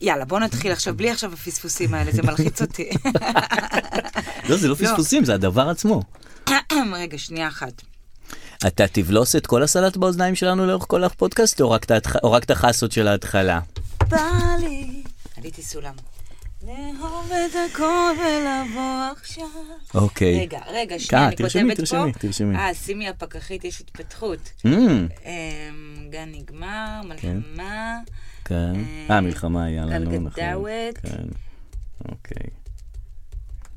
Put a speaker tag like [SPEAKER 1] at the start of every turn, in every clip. [SPEAKER 1] יאללה, בוא נתחיל עכשיו, בלי עכשיו הפספוסים האלה, זה מלחיץ אותי.
[SPEAKER 2] לא, זה לא פספוסים, זה הדבר עצמו.
[SPEAKER 1] רגע, שנייה אחת.
[SPEAKER 2] אתה תבלוס את כל הסלט באוזניים שלנו לאורך כל הפודקאסט, או רק את ההתח- או רק את החסות של ההתחלה?
[SPEAKER 1] בא לי. עליתי סולם. לאהוב את הכל ולבוא עכשיו.
[SPEAKER 2] אוקיי.
[SPEAKER 1] רגע, רגע, שנייה,
[SPEAKER 2] אה,
[SPEAKER 1] אני כותבת פה.
[SPEAKER 2] תרשמי, תרשמי, תרשמי.
[SPEAKER 1] אה, שימי הפקחית, יש התפתחות.
[SPEAKER 2] אמ,
[SPEAKER 1] אמ, גן נגמר, מלחמה.
[SPEAKER 2] כן.
[SPEAKER 1] אה,
[SPEAKER 2] אה, מלחמה היה לנו, נכון.
[SPEAKER 1] גלגדאוות.
[SPEAKER 2] כן. אוקיי,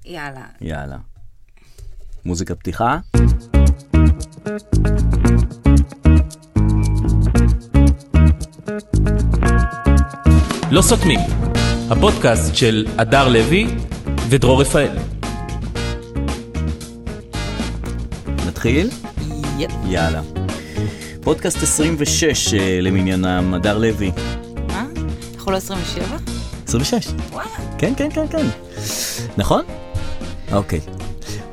[SPEAKER 1] יאללה.
[SPEAKER 2] יאללה. מוזיקה פתיחה?
[SPEAKER 3] לא סותמים, הפודקאסט של הדר לוי ודרור רפאל.
[SPEAKER 2] נתחיל?
[SPEAKER 1] יפ.
[SPEAKER 2] יאללה. פודקאסט 26 אה, למניינם, הדר לוי.
[SPEAKER 1] מה? אנחנו לא 27?
[SPEAKER 2] 26.
[SPEAKER 1] וואלה.
[SPEAKER 2] כן, כן, כן, כן. נכון? אוקיי.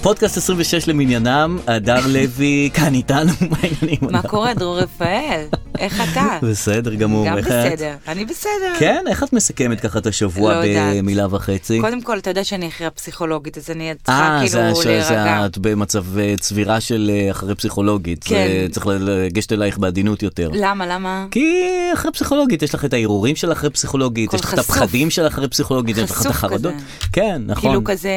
[SPEAKER 2] פודקאסט 26 למניינם, הדר לוי כאן איתנו, מה העניינים?
[SPEAKER 1] מה
[SPEAKER 2] הדר?
[SPEAKER 1] קורה, דרור רפאל? איך אתה?
[SPEAKER 2] בסדר גמור.
[SPEAKER 1] גם
[SPEAKER 2] איך את?
[SPEAKER 1] בסדר. אני בסדר.
[SPEAKER 2] כן? איך את מסכמת ככה את השבוע
[SPEAKER 1] לא יודעת.
[SPEAKER 2] במילה וחצי?
[SPEAKER 1] קודם כל, אתה יודע שאני אחרי הפסיכולוגית, אז אני צריכה
[SPEAKER 2] אה,
[SPEAKER 1] כאילו
[SPEAKER 2] זה זה-
[SPEAKER 1] להירגע.
[SPEAKER 2] זה את במצב אה, צבירה של אה, אחרי פסיכולוגית. זה-
[SPEAKER 1] כן. לא.
[SPEAKER 2] צריך לגשת אלייך בעדינות יותר.
[SPEAKER 1] למה, למה?
[SPEAKER 2] כי אחרי פסיכולוגית, יש לך את הערעורים של אחרי פסיכולוגית,
[SPEAKER 1] הכל
[SPEAKER 2] יש לך את
[SPEAKER 1] חשוף.
[SPEAKER 2] הפחדים של אחרי פסיכולוגית, יש לך את
[SPEAKER 1] חשוף
[SPEAKER 2] החרדות.
[SPEAKER 1] כזה.
[SPEAKER 2] כן, נכון.
[SPEAKER 1] כאילו כזה...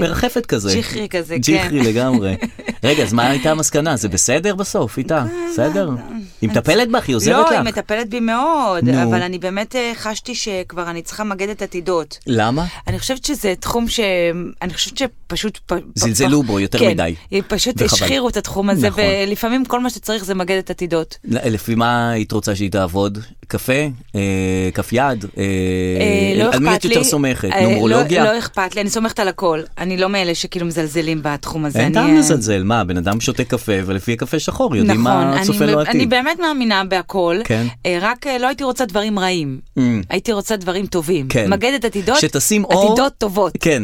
[SPEAKER 2] מרחפת כזה.
[SPEAKER 1] אה, ג'יחרי כזה, כן.
[SPEAKER 2] ג'יחרי לגמרי. רגע, אז מה הייתה המסקנה? זה בסדר בסוף איתה? בסדר? היא מטפלת בך, היא עוזרת
[SPEAKER 1] אה, לא, היא
[SPEAKER 2] לך.
[SPEAKER 1] מטפלת בי מאוד,
[SPEAKER 2] נו.
[SPEAKER 1] אבל אני באמת אה, חשתי שכבר אני צריכה מגדת עתידות.
[SPEAKER 2] למה?
[SPEAKER 1] אני חושבת שזה תחום ש... אני חושבת שפשוט... פ- פ-
[SPEAKER 2] זלזלו
[SPEAKER 1] פ-
[SPEAKER 2] בו יותר
[SPEAKER 1] כן,
[SPEAKER 2] מדי.
[SPEAKER 1] היא פשוט
[SPEAKER 2] וחבל.
[SPEAKER 1] השחירו את התחום הזה,
[SPEAKER 2] נכון.
[SPEAKER 1] ולפעמים כל מה שצריך זה מגדת עתידות.
[SPEAKER 2] לפי מה היית רוצה שהיא תעבוד? קפה? אה, כף יד? אה,
[SPEAKER 1] אה, לא
[SPEAKER 2] על מי
[SPEAKER 1] אכפת
[SPEAKER 2] את
[SPEAKER 1] לי.
[SPEAKER 2] יותר סומכת?
[SPEAKER 1] אה,
[SPEAKER 2] נומרולוגיה?
[SPEAKER 1] לא לא אכפת לי, אני סומכת על הכל. אני לא מאלה שכאילו מזלזלים בתחום הזה.
[SPEAKER 2] אין
[SPEAKER 1] אני,
[SPEAKER 2] טעם
[SPEAKER 1] אה, נכון,
[SPEAKER 2] לזלזל, מה, בן אדם שותה קפה ולפי הקפה שחור יודעים מה
[SPEAKER 1] אני
[SPEAKER 2] צופה
[SPEAKER 1] ב-
[SPEAKER 2] לו
[SPEAKER 1] אני
[SPEAKER 2] עתיד.
[SPEAKER 1] באמת מאמינה בהכל,
[SPEAKER 2] כן.
[SPEAKER 1] אה, רק אה, לא הייתי רוצה דברים רעים,
[SPEAKER 2] Mm.
[SPEAKER 1] הייתי רוצה דברים טובים.
[SPEAKER 2] כן.
[SPEAKER 1] מגדת עתידות,
[SPEAKER 2] שתשים אור.
[SPEAKER 1] עתידות טובות.
[SPEAKER 2] כן.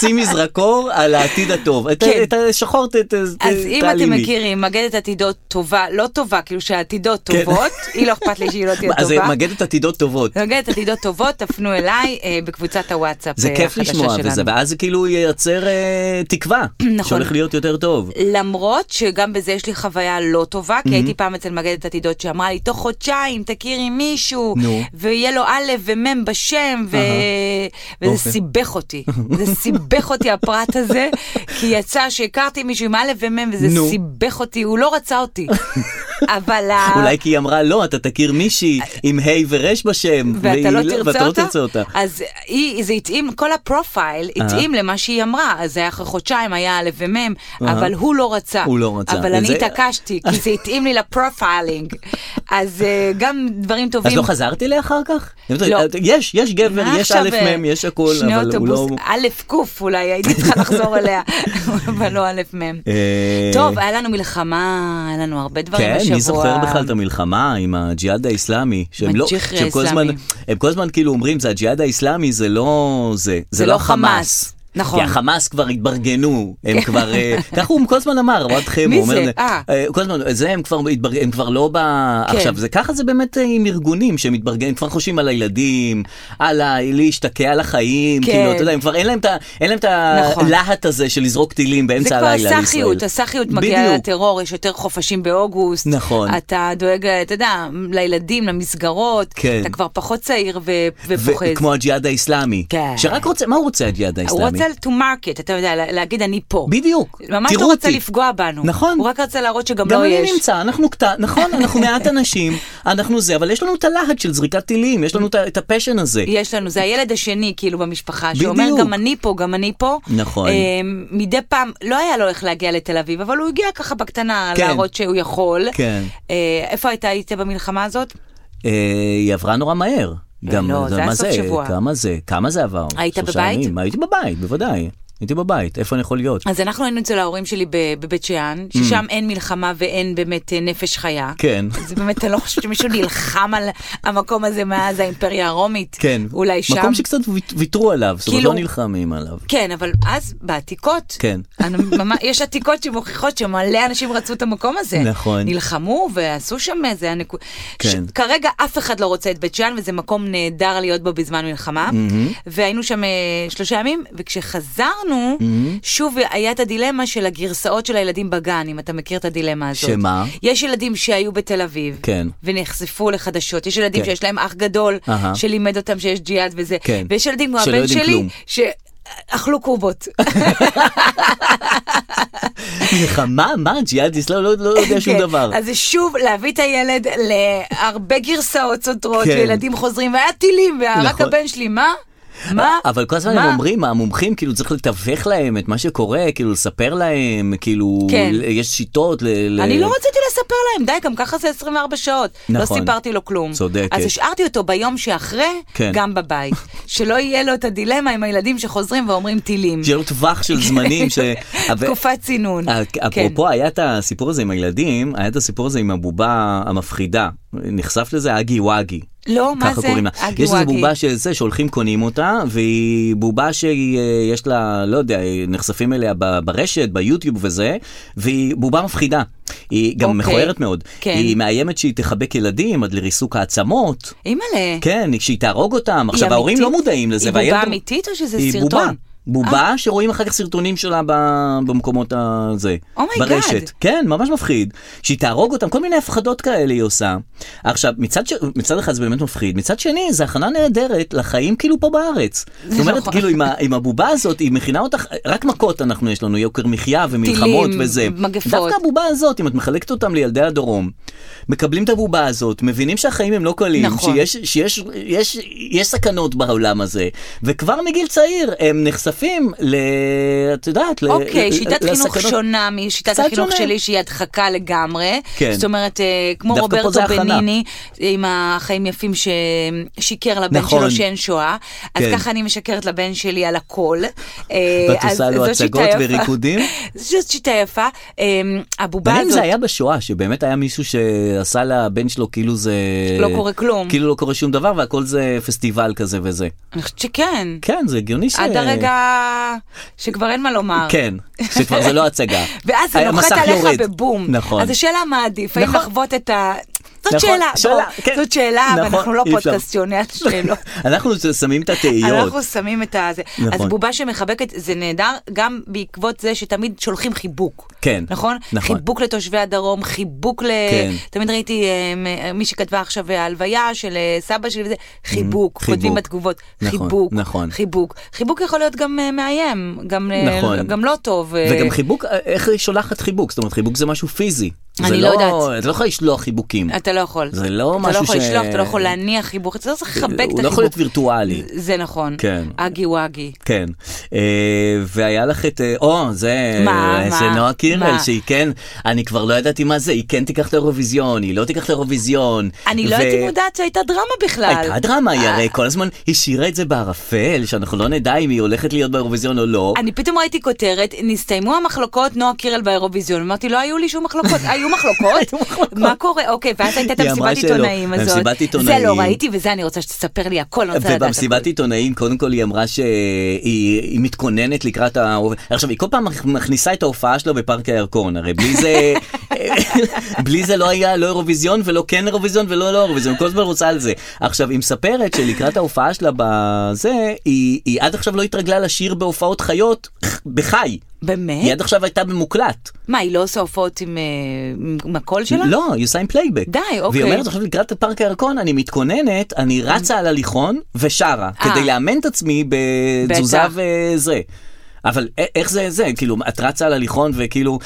[SPEAKER 2] שימי זרקור על העתיד הטוב. את ה-
[SPEAKER 1] כן.
[SPEAKER 2] את השחור ת- ת- ת-
[SPEAKER 1] אז אם אתם
[SPEAKER 2] תעלימי.
[SPEAKER 1] מכירים, מגדת עתידות טובה, לא טובה, כאילו שהעתידות
[SPEAKER 2] כן.
[SPEAKER 1] טובות, היא לא אכפת לי שהיא לא תהיה
[SPEAKER 2] אז זה
[SPEAKER 1] טובה.
[SPEAKER 2] מגדת עתידות טובות.
[SPEAKER 1] מגדת עתידות טובות, תפנו אליי אה, בקבוצת הוואטסאפ
[SPEAKER 2] זה
[SPEAKER 1] אה,
[SPEAKER 2] כיף
[SPEAKER 1] החדשה
[SPEAKER 2] לשמוע,
[SPEAKER 1] שלנו.
[SPEAKER 2] וזה, ואז זה כאילו ייצר אה, תקווה,
[SPEAKER 1] נכון.
[SPEAKER 2] שהולך להיות יותר טוב.
[SPEAKER 1] למרות שגם בזה יש לי חוויה לא טובה, כי הייתי פעם אצל מגדת עתידות שאמרה לי, תוך חודשיים תכירי מישהו,
[SPEAKER 2] נו.
[SPEAKER 1] ויהיה לו א' ומ' בשם, ו... וזה
[SPEAKER 2] אוקיי.
[SPEAKER 1] סיבך אותי. זה סיבך אותי הפרט הזה, כי יצא שהכרתי מישהו עם א' ומ' וזה
[SPEAKER 2] נו.
[SPEAKER 1] סיבך אותי, הוא לא רצה אותי. אבל... ה-
[SPEAKER 2] אולי כי היא אמרה לא, אתה תכיר מישהי עם ה' ור' בשם, והיא
[SPEAKER 1] אה, ואתה לא תרצה
[SPEAKER 2] ואתה לא
[SPEAKER 1] אותה?
[SPEAKER 2] תרצה אותה.
[SPEAKER 1] אז היא, זה התאים, כל הפרופייל התאים למה שהיא אמרה. אז זה היה אחרי חודשיים, היה א' ומ', אבל הוא לא רצה.
[SPEAKER 2] הוא לא רצה.
[SPEAKER 1] אבל אני
[SPEAKER 2] זה-
[SPEAKER 1] התעקשתי, כי זה התאים לי לפרופיילינג. אז אה, גם דברים טובים.
[SPEAKER 2] אז לא חזרתי אליה אחר כך? אה,
[SPEAKER 1] לא.
[SPEAKER 2] יש, יש גבר,
[SPEAKER 1] מה
[SPEAKER 2] יש
[SPEAKER 1] עכשיו,
[SPEAKER 2] א'
[SPEAKER 1] אה,
[SPEAKER 2] מ', יש הכל,
[SPEAKER 1] שני
[SPEAKER 2] אבל הוא לא...
[SPEAKER 1] אוטובוס, א' ק' אולי, הייתי צריכה לחזור אליה, אבל לא א' מ'.
[SPEAKER 2] אה,
[SPEAKER 1] טוב, היה לנו מלחמה, היה לנו הרבה דברים
[SPEAKER 2] כן,
[SPEAKER 1] בשבוע.
[SPEAKER 2] מי זוכר בכלל את המלחמה עם הג'יהאד האיסלאמי? שהם לא,
[SPEAKER 1] הג'יחרי
[SPEAKER 2] שהם כל הזמן,
[SPEAKER 1] האיסלאמי.
[SPEAKER 2] הם כל הזמן כאילו אומרים, זה הג'יהאד האיסלאמי, זה לא זה, זה
[SPEAKER 1] לא
[SPEAKER 2] לא
[SPEAKER 1] חמאס.
[SPEAKER 2] חמאס.
[SPEAKER 1] נכון. כן.
[SPEAKER 2] כי החמאס כבר התברגנו, הם כבר, אה, ככה הוא כל הזמן אמר, אוהד חמו,
[SPEAKER 1] מי
[SPEAKER 2] אומר,
[SPEAKER 1] זה?
[SPEAKER 2] את
[SPEAKER 1] אה.
[SPEAKER 2] אה, כל הזמן, זה הם כבר, התברג- הם כבר לא ב...
[SPEAKER 1] כן.
[SPEAKER 2] עכשיו, זה ככה זה באמת אה, עם ארגונים שהם מתברגנים, הם כבר חושבים על הילדים, על ה... להשתקע על החיים,
[SPEAKER 1] כן.
[SPEAKER 2] כאילו, אתה יודע, הם כבר אין להם את ה- אין להם את
[SPEAKER 1] נכון.
[SPEAKER 2] הלהט הזה של לזרוק טילים
[SPEAKER 1] זה כבר
[SPEAKER 2] באמצע הלילה לישראל.
[SPEAKER 1] הסאחיות, הסאחיות מגיעה
[SPEAKER 2] בדיוק.
[SPEAKER 1] לטרור, יש יותר חופשים באוגוסט.
[SPEAKER 2] נכון.
[SPEAKER 1] אתה דואג, אתה יודע, לילדים, למסגרות.
[SPEAKER 2] כן.
[SPEAKER 1] אתה כבר פחות צעיר ו- ופוחז.
[SPEAKER 2] וכמו הג'יהאד האיסלאמי,
[SPEAKER 1] כן.
[SPEAKER 2] שרק רוצה, מה הוא רוצה הג'יהאד
[SPEAKER 1] הוא
[SPEAKER 2] האיסלאמי?
[SPEAKER 1] רוצה to market, אתה יודע, לה- להגיד אני פה.
[SPEAKER 2] בדיוק,
[SPEAKER 1] ממש
[SPEAKER 2] תראו
[SPEAKER 1] לא רצה
[SPEAKER 2] אותי.
[SPEAKER 1] לפגוע בנו.
[SPEAKER 2] נכון.
[SPEAKER 1] הוא רק רצה להראות שגם
[SPEAKER 2] גם
[SPEAKER 1] לא
[SPEAKER 2] אני
[SPEAKER 1] יש.
[SPEAKER 2] נמצא, אנחנו קטע, נכון, אנחנו מעט אנשים, אנחנו זה, אבל יש לנו את הלהט של זריקת טילים, יש לנו את ה- את הפשן הזה.
[SPEAKER 1] יש לנו, זה הילד השני כאילו במשפחה, שאומר
[SPEAKER 2] בדיוק.
[SPEAKER 1] גם אני פה, גם אני פה.
[SPEAKER 2] נכון.
[SPEAKER 1] אה, מדי פעם, לא היה לו איך להגיע לתל אביב, אבל הוא הגיע ככה בקטנה
[SPEAKER 2] כן.
[SPEAKER 1] להראות שהוא יכול.
[SPEAKER 2] כן.
[SPEAKER 1] אה, איפה הייתה היית במלחמה הזאת?
[SPEAKER 2] אה, היא עברה נורא מהר. גם,
[SPEAKER 1] לא, זה היה
[SPEAKER 2] מה
[SPEAKER 1] סוף שבוע.
[SPEAKER 2] כמה זה, כמה זה עבר?
[SPEAKER 1] היית
[SPEAKER 2] שלושה
[SPEAKER 1] בבית?
[SPEAKER 2] ימים. הייתי בבית, בוודאי. הייתי בבית, איפה אני יכול להיות?
[SPEAKER 1] אז אנחנו היינו אצל ההורים שלי ב- בבית שאן, ששם אין מלחמה ואין באמת אה, נפש חיה.
[SPEAKER 2] Mm. כן.
[SPEAKER 1] זה באמת, אני לא חושבת שמישהו נלחם על המקום הזה מאז האימפריה הרומית.
[SPEAKER 2] כן.
[SPEAKER 1] אולי שם.
[SPEAKER 2] מקום שקצת ויט- ויתרו עליו, זאת אומרת,
[SPEAKER 1] כאילו-
[SPEAKER 2] לא נלחמים עליו.
[SPEAKER 1] כן, אבל אז בעתיקות,
[SPEAKER 2] כן.
[SPEAKER 1] אני ממש- יש עתיקות שמוכיחות שמלא אנשים רצו את המקום הזה.
[SPEAKER 2] נכון.
[SPEAKER 1] נלחמו ועשו שם איזה... הנקו...
[SPEAKER 2] כן.
[SPEAKER 1] ש... כרגע אף אחד לא רוצה את בית שאן, וזה מקום נהדר להיות בו בזמן מלחמה. והיינו שם אה, שלושה ימים, וכשחזרנו, שוב היה את הדילמה של הגרסאות של הילדים בגן, אם אתה מכיר את הדילמה הזאת.
[SPEAKER 2] שמה?
[SPEAKER 1] יש ילדים שהיו בתל אביב,
[SPEAKER 2] כן.
[SPEAKER 1] ונחשפו לחדשות. יש ילדים
[SPEAKER 2] כן.
[SPEAKER 1] שיש להם אח גדול,
[SPEAKER 2] אהה.
[SPEAKER 1] שלימד אותם שיש ג'יהאד וזה.
[SPEAKER 2] כן.
[SPEAKER 1] ויש ילדים כמו
[SPEAKER 2] שלא
[SPEAKER 1] הבן
[SPEAKER 2] יודעים
[SPEAKER 1] שלי,
[SPEAKER 2] כלום.
[SPEAKER 1] שאכלו קובות.
[SPEAKER 2] מלחמה? מה? ג'יהאד איסלאם לא לא יודע שום
[SPEAKER 1] כן.
[SPEAKER 2] דבר.
[SPEAKER 1] אז זה שוב להביא את הילד להרבה גרסאות סותרות,
[SPEAKER 2] כן.
[SPEAKER 1] וילדים חוזרים, והיה טילים, ורק
[SPEAKER 2] נכון.
[SPEAKER 1] הבן שלי, מה? מה?
[SPEAKER 2] אבל כל הזמן
[SPEAKER 1] מה?
[SPEAKER 2] הם אומרים, המומחים, כאילו צריך לתווך להם את מה שקורה, כאילו לספר להם, כאילו,
[SPEAKER 1] כן.
[SPEAKER 2] ל- יש שיטות ל... ל-
[SPEAKER 1] אני לא רציתי לספר להם, די, גם ככה זה 24 שעות. לא
[SPEAKER 2] אה, נכון.
[SPEAKER 1] סיפרתי לו כלום.
[SPEAKER 2] צודקת.
[SPEAKER 1] אז השארתי אותו ביום שאחרי,
[SPEAKER 2] כן.
[SPEAKER 1] גם בבית. שלא יהיה לו את הדילמה עם הילדים שחוזרים ואומרים טילים.
[SPEAKER 2] שיהיה לו טווח של זמנים ש... אבל-
[SPEAKER 1] תקופת צינון.
[SPEAKER 2] ה-
[SPEAKER 1] כן.
[SPEAKER 2] אפרופו, היה את הסיפור הזה עם הילדים, היה את הסיפור הזה עם הבובה המפחידה. נחשף לזה אגי וואגי.
[SPEAKER 1] לא, מה
[SPEAKER 2] ככה
[SPEAKER 1] זה?
[SPEAKER 2] קוראים לה.
[SPEAKER 1] אגי
[SPEAKER 2] יש איזו
[SPEAKER 1] וואגי.
[SPEAKER 2] בובה של זה שהולכים קונים אותה, והיא בובה שיש לה, לא יודע, נחשפים אליה ב- ברשת, ביוטיוב וזה, והיא בובה מפחידה. היא גם
[SPEAKER 1] אוקיי.
[SPEAKER 2] מכוערת מאוד.
[SPEAKER 1] כן.
[SPEAKER 2] היא מאיימת שהיא תחבק ילדים עד לריסוק העצמות.
[SPEAKER 1] אימא'לה.
[SPEAKER 2] כן, שהיא תהרוג אותם. עכשיו,
[SPEAKER 1] אמיתית?
[SPEAKER 2] ההורים לא מודעים לזה.
[SPEAKER 1] היא בובה
[SPEAKER 2] והילד-
[SPEAKER 1] אמיתית או שזה
[SPEAKER 2] היא
[SPEAKER 1] סרטון? אה.
[SPEAKER 2] בובה. בובה שרואים אחר כך סרטונים שלה ב- במקומות הזה,
[SPEAKER 1] אומייגאד.
[SPEAKER 2] ברשת. כן, ממש מפחיד. שהיא תהרוג אותם, כל מיני הפחדות כאלה היא עושה. עכשיו, מצד, ש... מצד אחד זה באמת מפחיד, מצד שני זה הכנה נהדרת לחיים כאילו פה בארץ. זאת אומרת,
[SPEAKER 1] נכון.
[SPEAKER 2] כאילו עם, ה... עם הבובה הזאת, היא מכינה אותך, רק מכות אנחנו יש לנו, יוקר מחיה ומלחמות
[SPEAKER 1] טילים,
[SPEAKER 2] וזה.
[SPEAKER 1] מגפות.
[SPEAKER 2] דווקא הבובה הזאת, אם את מחלקת אותם לילדי הדרום, מקבלים את הבובה הזאת, מבינים שהחיים הם לא קלים,
[SPEAKER 1] נכון.
[SPEAKER 2] שיש שיש, שיש יש, יש סכנות בעולם הזה, וכבר מגיל צעיר הם נחשפים ל... את יודעת, ל...
[SPEAKER 1] אוקיי,
[SPEAKER 2] ל-
[SPEAKER 1] שיטת חינוך
[SPEAKER 2] לסכנות.
[SPEAKER 1] שונה משיטת
[SPEAKER 2] קצת
[SPEAKER 1] החינוך
[SPEAKER 2] שונה.
[SPEAKER 1] שלי, שהיא הדחקה לגמרי.
[SPEAKER 2] כן.
[SPEAKER 1] זאת אומרת, אה, כמו
[SPEAKER 2] דווקא פה
[SPEAKER 1] רוברטו
[SPEAKER 2] זה הכנה.
[SPEAKER 1] בניני, עם החיים יפים ששיקר לבן
[SPEAKER 2] נכון.
[SPEAKER 1] שלו שאין שואה, אז
[SPEAKER 2] כן.
[SPEAKER 1] ככה אני משקרת לבן שלי על הכל. אה,
[SPEAKER 2] ואת
[SPEAKER 1] אז
[SPEAKER 2] עושה לו
[SPEAKER 1] זו
[SPEAKER 2] הצגות
[SPEAKER 1] שיטה יפה.
[SPEAKER 2] וריקודים?
[SPEAKER 1] זאת שיטה יפה. אה, הבובה
[SPEAKER 2] מעניין אם
[SPEAKER 1] הזאת...
[SPEAKER 2] זה היה בשואה, שבאמת היה מישהו שעשה לבן שלו כאילו זה...
[SPEAKER 1] לא קורה כלום.
[SPEAKER 2] כאילו לא קורה שום דבר והכל זה פסטיבל כזה וזה.
[SPEAKER 1] אני חושבת שכן.
[SPEAKER 2] כן, זה הגיוני ש...
[SPEAKER 1] עד הרגע שכבר אין מה לומר.
[SPEAKER 2] כן, שכבר זה לא הצגה.
[SPEAKER 1] ואז זה נוחת
[SPEAKER 2] המסך
[SPEAKER 1] עליך
[SPEAKER 2] יורד.
[SPEAKER 1] בבום.
[SPEAKER 2] נכון.
[SPEAKER 1] אז השאלה מה עדיף, האם
[SPEAKER 2] נכון.
[SPEAKER 1] לחוות את ה... זאת
[SPEAKER 2] נכון,
[SPEAKER 1] שאלה,
[SPEAKER 2] שאלה,
[SPEAKER 1] בוא,
[SPEAKER 2] כן.
[SPEAKER 1] זאת שאלה,
[SPEAKER 2] נכון,
[SPEAKER 1] ואנחנו לא
[SPEAKER 2] אי אפשר.
[SPEAKER 1] פודקאסט שעונה על שאלות.
[SPEAKER 2] אנחנו שמים את התהיות.
[SPEAKER 1] אנחנו שמים את הזה. אז
[SPEAKER 2] נכון.
[SPEAKER 1] בובה שמחבקת זה נהדר, גם בעקבות זה שתמיד שולחים חיבוק.
[SPEAKER 2] כן,
[SPEAKER 1] נכון?
[SPEAKER 2] נכון.
[SPEAKER 1] חיבוק לתושבי הדרום, חיבוק ל...
[SPEAKER 2] כן.
[SPEAKER 1] תמיד ראיתי אה, מ- מי שכתבה עכשיו ההלוויה של אה, סבא שלי וזה, חיבוק,
[SPEAKER 2] Mm, חיבוק.
[SPEAKER 1] כותבים בתגובות,
[SPEAKER 2] נכון,
[SPEAKER 1] חיבוק,
[SPEAKER 2] נכון.
[SPEAKER 1] חיבוק. חיבוק יכול להיות גם אה, מאיים, גם אה,
[SPEAKER 2] נכון.
[SPEAKER 1] גם לא טוב. אה,
[SPEAKER 2] וגם חיבוק, איך היא שולחת חיבוק? זאת אומרת, חיבוק זה משהו פיזי.
[SPEAKER 1] אני
[SPEAKER 2] זה
[SPEAKER 1] לא יודעת.
[SPEAKER 2] אתה לא יכול לשלוח חיבוקים.
[SPEAKER 1] אתה לא יכול.
[SPEAKER 2] זה לא
[SPEAKER 1] אתה
[SPEAKER 2] משהו
[SPEAKER 1] לא יכול
[SPEAKER 2] ש-
[SPEAKER 1] לשלוח, אתה לא יכול להניח חיבוק, אתה לא צריך לחבק את החיבוק.
[SPEAKER 2] הוא לא יכול להיות וירטואלי.
[SPEAKER 1] זה נכון.
[SPEAKER 2] כן.
[SPEAKER 1] אגי וואגי.
[SPEAKER 2] כן. אה, והיה לך את, אה, או, זה,
[SPEAKER 1] מה,
[SPEAKER 2] אה, זה
[SPEAKER 1] מה,
[SPEAKER 2] נועה קירל,
[SPEAKER 1] מה?
[SPEAKER 2] שהיא כן, אני כבר לא ידעתי מה זה, היא כן תיקח את האירוויזיון, היא לא תיקח את האירוויזיון.
[SPEAKER 1] אני לא
[SPEAKER 2] ו-
[SPEAKER 1] הייתי מודעת אה. שהייתה דרמה בכלל.
[SPEAKER 2] הייתה דרמה, היא הרי כל הזמן השאירה את זה בערפל, שאנחנו לא נדע אם היא הולכת להיות באירוויזיון או לא.
[SPEAKER 1] אני פתאום ראיתי כותרת, נסתיימו המחלוקות נועה קירל באירוויזיון. אמרתי, לא היו לי שום מחלוקות. היו מחלוקות? מה קורה? אוקיי, ואז הייתה את
[SPEAKER 2] היא אמרה
[SPEAKER 1] המסיבת
[SPEAKER 2] שלא.
[SPEAKER 1] עיתונאים הזאת.
[SPEAKER 2] במסיבת
[SPEAKER 1] זה
[SPEAKER 2] עיתונאים.
[SPEAKER 1] לא ראיתי, וזה אני רוצה שתספר לי הכל. אני רוצה לדעת
[SPEAKER 2] ובמסיבת
[SPEAKER 1] הכל.
[SPEAKER 2] עיתונאים קודם כל היא אמרה שהיא היא מתכוננת לקראת ה... עכשיו היא כל פעם מכ- מכניסה את ההופעה שלה בפארק הירקון הרי בלי זה בלי זה לא היה לא אירוויזיון ולא כן אירוויזיון ולא לא אירוויזיון כל הזמן רוצה על זה עכשיו היא מספרת שלקראת ההופעה שלה בזה היא, היא עד עכשיו לא התרגלה לשיר בהופעות חיות בחי היא
[SPEAKER 1] באמת?
[SPEAKER 2] עד עכשיו הייתה במוקלט
[SPEAKER 1] מה, היא לא עושה הופעות עם, אה, עם הקול שלה?
[SPEAKER 2] לא, היא עושה עם פלייבק.
[SPEAKER 1] די, אוקיי.
[SPEAKER 2] והיא אומרת, עכשיו לקראת פארק הירקון, אני מתכוננת, אני רצה על הליכון ושרה,
[SPEAKER 1] אה.
[SPEAKER 2] כדי לאמן את עצמי אה, בתזוזה
[SPEAKER 1] בטח.
[SPEAKER 2] וזה. אבל א- איך זה זה? כאילו, את רצה על הליכון וכאילו,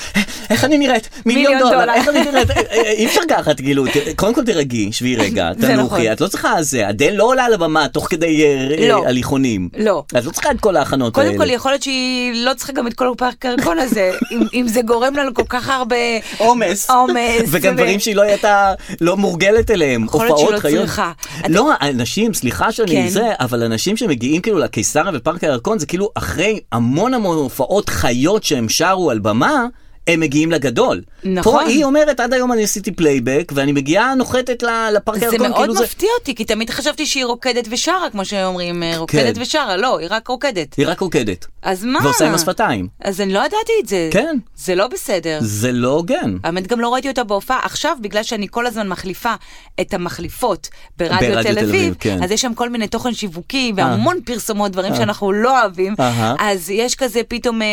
[SPEAKER 2] איך אני נראית? מיליון דולר, איך אני נראית? אה, אי אפשר ככה, תגילו, קודם כל תרגי, שבי רגע,
[SPEAKER 1] זה נכון.
[SPEAKER 2] תנוחי, את לא צריכה זה, אדל לא עולה על הבמה תוך כדי אה,
[SPEAKER 1] לא.
[SPEAKER 2] אה, הליכונים.
[SPEAKER 1] לא.
[SPEAKER 2] את לא צריכה את כל ההכנות האלה.
[SPEAKER 1] קודם כל, יכול להיות שהיא לא צריכה גם את כל הפארק הקרקון הזה, אם- אם זה גורם לנו כל כך הרבה...
[SPEAKER 2] עומס.
[SPEAKER 1] עומס.
[SPEAKER 2] וגם
[SPEAKER 1] ו-
[SPEAKER 2] דברים שהיא לא הייתה, לא מורגלת אליהם.
[SPEAKER 1] יכול להיות שהיא
[SPEAKER 2] הופעות,
[SPEAKER 1] לא
[SPEAKER 2] חיות.
[SPEAKER 1] צריכה.
[SPEAKER 2] לא, אנשים, סליחה
[SPEAKER 1] כן.
[SPEAKER 2] שאני זה, אבל אנשים שמגיעים כאילו לקיסריה ופארק הירקון, זה כאילו אחרי המון המון הופעות חיות שהם שרו על במה. הם מגיעים לגדול.
[SPEAKER 1] נכון.
[SPEAKER 2] פה היא אומרת, עד היום אני עשיתי פלייבק, ואני מגיעה נוחתת ל- לפארק
[SPEAKER 1] זה
[SPEAKER 2] הירקון, כאילו
[SPEAKER 1] מאוד
[SPEAKER 2] זה...
[SPEAKER 1] מפתיע אותי, כי תמיד חשבתי שהיא רוקדת ושרה, כמו שאומרים, אה, רוקדת
[SPEAKER 2] כן.
[SPEAKER 1] ושרה, לא, היא רק רוקדת.
[SPEAKER 2] היא רק רוקדת.
[SPEAKER 1] אז מה?
[SPEAKER 2] ועושה עם השפתיים.
[SPEAKER 1] אז אני לא ידעתי את זה.
[SPEAKER 2] כן.
[SPEAKER 1] זה לא בסדר.
[SPEAKER 2] זה לא הוגן.
[SPEAKER 1] האמת, גם לא ראיתי אותה בהופעה. עכשיו, בגלל שאני כל הזמן מחליפה את המחליפות ברדיו תל
[SPEAKER 2] ברדיו תל
[SPEAKER 1] אביב,
[SPEAKER 2] אביב, כן. אה.
[SPEAKER 1] אז יש שם כל מיני תוכן שיווקי והמון פרסומות, דברים שאנחנו לא אוהבים.
[SPEAKER 2] אהה.
[SPEAKER 1] אז יש כזה פתאום אה,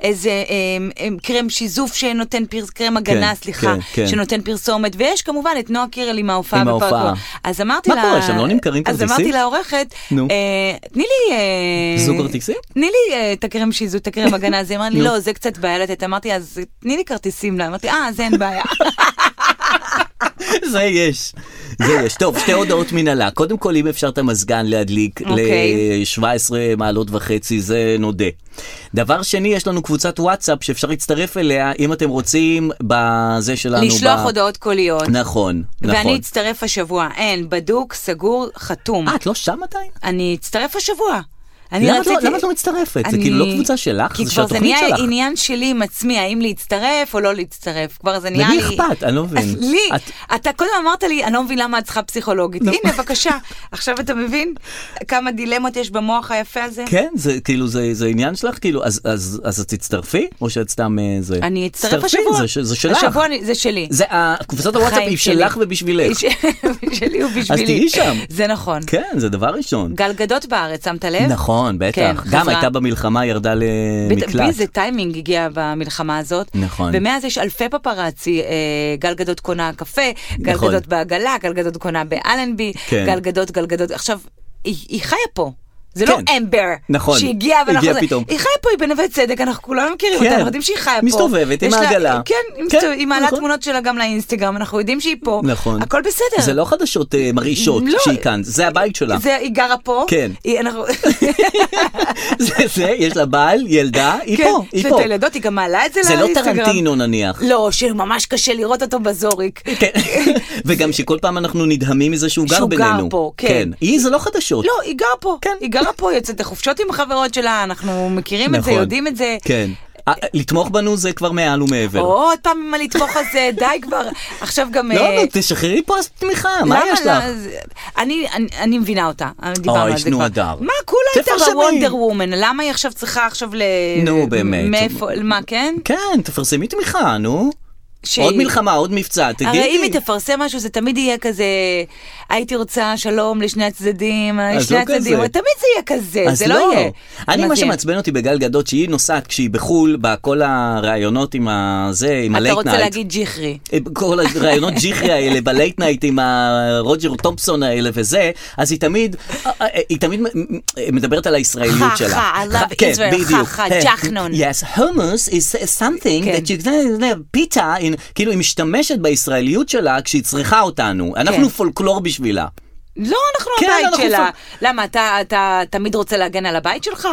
[SPEAKER 1] איזה אה, אה, קרם שיזוף שנותן פרס... קרם הגנה,
[SPEAKER 2] כן,
[SPEAKER 1] סליחה,
[SPEAKER 2] כן, כן.
[SPEAKER 1] שנותן פרסומת, ויש כמובן את נועה קירל עם ההופעה
[SPEAKER 2] עם ההופעה.
[SPEAKER 1] בפארקו. אז אמרתי
[SPEAKER 2] מה
[SPEAKER 1] לה...
[SPEAKER 2] קורה שם? לא נמכרים
[SPEAKER 1] אז
[SPEAKER 2] כרטיסים?
[SPEAKER 1] אמרתי לעורכת,
[SPEAKER 2] נו.
[SPEAKER 1] אה, תני לי... אה,
[SPEAKER 2] זוג כרטיסים?
[SPEAKER 1] תני לי אה, את הקרם שיזו, את הקרם הגנה, אז היא אמרה לי,
[SPEAKER 2] נו.
[SPEAKER 1] לא, זה קצת בעיה לתת. אמרתי, אז תני לי כרטיסים לה. אמרתי, אה, זה אין בעיה.
[SPEAKER 2] זה יש, זה יש. טוב, שתי הודעות מנהלה. קודם כל, אם אפשר את המזגן להדליק
[SPEAKER 1] אוקיי.
[SPEAKER 2] ל-17 מעלות וחצי, זה נודה. דבר שני, יש לנו קבוצת וואטסאפ שאפשר להצטרף אליה, אם אתם רוצים, בזה שלנו.
[SPEAKER 1] לשלוח
[SPEAKER 2] ב-
[SPEAKER 1] הודעות קוליות.
[SPEAKER 2] נכון, נכון.
[SPEAKER 1] ואני אצטרף השבוע, אין, בדוק, סגור, חתום.
[SPEAKER 2] אה, את לא שם עדיין?
[SPEAKER 1] אני אצטרף השבוע. אני
[SPEAKER 2] למה את לא-
[SPEAKER 1] רציתי...
[SPEAKER 2] למה את לא מצטרפת? זה
[SPEAKER 1] אני-
[SPEAKER 2] כאילו לא קבוצה שלך,
[SPEAKER 1] כי
[SPEAKER 2] זה
[SPEAKER 1] כבר
[SPEAKER 2] של
[SPEAKER 1] זה
[SPEAKER 2] התוכנית
[SPEAKER 1] נהיה
[SPEAKER 2] שלך.
[SPEAKER 1] עניין שלי עם עצמי, האם להצטרף או לא להצטרף. כבר זה נהיה
[SPEAKER 2] למי
[SPEAKER 1] לי...
[SPEAKER 2] אכפת? אני לא מבין.
[SPEAKER 1] אז לי,
[SPEAKER 2] את- לא.
[SPEAKER 1] אתה קודם אמרת לי, אני לא מבין למה את צריכה פסיכולוגית. הנה, בבקשה. עכשיו אתה מבין כמה דילמות יש במוח היפה הזה?
[SPEAKER 2] כן, זה כאילו, זה זה עניין שלך? כאילו, אז- אז אז את תצטרפי? או שאת סתם אה, זה...
[SPEAKER 1] אני אצטרף
[SPEAKER 2] תצטרפי,
[SPEAKER 1] השבוע.
[SPEAKER 2] זה ש- זה שלך.
[SPEAKER 1] השבוע אני- זה שלי.
[SPEAKER 2] זה, ה- קבוצת הוואטסאפ
[SPEAKER 1] חיים
[SPEAKER 2] היא
[SPEAKER 1] שלי.
[SPEAKER 2] שלך ובשבילך.
[SPEAKER 1] היא שלי הוא בשבילי.
[SPEAKER 2] תהיי שם.
[SPEAKER 1] זה נכון.
[SPEAKER 2] כן, זה דבר ראשון.
[SPEAKER 1] גל גדות בארץ, שמת לב?
[SPEAKER 2] נכון, בטח.
[SPEAKER 1] כן,
[SPEAKER 2] גם
[SPEAKER 1] חזרה.
[SPEAKER 2] הייתה במלחמה, ירדה
[SPEAKER 1] בת-
[SPEAKER 2] למקלט.
[SPEAKER 1] באיזה טיימינג הגיע במלחמה הזאת.
[SPEAKER 2] נכון.
[SPEAKER 1] ומאז יש אלפי פפראצי, אה, גל גדות קונה קפה, גל
[SPEAKER 2] נכון.
[SPEAKER 1] גדות בעגלה, גל גדות קונה באלנבי,
[SPEAKER 2] כן.
[SPEAKER 1] גל גדות, גל גדות. עכשיו, היא היא חיה פה. זה לא
[SPEAKER 2] כן.
[SPEAKER 1] אמבר,
[SPEAKER 2] נכון.
[SPEAKER 1] שהגיעה ואנחנו...
[SPEAKER 2] הגיעה פתאום.
[SPEAKER 1] היא חיה פה, היא בנווה צדק, אנחנו כולנו מכירים
[SPEAKER 2] כן.
[SPEAKER 1] אותה, אנחנו יודעים שהיא חיה פה.
[SPEAKER 2] מסתובבת עם
[SPEAKER 1] יש לה-
[SPEAKER 2] העגלה.
[SPEAKER 1] כן, היא
[SPEAKER 2] כן,
[SPEAKER 1] מסתובבת- היא מעלה
[SPEAKER 2] נכון.
[SPEAKER 1] תמונות שלה גם לאינסטגרם, אנחנו יודעים שהיא פה.
[SPEAKER 2] נכון.
[SPEAKER 1] הכל בסדר.
[SPEAKER 2] זה לא חדשות אה, מרעישות
[SPEAKER 1] לא.
[SPEAKER 2] שהיא כאן, זה הבית שלה.
[SPEAKER 1] זה, היא גרה פה.
[SPEAKER 2] כן.
[SPEAKER 1] היא, אנחנו...
[SPEAKER 2] זה, זה, יש לה בעל, ילדה, היא
[SPEAKER 1] כן,
[SPEAKER 2] פה, היא
[SPEAKER 1] ואת
[SPEAKER 2] פה.
[SPEAKER 1] הילדות, היא גם מעלה את זה
[SPEAKER 2] זה לא
[SPEAKER 1] לאינסטגרם.
[SPEAKER 2] טרנטינו נניח.
[SPEAKER 1] לא, שממש קשה לראות אותו בזוריק.
[SPEAKER 2] כן. וגם שכל פעם אנחנו נדהמים מזה שהוא גר
[SPEAKER 1] שהוא גר
[SPEAKER 2] בינינו.
[SPEAKER 1] פה, כן.
[SPEAKER 2] היא זה לא חדשות.
[SPEAKER 1] לא, היא גרה פה.
[SPEAKER 2] כן.
[SPEAKER 1] היא גרה פה, היא יוצאת לחופשות עם החברות שלה, אנחנו מכירים את זה,
[SPEAKER 2] נכון.
[SPEAKER 1] יודעים את זה.
[SPEAKER 2] כן. אה, לתמוך בנו זה כבר מעל ומעבר.
[SPEAKER 1] עוד פעם מה לתמוך על זה, די כבר. עכשיו גם...
[SPEAKER 2] לא,
[SPEAKER 1] אה,
[SPEAKER 2] נו, תשחררי פה אז תמיכה, מה
[SPEAKER 1] למה
[SPEAKER 2] יש
[SPEAKER 1] לא?
[SPEAKER 2] לך?
[SPEAKER 1] אז- אני, אני, אני מבינה אותה, אה, דיברנו על
[SPEAKER 2] אוי,
[SPEAKER 1] זה
[SPEAKER 2] נו,
[SPEAKER 1] כבר.
[SPEAKER 2] הדר.
[SPEAKER 1] מה, כולה הייתה
[SPEAKER 2] תפרסמי.
[SPEAKER 1] בוונדר וומן, למה היא עכשיו צריכה עכשיו ל...
[SPEAKER 2] נו, באמת.
[SPEAKER 1] מאיפה, מה, כן?
[SPEAKER 2] כן, תפרסמי תמיכה, נו.
[SPEAKER 1] שהיא-
[SPEAKER 2] עוד מלחמה, עוד מבצע, תגידי.
[SPEAKER 1] הרי אם היא תפרסם משהו זה תמיד יהיה כזה, הייתי רוצה שלום לשני הצדדים,
[SPEAKER 2] אז
[SPEAKER 1] שני
[SPEAKER 2] לא
[SPEAKER 1] הצדדים,
[SPEAKER 2] כזה.
[SPEAKER 1] תמיד זה יהיה כזה,
[SPEAKER 2] אז
[SPEAKER 1] זה לא יהיה.
[SPEAKER 2] אני, מה
[SPEAKER 1] זה יהיה?
[SPEAKER 2] שמעצבן אותי בגל גדות, שהיא נוסעת כשהיא בחו"ל, בכל הראיונות עם הזה, עם
[SPEAKER 1] אתה
[SPEAKER 2] הלייט
[SPEAKER 1] רוצה
[SPEAKER 2] נייט.
[SPEAKER 1] להגיד ג'יחרי.
[SPEAKER 2] כל הראיונות ג'יחרי האלה בלייט נייט עם הרוג'ר תומפסון האלה וזה, אז היא תמיד, אה, היא תמיד אה, מדברת על הישראליות
[SPEAKER 1] חה,
[SPEAKER 2] שלה.
[SPEAKER 1] חה, I love
[SPEAKER 2] כן,
[SPEAKER 1] Israel, חה,
[SPEAKER 2] בדיוק.
[SPEAKER 1] חה,
[SPEAKER 2] כן.
[SPEAKER 1] ג'חנון.
[SPEAKER 2] Yes, hummus is something
[SPEAKER 1] כן.
[SPEAKER 2] that you can, פיתה, in- כאילו היא משתמשת בישראליות שלה כשהיא צריכה אותנו. אנחנו
[SPEAKER 1] כן.
[SPEAKER 2] פולקלור בשבילה.
[SPEAKER 1] לא, אנחנו
[SPEAKER 2] כן,
[SPEAKER 1] הבית
[SPEAKER 2] אנחנו
[SPEAKER 1] שלה.
[SPEAKER 2] פה.
[SPEAKER 1] למה, אתה- אתה תמיד רוצה להגן על הבית שלך?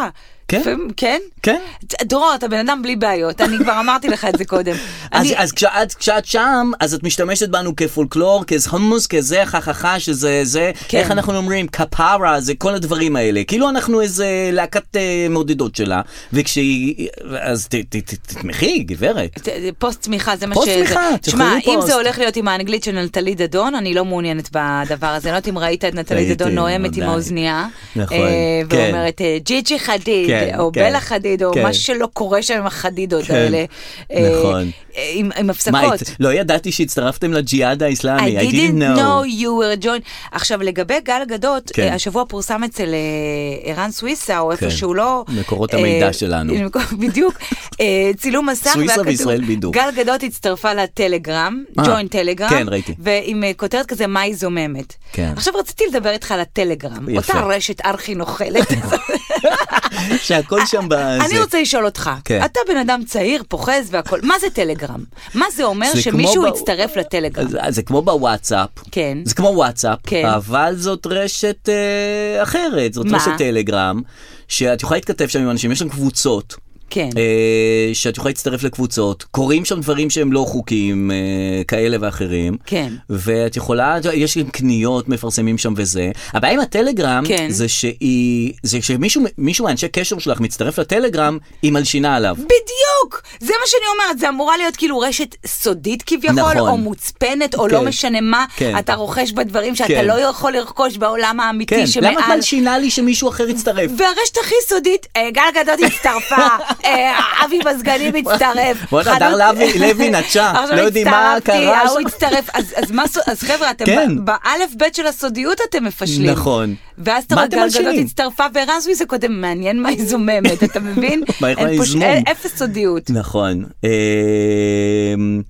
[SPEAKER 2] כן.
[SPEAKER 1] לפעמים- כן?
[SPEAKER 2] כן.
[SPEAKER 1] דרור, אתה בן אדם בלי בעיות, אני כבר אמרתי לך את זה קודם.
[SPEAKER 2] אז,
[SPEAKER 1] אני-
[SPEAKER 2] אז כשאת, כשאת שם, אז את משתמשת בנו כפולקלור, כהומוס, כזה, חככה, שזה, זה,
[SPEAKER 1] כן.
[SPEAKER 2] כן. איך אנחנו אומרים, כפרה, זה כל הדברים האלה. כאילו אנחנו איזה להקת אה, מעודדות שלה, וכשהיא, אז ת, ת, ת, תתמכי, גברת.
[SPEAKER 1] ת- פוסט תמיכה זה מה
[SPEAKER 2] פוסט
[SPEAKER 1] שזה.
[SPEAKER 2] תמיכה,
[SPEAKER 1] תשמע,
[SPEAKER 2] תשחררי
[SPEAKER 1] אם
[SPEAKER 2] פוסט.
[SPEAKER 1] זה הולך להיות עם האנגלית של נטלי דדון, אני לא מעוניינת בדבר הזה. אני לא יודעת אם ראית את נטלי
[SPEAKER 2] ראיתי,
[SPEAKER 1] דדון נואמת עם
[SPEAKER 2] ודאי.
[SPEAKER 1] האוזנייה.
[SPEAKER 2] נכון,
[SPEAKER 1] אה,
[SPEAKER 2] כן.
[SPEAKER 1] ואומרת אה, ג'יג'י חדיד,
[SPEAKER 2] כן,
[SPEAKER 1] או
[SPEAKER 2] כן,
[SPEAKER 1] בלה חדיד, או
[SPEAKER 2] כן.
[SPEAKER 1] משהו שלא קורה שם עם החדידות
[SPEAKER 2] כן,
[SPEAKER 1] האלה. אה,
[SPEAKER 2] נכון.
[SPEAKER 1] אה, עם עם
[SPEAKER 2] מה,
[SPEAKER 1] הפסקות.
[SPEAKER 2] את- לא ידעתי שהצטרפתם לג'יהאד האיסלאמי,
[SPEAKER 1] I didn't know you were joined. עכשיו לגבי גל גדות,
[SPEAKER 2] כן.
[SPEAKER 1] אה, השבוע פורסם אצל אה, ערן סוויסה, או איפה
[SPEAKER 2] כן.
[SPEAKER 1] שהוא לא...
[SPEAKER 2] מקורות
[SPEAKER 1] אה,
[SPEAKER 2] המידע שלנו.
[SPEAKER 1] מקור- בדיוק. אה, צילום מסך.
[SPEAKER 2] סוויסה
[SPEAKER 1] והיה כתוב,
[SPEAKER 2] וישראל בידור.
[SPEAKER 1] גל גדות הצטרפה לטלגרם,
[SPEAKER 2] אה,
[SPEAKER 1] ג'וין טלגרם.
[SPEAKER 2] כן, ראיתי.
[SPEAKER 1] ועם אה, כותרת כזה, מה היא זוממת.
[SPEAKER 2] כן.
[SPEAKER 1] עכשיו רציתי לדבר איתך על הטלגרם,
[SPEAKER 2] יפה.
[SPEAKER 1] אותה רשת ארכי נוכלת.
[SPEAKER 2] שהכל שם בזה.
[SPEAKER 1] אני רוצה לשאול אותך,
[SPEAKER 2] כן.
[SPEAKER 1] אתה בן אדם צעיר, פוחז והכול, מה זה טלגרם? מה זה אומר
[SPEAKER 2] זה
[SPEAKER 1] שמישהו
[SPEAKER 2] כמו ב-
[SPEAKER 1] יצטרף לטלגרם?
[SPEAKER 2] אז- אז זה כמו בוואטסאפ,
[SPEAKER 1] כן.
[SPEAKER 2] זה כמו וואטסאפ,
[SPEAKER 1] כן.
[SPEAKER 2] אבל זאת רשת אה, אחרת, זאת
[SPEAKER 1] מה?
[SPEAKER 2] רשת טלגרם, שאת יכולה להתכתב שם עם אנשים, יש שם קבוצות.
[SPEAKER 1] כן.
[SPEAKER 2] אה, שאת יכולה להצטרף לקבוצות, קורים שם דברים שהם לא חוקיים אה, כאלה ואחרים.
[SPEAKER 1] כן.
[SPEAKER 2] ואת יכולה, יש גם קניות, מפרסמים שם וזה. הבעיה עם הטלגרם,
[SPEAKER 1] כן.
[SPEAKER 2] זה שהיא, זה שמישהו מישהו מאנשי קשר שלך מצטרף לטלגרם, היא מלשינה עליו.
[SPEAKER 1] בדיוק! זה מה שאני אומרת, זה אמורה להיות כאילו רשת סודית כביכול,
[SPEAKER 2] נכון.
[SPEAKER 1] או מוצפנת, או לא
[SPEAKER 2] כן.
[SPEAKER 1] משנה מה,
[SPEAKER 2] כן.
[SPEAKER 1] אתה רוכש בדברים שאתה
[SPEAKER 2] כן.
[SPEAKER 1] לא יכול לרכוש בעולם האמיתי
[SPEAKER 2] כן,
[SPEAKER 1] שמעל.
[SPEAKER 2] למה את מלשינה לי שמישהו אחר יצטרף?
[SPEAKER 1] והרשת הכי סודית, אה, גל גדות הצטרפה, אה, אבי מזגני מצטרף.
[SPEAKER 2] בואנה,
[SPEAKER 1] חנות-
[SPEAKER 2] הדר לוי- לוי נטשה,
[SPEAKER 1] עכשיו
[SPEAKER 2] לא יודעים מה
[SPEAKER 1] הצטרפתי,
[SPEAKER 2] קרה
[SPEAKER 1] ההוא
[SPEAKER 2] שם.
[SPEAKER 1] הצטרף, אז אז מה, סו- אז חבר'ה, אתם
[SPEAKER 2] כן.
[SPEAKER 1] באלף בית של הסודיות אתם מפשלים.
[SPEAKER 2] נכון.
[SPEAKER 1] ואז אתה
[SPEAKER 2] מה
[SPEAKER 1] רואה
[SPEAKER 2] אתם
[SPEAKER 1] גל גדות
[SPEAKER 2] מלשינים?
[SPEAKER 1] הצטרפה ורז מזה קודם, מעניין מה היא זוממת, אתה מבין?
[SPEAKER 2] מה, איך
[SPEAKER 1] אין
[SPEAKER 2] מה
[SPEAKER 1] פה
[SPEAKER 2] היא
[SPEAKER 1] ש-
[SPEAKER 2] זמום?
[SPEAKER 1] אה, אפס סודיות.
[SPEAKER 2] נכון. אמ,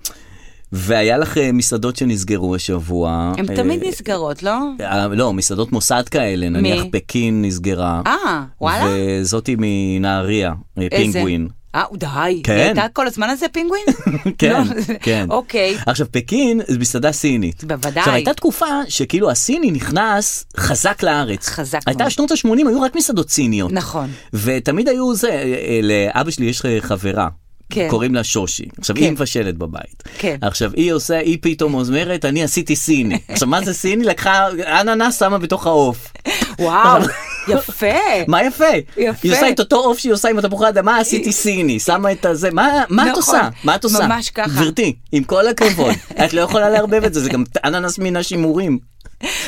[SPEAKER 2] והיה לך אה, מסעדות שנסגרו השבוע.
[SPEAKER 1] הן
[SPEAKER 2] אה,
[SPEAKER 1] תמיד נסגרות, לא?
[SPEAKER 2] אה, לא, מסעדות מוסד כאלה, נניח
[SPEAKER 1] מי?
[SPEAKER 2] פקין נסגרה.
[SPEAKER 1] אה, וואלה?
[SPEAKER 2] וזאתי מנהריה, אה,
[SPEAKER 1] איזה?
[SPEAKER 2] פינגווין.
[SPEAKER 1] אה, די.
[SPEAKER 2] כן.
[SPEAKER 1] היא הייתה כל הזמן הזה פינגווין?
[SPEAKER 2] כן,
[SPEAKER 1] לא, זה-
[SPEAKER 2] כן.
[SPEAKER 1] אוקיי.
[SPEAKER 2] עכשיו, פקין זה מסעדה סינית.
[SPEAKER 1] בוודאי.
[SPEAKER 2] עכשיו, הייתה תקופה שכאילו הסיני נכנס חזק לארץ.
[SPEAKER 1] חזק
[SPEAKER 2] הייתה
[SPEAKER 1] מאוד.
[SPEAKER 2] שנות ה-80, היו רק מסעדות סיניות.
[SPEAKER 1] נכון.
[SPEAKER 2] ותמיד היו זה, אה, אה, לאבא שלי יש אה, חברה.
[SPEAKER 1] כן.
[SPEAKER 2] קוראים לה שושי. עכשיו,
[SPEAKER 1] כן.
[SPEAKER 2] היא מבשלת בבית.
[SPEAKER 1] כן.
[SPEAKER 2] עכשיו, היא עושה, היא פתאום אומרת, אני עשיתי סיני. עכשיו, מה זה סיני? לקחה אננס, שמה בתוך העוף.
[SPEAKER 1] וואו, יפה.
[SPEAKER 2] מה יפה?
[SPEAKER 1] יפה.
[SPEAKER 2] היא עושה את אותו עוף שהיא עושה עם התפוחי האדמה, עשיתי סיני, שמה את הזה, מה, מה את
[SPEAKER 1] נכון,
[SPEAKER 2] עושה? מה את עושה?
[SPEAKER 1] ממש ככה.
[SPEAKER 2] גברתי, עם כל הכבוד, את לא יכולה לערבב את זה, זה גם אננס מן השימורים.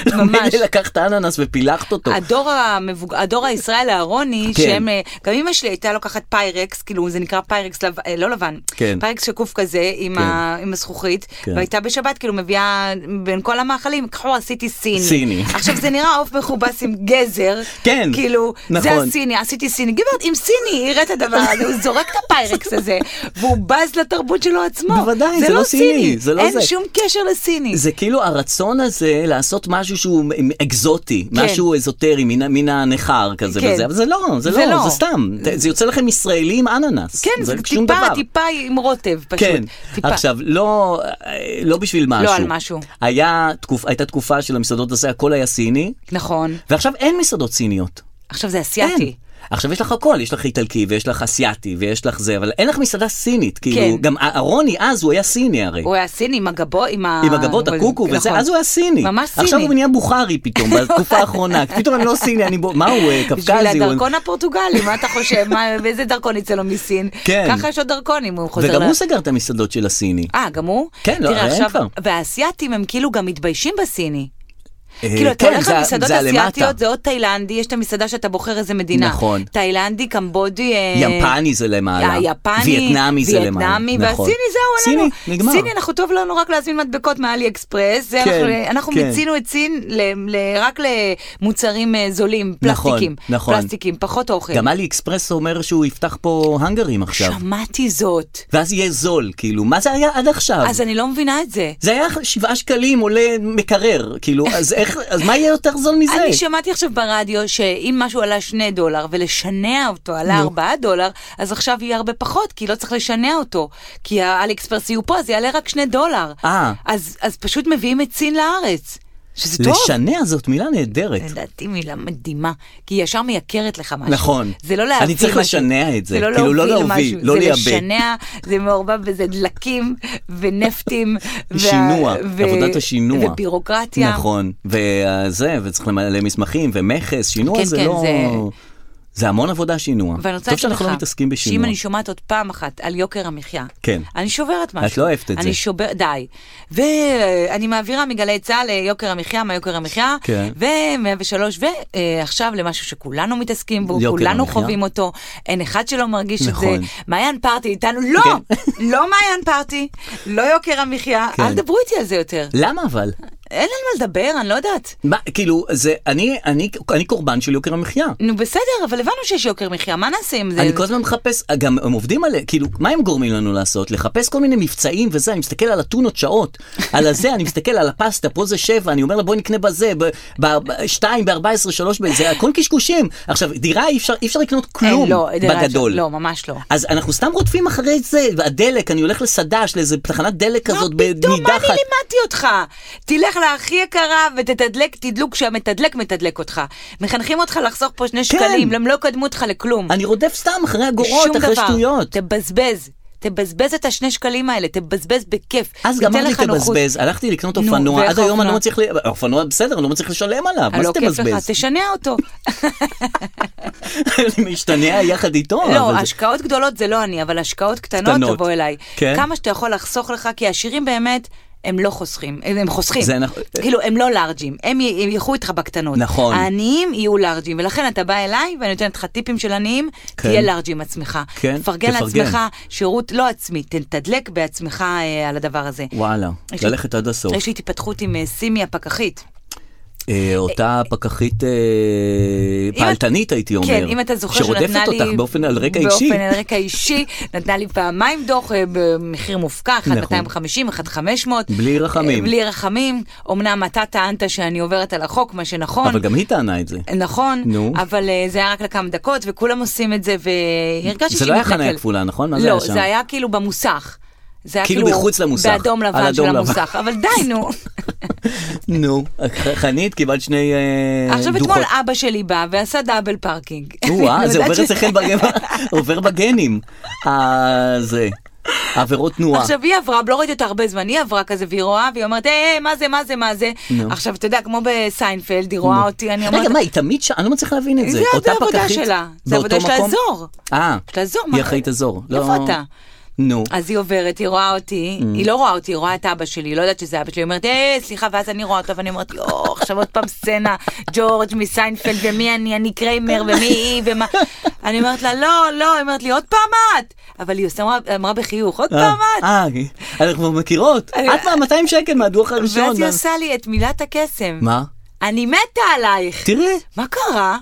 [SPEAKER 1] ממש.
[SPEAKER 2] תמיד לקחת אננס ופילחת אותו.
[SPEAKER 1] הדור, המבוג... הדור הישראל אהרוני,
[SPEAKER 2] כן.
[SPEAKER 1] כן. שהם, אה, גם אמא שלי הייתה לוקחת פיירקס, כאילו זה נקרא פיירקס, לב... אה, לא לבן,
[SPEAKER 2] כן.
[SPEAKER 1] פיירקס שקוף כזה עם,
[SPEAKER 2] כן.
[SPEAKER 1] ה... עם הזכוכית,
[SPEAKER 2] כן.
[SPEAKER 1] והייתה בשבת, כאילו מביאה בין כל המאכלים, קחו עשיתי סיני.
[SPEAKER 2] סיני.
[SPEAKER 1] עכשיו זה נראה עוף מכובס עם גזר,
[SPEAKER 2] כן,
[SPEAKER 1] כאילו,
[SPEAKER 2] נכון.
[SPEAKER 1] זה הסיני, עשיתי סיני. גברת, עם סיני, היא יראה את הדבר הזה, הוא זורק את הפיירקס הזה, והוא בז לתרבות שלו עצמו.
[SPEAKER 2] בוודאי, זה לא סיני, זה לא
[SPEAKER 1] אין
[SPEAKER 2] זה.
[SPEAKER 1] שום קשר לסיני.
[SPEAKER 2] זה כאילו הרצון הזה לעשות משהו שהוא אקזוטי, משהו אזוטרי, מן ה- מן הנכר כזה
[SPEAKER 1] כן.
[SPEAKER 2] וזה, אבל זה לא, זה
[SPEAKER 1] זה
[SPEAKER 2] לא,
[SPEAKER 1] לא.
[SPEAKER 2] זה סתם. זה יוצא לכם ישראלי עם אננס.
[SPEAKER 1] כן, זה
[SPEAKER 2] שום
[SPEAKER 1] טיפה,
[SPEAKER 2] דבר.
[SPEAKER 1] טיפה עם רוטב פשוט.
[SPEAKER 2] כן,
[SPEAKER 1] טיפה.
[SPEAKER 2] עכשיו, לא, אה, לא בשביל משהו.
[SPEAKER 1] על משהו.
[SPEAKER 2] היה תקופ, הייתה תקופה של המסעדות הזה, הכל היה סיני,
[SPEAKER 1] נכון.
[SPEAKER 2] ועכשיו אין מסעדות סיניות.
[SPEAKER 1] עכשיו זה
[SPEAKER 2] אין.
[SPEAKER 1] אסיאתי.
[SPEAKER 2] עכשיו יש לך הכל, יש לך איטלקי, ויש לך אסיאתי, ויש לך זה, אבל אין לך מסעדה סינית. כאילו,
[SPEAKER 1] כן.
[SPEAKER 2] גם א- רוני אז הוא היה סיני הרי.
[SPEAKER 1] הוא היה סיני עם הגבות, עם ה...
[SPEAKER 2] עם הגבות, הקוקו וזה,
[SPEAKER 1] נכון.
[SPEAKER 2] אז הוא היה סיני.
[SPEAKER 1] ממש סיני.
[SPEAKER 2] עכשיו הוא נהיה בוכרי פתאום, בתקופה האחרונה. פתאום אני לא סיני, אני בו... מה הוא, אה, קפקזי?
[SPEAKER 1] בשביל
[SPEAKER 2] הוא-
[SPEAKER 1] הדרכון הפורטוגלי, מה אתה חושב? מה, איזה דרכון יצא לו מסין?
[SPEAKER 2] כן.
[SPEAKER 1] ככה יש לו דרכונים, הוא חוזר...
[SPEAKER 2] וגם
[SPEAKER 1] ל-
[SPEAKER 2] הוא סגר את המסעדות של הסיני.
[SPEAKER 1] אה, גם הוא?
[SPEAKER 2] כן, לא,
[SPEAKER 1] תראה,
[SPEAKER 2] אין
[SPEAKER 1] עכשיו-
[SPEAKER 2] כבר.
[SPEAKER 1] והאסייתים הם כאילו גם מתביישים בסיני.
[SPEAKER 2] אה,
[SPEAKER 1] כאילו, אתה
[SPEAKER 2] כן,
[SPEAKER 1] הולך
[SPEAKER 2] זה-
[SPEAKER 1] למסעדות
[SPEAKER 2] זה הלמטה.
[SPEAKER 1] אסייתיות, זה עוד תאילנדי, יש את המסעדה שאתה בוחר איזה מדינה.
[SPEAKER 2] נכון.
[SPEAKER 1] תאילנדי, קמבודי... אה,
[SPEAKER 2] יפני זה למעלה.
[SPEAKER 1] היפני,
[SPEAKER 2] וייטנאמי זה למעלה.
[SPEAKER 1] וייטנאמי,
[SPEAKER 2] נכון.
[SPEAKER 1] והסיני זהו, אין לנו.
[SPEAKER 2] סיני, נגמר.
[SPEAKER 1] סיני, אנחנו טוב לנו רק להזמין מדבקות מעלי אקספרס. זה
[SPEAKER 2] כן,
[SPEAKER 1] אנחנו- אנחנו
[SPEAKER 2] כן.
[SPEAKER 1] מיצינו את סין ל- ל- רק למוצרים אה, זולים,
[SPEAKER 2] נכון,
[SPEAKER 1] פלסטיקים.
[SPEAKER 2] נכון.
[SPEAKER 1] פלסטיקים, פחות אוכל.
[SPEAKER 2] גם אלי אקספרס אומר שהוא יפתח פה האנגרים עכשיו.
[SPEAKER 1] שמעתי זאת.
[SPEAKER 2] ואז יהיה זול, כאילו, מה זה היה עד עכשיו?
[SPEAKER 1] אז אני לא מבינה את זה.
[SPEAKER 2] זה היה שבעה שקלים עולה מקרר, כאילו, אז איך, אז מה יהיה יותר זול מזה?
[SPEAKER 1] אני שמעתי עכשיו ברדיו שאם משהו עלה שני דולר ולשנע אותו עלה ארבעה דולר, אז עכשיו יהיה הרבה פחות, כי לא צריך לשנע אותו. כי האלי אקספרס יהיו פה, אז יעלה רק שני דולר.
[SPEAKER 2] אה.
[SPEAKER 1] אז, אז פשוט מביאים את סין לארץ. שזה טוב.
[SPEAKER 2] לשנע זאת מילה נהדרת.
[SPEAKER 1] לדעתי מילה מדהימה, כי היא ישר מייקרת לך משהו.
[SPEAKER 2] נכון.
[SPEAKER 1] זה לא להביא
[SPEAKER 2] אני צריך
[SPEAKER 1] משהו.
[SPEAKER 2] לשנע את זה.
[SPEAKER 1] זה לא
[SPEAKER 2] כאילו, לא
[SPEAKER 1] להוביל
[SPEAKER 2] להוביל,
[SPEAKER 1] משהו,
[SPEAKER 2] לא
[SPEAKER 1] זה
[SPEAKER 2] לייבא.
[SPEAKER 1] לשנע, זה מעורבב בזה דלקים ונפטים. וה-
[SPEAKER 2] שינוע,
[SPEAKER 1] ו-
[SPEAKER 2] עבודת השינוע.
[SPEAKER 1] ובירוקרטיה.
[SPEAKER 2] נכון, וזה, וצריך למלא מסמכים, ומכס, שינוע
[SPEAKER 1] כן,
[SPEAKER 2] זה
[SPEAKER 1] כן,
[SPEAKER 2] לא...
[SPEAKER 1] זה-
[SPEAKER 2] זה המון עבודה שינוע.
[SPEAKER 1] ואני רוצה להגיד
[SPEAKER 2] טוב
[SPEAKER 1] לך,
[SPEAKER 2] שאנחנו לא מתעסקים
[SPEAKER 1] שאם
[SPEAKER 2] בשינוע.
[SPEAKER 1] אני שומעת עוד פעם אחת על יוקר המחיה,
[SPEAKER 2] כן.
[SPEAKER 1] אני שוברת משהו.
[SPEAKER 2] לא אוהבת את
[SPEAKER 1] אני
[SPEAKER 2] זה.
[SPEAKER 1] אני שוברת, די. ואני מעבירה מגלי צהל ליוקר המחיה, מה יוקר המחיה,
[SPEAKER 2] כן.
[SPEAKER 1] ו-103, ועכשיו אה, למשהו שכולנו מתעסקים בו,
[SPEAKER 2] יוקר
[SPEAKER 1] כולנו
[SPEAKER 2] המחיה.
[SPEAKER 1] חווים אותו, אין אחד שלא מרגיש את זה.
[SPEAKER 2] נכון.
[SPEAKER 1] מעיין פרטי איתנו, לא! לא מעיין פרטי, לא יוקר המחיה,
[SPEAKER 2] כן.
[SPEAKER 1] אל תדברו איתי על זה יותר.
[SPEAKER 2] למה אבל?
[SPEAKER 1] אין על מה לדבר, אני לא יודעת.
[SPEAKER 2] מה, כאילו, זה, אני, אני, אני קורבן של יוקר המחיה.
[SPEAKER 1] נו בסדר, אבל הבנו שיש יוקר מחיה, מה נעשה עם זה?
[SPEAKER 2] אני כל הזמן מחפש, גם הם עובדים על, כאילו, מה הם גורמים לנו לעשות? לחפש כל מיני מבצעים וזה, אני מסתכל על הטונות שעות, על הזה, אני מסתכל על הפסטה, פה זה שבע, אני אומר לה בואי נקנה בזה, ב- ב- שתיים, ב-14, שלוש, ב- זה הכל קשקושים. עכשיו, דירה אי אפשר, אי אפשר לקנות כלום
[SPEAKER 1] לא, דירה
[SPEAKER 2] בגדול.
[SPEAKER 1] אפשר- לא, ממש לא.
[SPEAKER 2] אז אנחנו סתם רודפים אחרי זה, הדלק, אני הולך לסד"ש, לאיזה תחנת דלק
[SPEAKER 1] מה
[SPEAKER 2] כזאת
[SPEAKER 1] לא, פתאום, מה אני
[SPEAKER 2] בנידחת.
[SPEAKER 1] לימדתי אותך? תלך להכי יקרה ותתדלק תדלוק שהמתדלק מתדלק אותך. מחנכים אותך לחסוך פה שני שקלים, הם לא יקדמו אותך לכלום.
[SPEAKER 2] כן. אני רודף סתם אחרי אגורות,
[SPEAKER 1] שום
[SPEAKER 2] אחרי
[SPEAKER 1] דבר.
[SPEAKER 2] שטויות.
[SPEAKER 1] תבזבז. תבזבז את השני שקלים האלה, תבזבז בכיף.
[SPEAKER 2] אז
[SPEAKER 1] ייתן
[SPEAKER 2] גמרתי
[SPEAKER 1] לך נוחות.
[SPEAKER 2] תבזבז, הלכתי לקנות
[SPEAKER 1] נו,
[SPEAKER 2] אופנוע,
[SPEAKER 1] ואיך
[SPEAKER 2] עד היום אני לא
[SPEAKER 1] האופנוע?
[SPEAKER 2] מצליח, ל- אופנוע בסדר, אני לא מצליח לשלם עליו, מה
[SPEAKER 1] הלא
[SPEAKER 2] זה
[SPEAKER 1] כיף לך,
[SPEAKER 2] תבזבז?
[SPEAKER 1] תשנע אותו.
[SPEAKER 2] אני משתנע יחד איתו.
[SPEAKER 1] לא,
[SPEAKER 2] נכון, אבל זה-
[SPEAKER 1] השקעות גדולות זה לא אני, אבל השקעות קטנות
[SPEAKER 2] קטנות.
[SPEAKER 1] תבוא אליי.
[SPEAKER 2] כן.
[SPEAKER 1] כמה שאתה יכול לחסוך לך, כי העשירים באמת... הם לא חוסכים, הם הם חוסכים,
[SPEAKER 2] זה נכון.
[SPEAKER 1] כאילו הם לא לארג'ים, הם י- הם ילכו איתך בקטנות.
[SPEAKER 2] נכון.
[SPEAKER 1] העניים יהיו לארג'ים, ולכן אתה בא אליי ואני נותנת לך טיפים של עניים,
[SPEAKER 2] כן.
[SPEAKER 1] תהיה לארג' עם עצמך.
[SPEAKER 2] כן,
[SPEAKER 1] תפרגן
[SPEAKER 2] תפרגן.
[SPEAKER 1] לעצמך שירות לא עצמי, ת- תדלק בעצמך אה, על הדבר הזה.
[SPEAKER 2] וואלה,
[SPEAKER 1] יש לי-
[SPEAKER 2] ללכת עד הסוף.
[SPEAKER 1] יש לי התפתחות עם אה, סימי הפקחית.
[SPEAKER 2] אה, אותה פקחית אה,
[SPEAKER 1] אם-
[SPEAKER 2] פעלתנית הייתי אומר.
[SPEAKER 1] כן, אם אתה זוכר שנתנה לי...
[SPEAKER 2] שרודפת אותך באופן על רקע אישי.
[SPEAKER 1] באופן על רקע אישי, נתנה לי פעמיים דוח אה, במחיר מופקע, אחד
[SPEAKER 2] נכון.
[SPEAKER 1] 250, אחד 500.
[SPEAKER 2] בלי רחמים.
[SPEAKER 1] אה, בלי רחמים. אמנם אתה טענת שאני עוברת על החוק, מה שנכון.
[SPEAKER 2] אבל גם היא טענה את זה.
[SPEAKER 1] נכון,
[SPEAKER 2] נו.
[SPEAKER 1] אבל אה, זה היה רק לכמה דקות, וכולם עושים את זה, והרגשתי
[SPEAKER 2] זה
[SPEAKER 1] שהיא
[SPEAKER 2] לא היה
[SPEAKER 1] מתנכלת.
[SPEAKER 2] חניה כפולה, נכון? מה זה
[SPEAKER 1] לא,
[SPEAKER 2] היה שם?
[SPEAKER 1] זה היה כאילו במוסך. זה היה
[SPEAKER 2] כאילו
[SPEAKER 1] כאילו...
[SPEAKER 2] מחוץ למוסך,
[SPEAKER 1] באדום
[SPEAKER 2] על
[SPEAKER 1] לבן של
[SPEAKER 2] אדום לבן.
[SPEAKER 1] המוסך, אבל די, נו.
[SPEAKER 2] נו, ח- חנית קיבלת שני אה,
[SPEAKER 1] עכשיו
[SPEAKER 2] דוחות.
[SPEAKER 1] אתמול אבא שלי בא ועשה דאבל פארקינג.
[SPEAKER 2] וואה,
[SPEAKER 1] אני
[SPEAKER 2] זה
[SPEAKER 1] יודעת
[SPEAKER 2] עובר
[SPEAKER 1] ש-
[SPEAKER 2] אצלכם בגנים, עובר בגנים. אה, זה, עבירות תנועה.
[SPEAKER 1] עכשיו היא עברה, לא ראיתי אותה הרבה זמן, היא עברה כזה והיא רואה, והיא אומרת, היי, מה זה, מה זה, מה זה. עכשיו, אתה יודע, כמו בסיינפלד, היא רואה אותי, אני אומרת,
[SPEAKER 2] רגע, מה, היא תמיד שם? אני לא מצליח להבין את זה.
[SPEAKER 1] זה
[SPEAKER 2] אותה
[SPEAKER 1] העבודה
[SPEAKER 2] פקחית
[SPEAKER 1] שלה. זה
[SPEAKER 2] באותו
[SPEAKER 1] העבודה שלה
[SPEAKER 2] מקום?
[SPEAKER 1] לעזור.
[SPEAKER 2] אה,
[SPEAKER 1] תעזור, מה?
[SPEAKER 2] היא אחראית תעזור. לא- Mm.
[SPEAKER 1] איפה אתה?
[SPEAKER 2] נו.
[SPEAKER 1] אז היא עוברת, היא רואה אותי, היא לא רואה אותי, היא רואה את אבא שלי, היא לא יודעת שזה אבא שלי, היא אומרת, אה, סליחה, ואז אני רואה אותו, ואני אומרת, יואו, עכשיו עוד פעם סצנה, ג'ורג' מסיינפלד, ומי אני, אני קריימר, ומי היא, ומה... אני אומרת לה, לא, לא, היא אומרת לי, עוד פעם את! אבל היא עושה- אמרה- אמרה בחיוך, עוד
[SPEAKER 2] אה,
[SPEAKER 1] פעם את!
[SPEAKER 2] אה, אנחנו כבר מכירות.
[SPEAKER 1] אני-
[SPEAKER 2] את מה-200 שקל מהדוח הראשון.
[SPEAKER 1] ואז היא
[SPEAKER 2] מה-
[SPEAKER 1] עושה לי את מילת הקסם.
[SPEAKER 2] אה. מה?
[SPEAKER 1] אני מתה עלייך.
[SPEAKER 2] תראה.
[SPEAKER 1] מה קרה?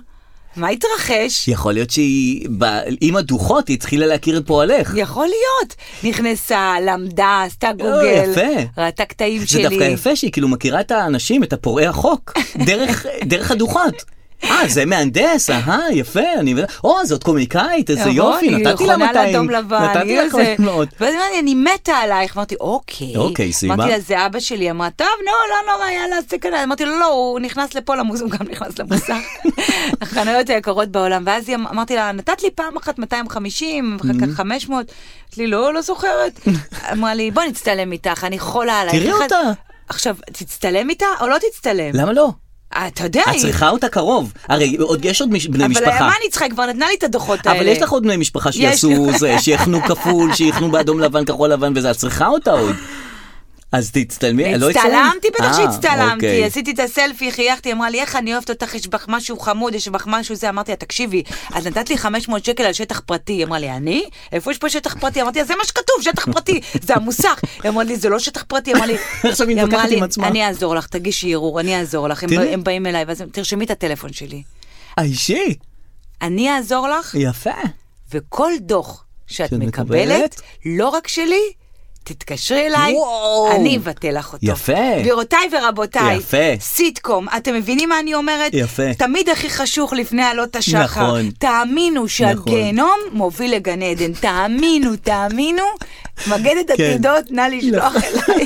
[SPEAKER 1] מה התרחש?
[SPEAKER 2] יכול להיות שהיא, ב- עם הדוחות, היא התחילה להכיר את פועלך.
[SPEAKER 1] יכול להיות. נכנסה, למדה, עשתה גוגל,
[SPEAKER 2] אה, יפה.
[SPEAKER 1] ראתה קטעים
[SPEAKER 2] זה
[SPEAKER 1] שלי.
[SPEAKER 2] דווקא יפה שהיא כאילו מכירה את האנשים, את הפורעי החוק, דרך- דרך הדוחות. אה, זה מהנדס, אהה, יפה, אני מבין. או, זאת קומיקאית, איזה
[SPEAKER 1] נכון,
[SPEAKER 2] יופי,
[SPEAKER 1] היא
[SPEAKER 2] נתתי לה
[SPEAKER 1] חונה
[SPEAKER 2] 200.
[SPEAKER 1] לאדום לבן,
[SPEAKER 2] נתתי
[SPEAKER 1] היא
[SPEAKER 2] לה
[SPEAKER 1] איזה-
[SPEAKER 2] 500.
[SPEAKER 1] ואז היא אמרה לי, אני מתה עלייך. אמרתי, אוקיי.
[SPEAKER 2] אוקיי, סיימה?
[SPEAKER 1] אמרתי לה, זה אבא שלי. אמרה, טוב, נו, לא נורא, יאללה, אז תקנה. אמרתי לו, לא, הוא נכנס לפה למוז... הוא גם נכנס למוסך. החנויות היקרות בעולם. ואז היא אמ- אמרתי לה, נתת לי פעם אחת 250, אחר כך 500. אמרתי לי, לא, לא זוכרת. אמרה לי, בוא נצטלם איתך, אני חולה עלייך.
[SPEAKER 2] תראי
[SPEAKER 1] אחד-
[SPEAKER 2] אותה.
[SPEAKER 1] עכשיו, תצטלם איתה או לא תצטלם?
[SPEAKER 2] למה לא?
[SPEAKER 1] אתה יודע,
[SPEAKER 2] את צריכה אותה קרוב. הרי עוד יש עוד מש- בני
[SPEAKER 1] אבל
[SPEAKER 2] משפחה.
[SPEAKER 1] מה אני צריכה? היא כבר נתנה לי את הדוחות האלה.
[SPEAKER 2] אבל יש לך עוד בני משפחה שיעשו
[SPEAKER 1] לי.
[SPEAKER 2] זה, שיחנו כפול, שיחנו באדום לבן, כחול לבן וזה, את צריכה אותה עוד. אז תצטלמי, לא הצטלמת?
[SPEAKER 1] הצטלמתי, בטח
[SPEAKER 2] אה,
[SPEAKER 1] שהצטלמתי,
[SPEAKER 2] אוקיי.
[SPEAKER 1] עשיתי את הסלפי, חייכתי, אמרה לי, איך אני אוהבת אותך, יש בך משהו חמוד, יש בך משהו זה, אמרתי לה, תקשיבי, את נתת לי 500 שקל על שטח פרטי, היא אמרה לי, אני? איפה יש פה שטח פרטי? אמרתי לה, זה מה שכתוב, שטח פרטי, זה המוסך. היא אמרה לי, זה לא שטח פרטי, היא אמרה לי,
[SPEAKER 2] עכשיו היא
[SPEAKER 1] היא אמרה
[SPEAKER 2] מתווכחת
[SPEAKER 1] לי,
[SPEAKER 2] עם עצמה. כן?
[SPEAKER 1] אני אעזור לך, תגישי ערעור, אני אעזור לך, הם
[SPEAKER 2] תראי.
[SPEAKER 1] הם באים אליי, ואז הם, תרשמי את הטלפון שלי.
[SPEAKER 2] האישי,
[SPEAKER 1] אני אעזור לך,
[SPEAKER 2] יפה.
[SPEAKER 1] וכל דוח שאת
[SPEAKER 2] שאת
[SPEAKER 1] מקבלת,
[SPEAKER 2] מקבלת?
[SPEAKER 1] לא רק שלי, תתקשרי אליי,
[SPEAKER 2] וואו.
[SPEAKER 1] אני אבטל לך אותו.
[SPEAKER 2] יפה.
[SPEAKER 1] גבירותיי ורבותיי,
[SPEAKER 2] יפה.
[SPEAKER 1] סיטקום, אתם מבינים מה אני אומרת?
[SPEAKER 2] יפה.
[SPEAKER 1] תמיד הכי חשוך לפני עלות השחר.
[SPEAKER 2] נכון.
[SPEAKER 1] תאמינו שהגיהנום מוביל לגן עדן. תאמינו, תאמינו. מגדת
[SPEAKER 2] כן. נכון.
[SPEAKER 1] עתידות, נא לשלוח אליי.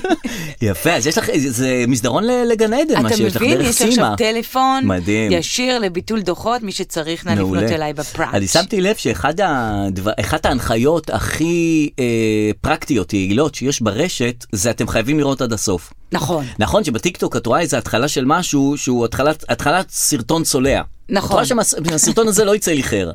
[SPEAKER 2] יפה, אז יש לך, זה מסדרון ל- לגן עדן, מה
[SPEAKER 1] אתה
[SPEAKER 2] שיש לך,
[SPEAKER 1] מבין,
[SPEAKER 2] דרך
[SPEAKER 1] יש לי עכשיו
[SPEAKER 2] סימה.
[SPEAKER 1] טלפון
[SPEAKER 2] מדהים.
[SPEAKER 1] ישיר לביטול דוחות, מי שצריך נא לפנות אליי בפראץ'.
[SPEAKER 2] אני שמתי לב שאחת הדבר, אחת ההנחיות הכי אה, פרקטיות, יעילות, שיש ברשת, זה אתם חייבים לראות עד הסוף.
[SPEAKER 1] נכון.
[SPEAKER 2] נכון שבטיקטוק את רואה איזה התחלה של משהו שהוא התחלת, התחלת סרטון צולע.
[SPEAKER 1] נכון.
[SPEAKER 2] את רואה שמהסרטון הזה לא יצא לי חרא.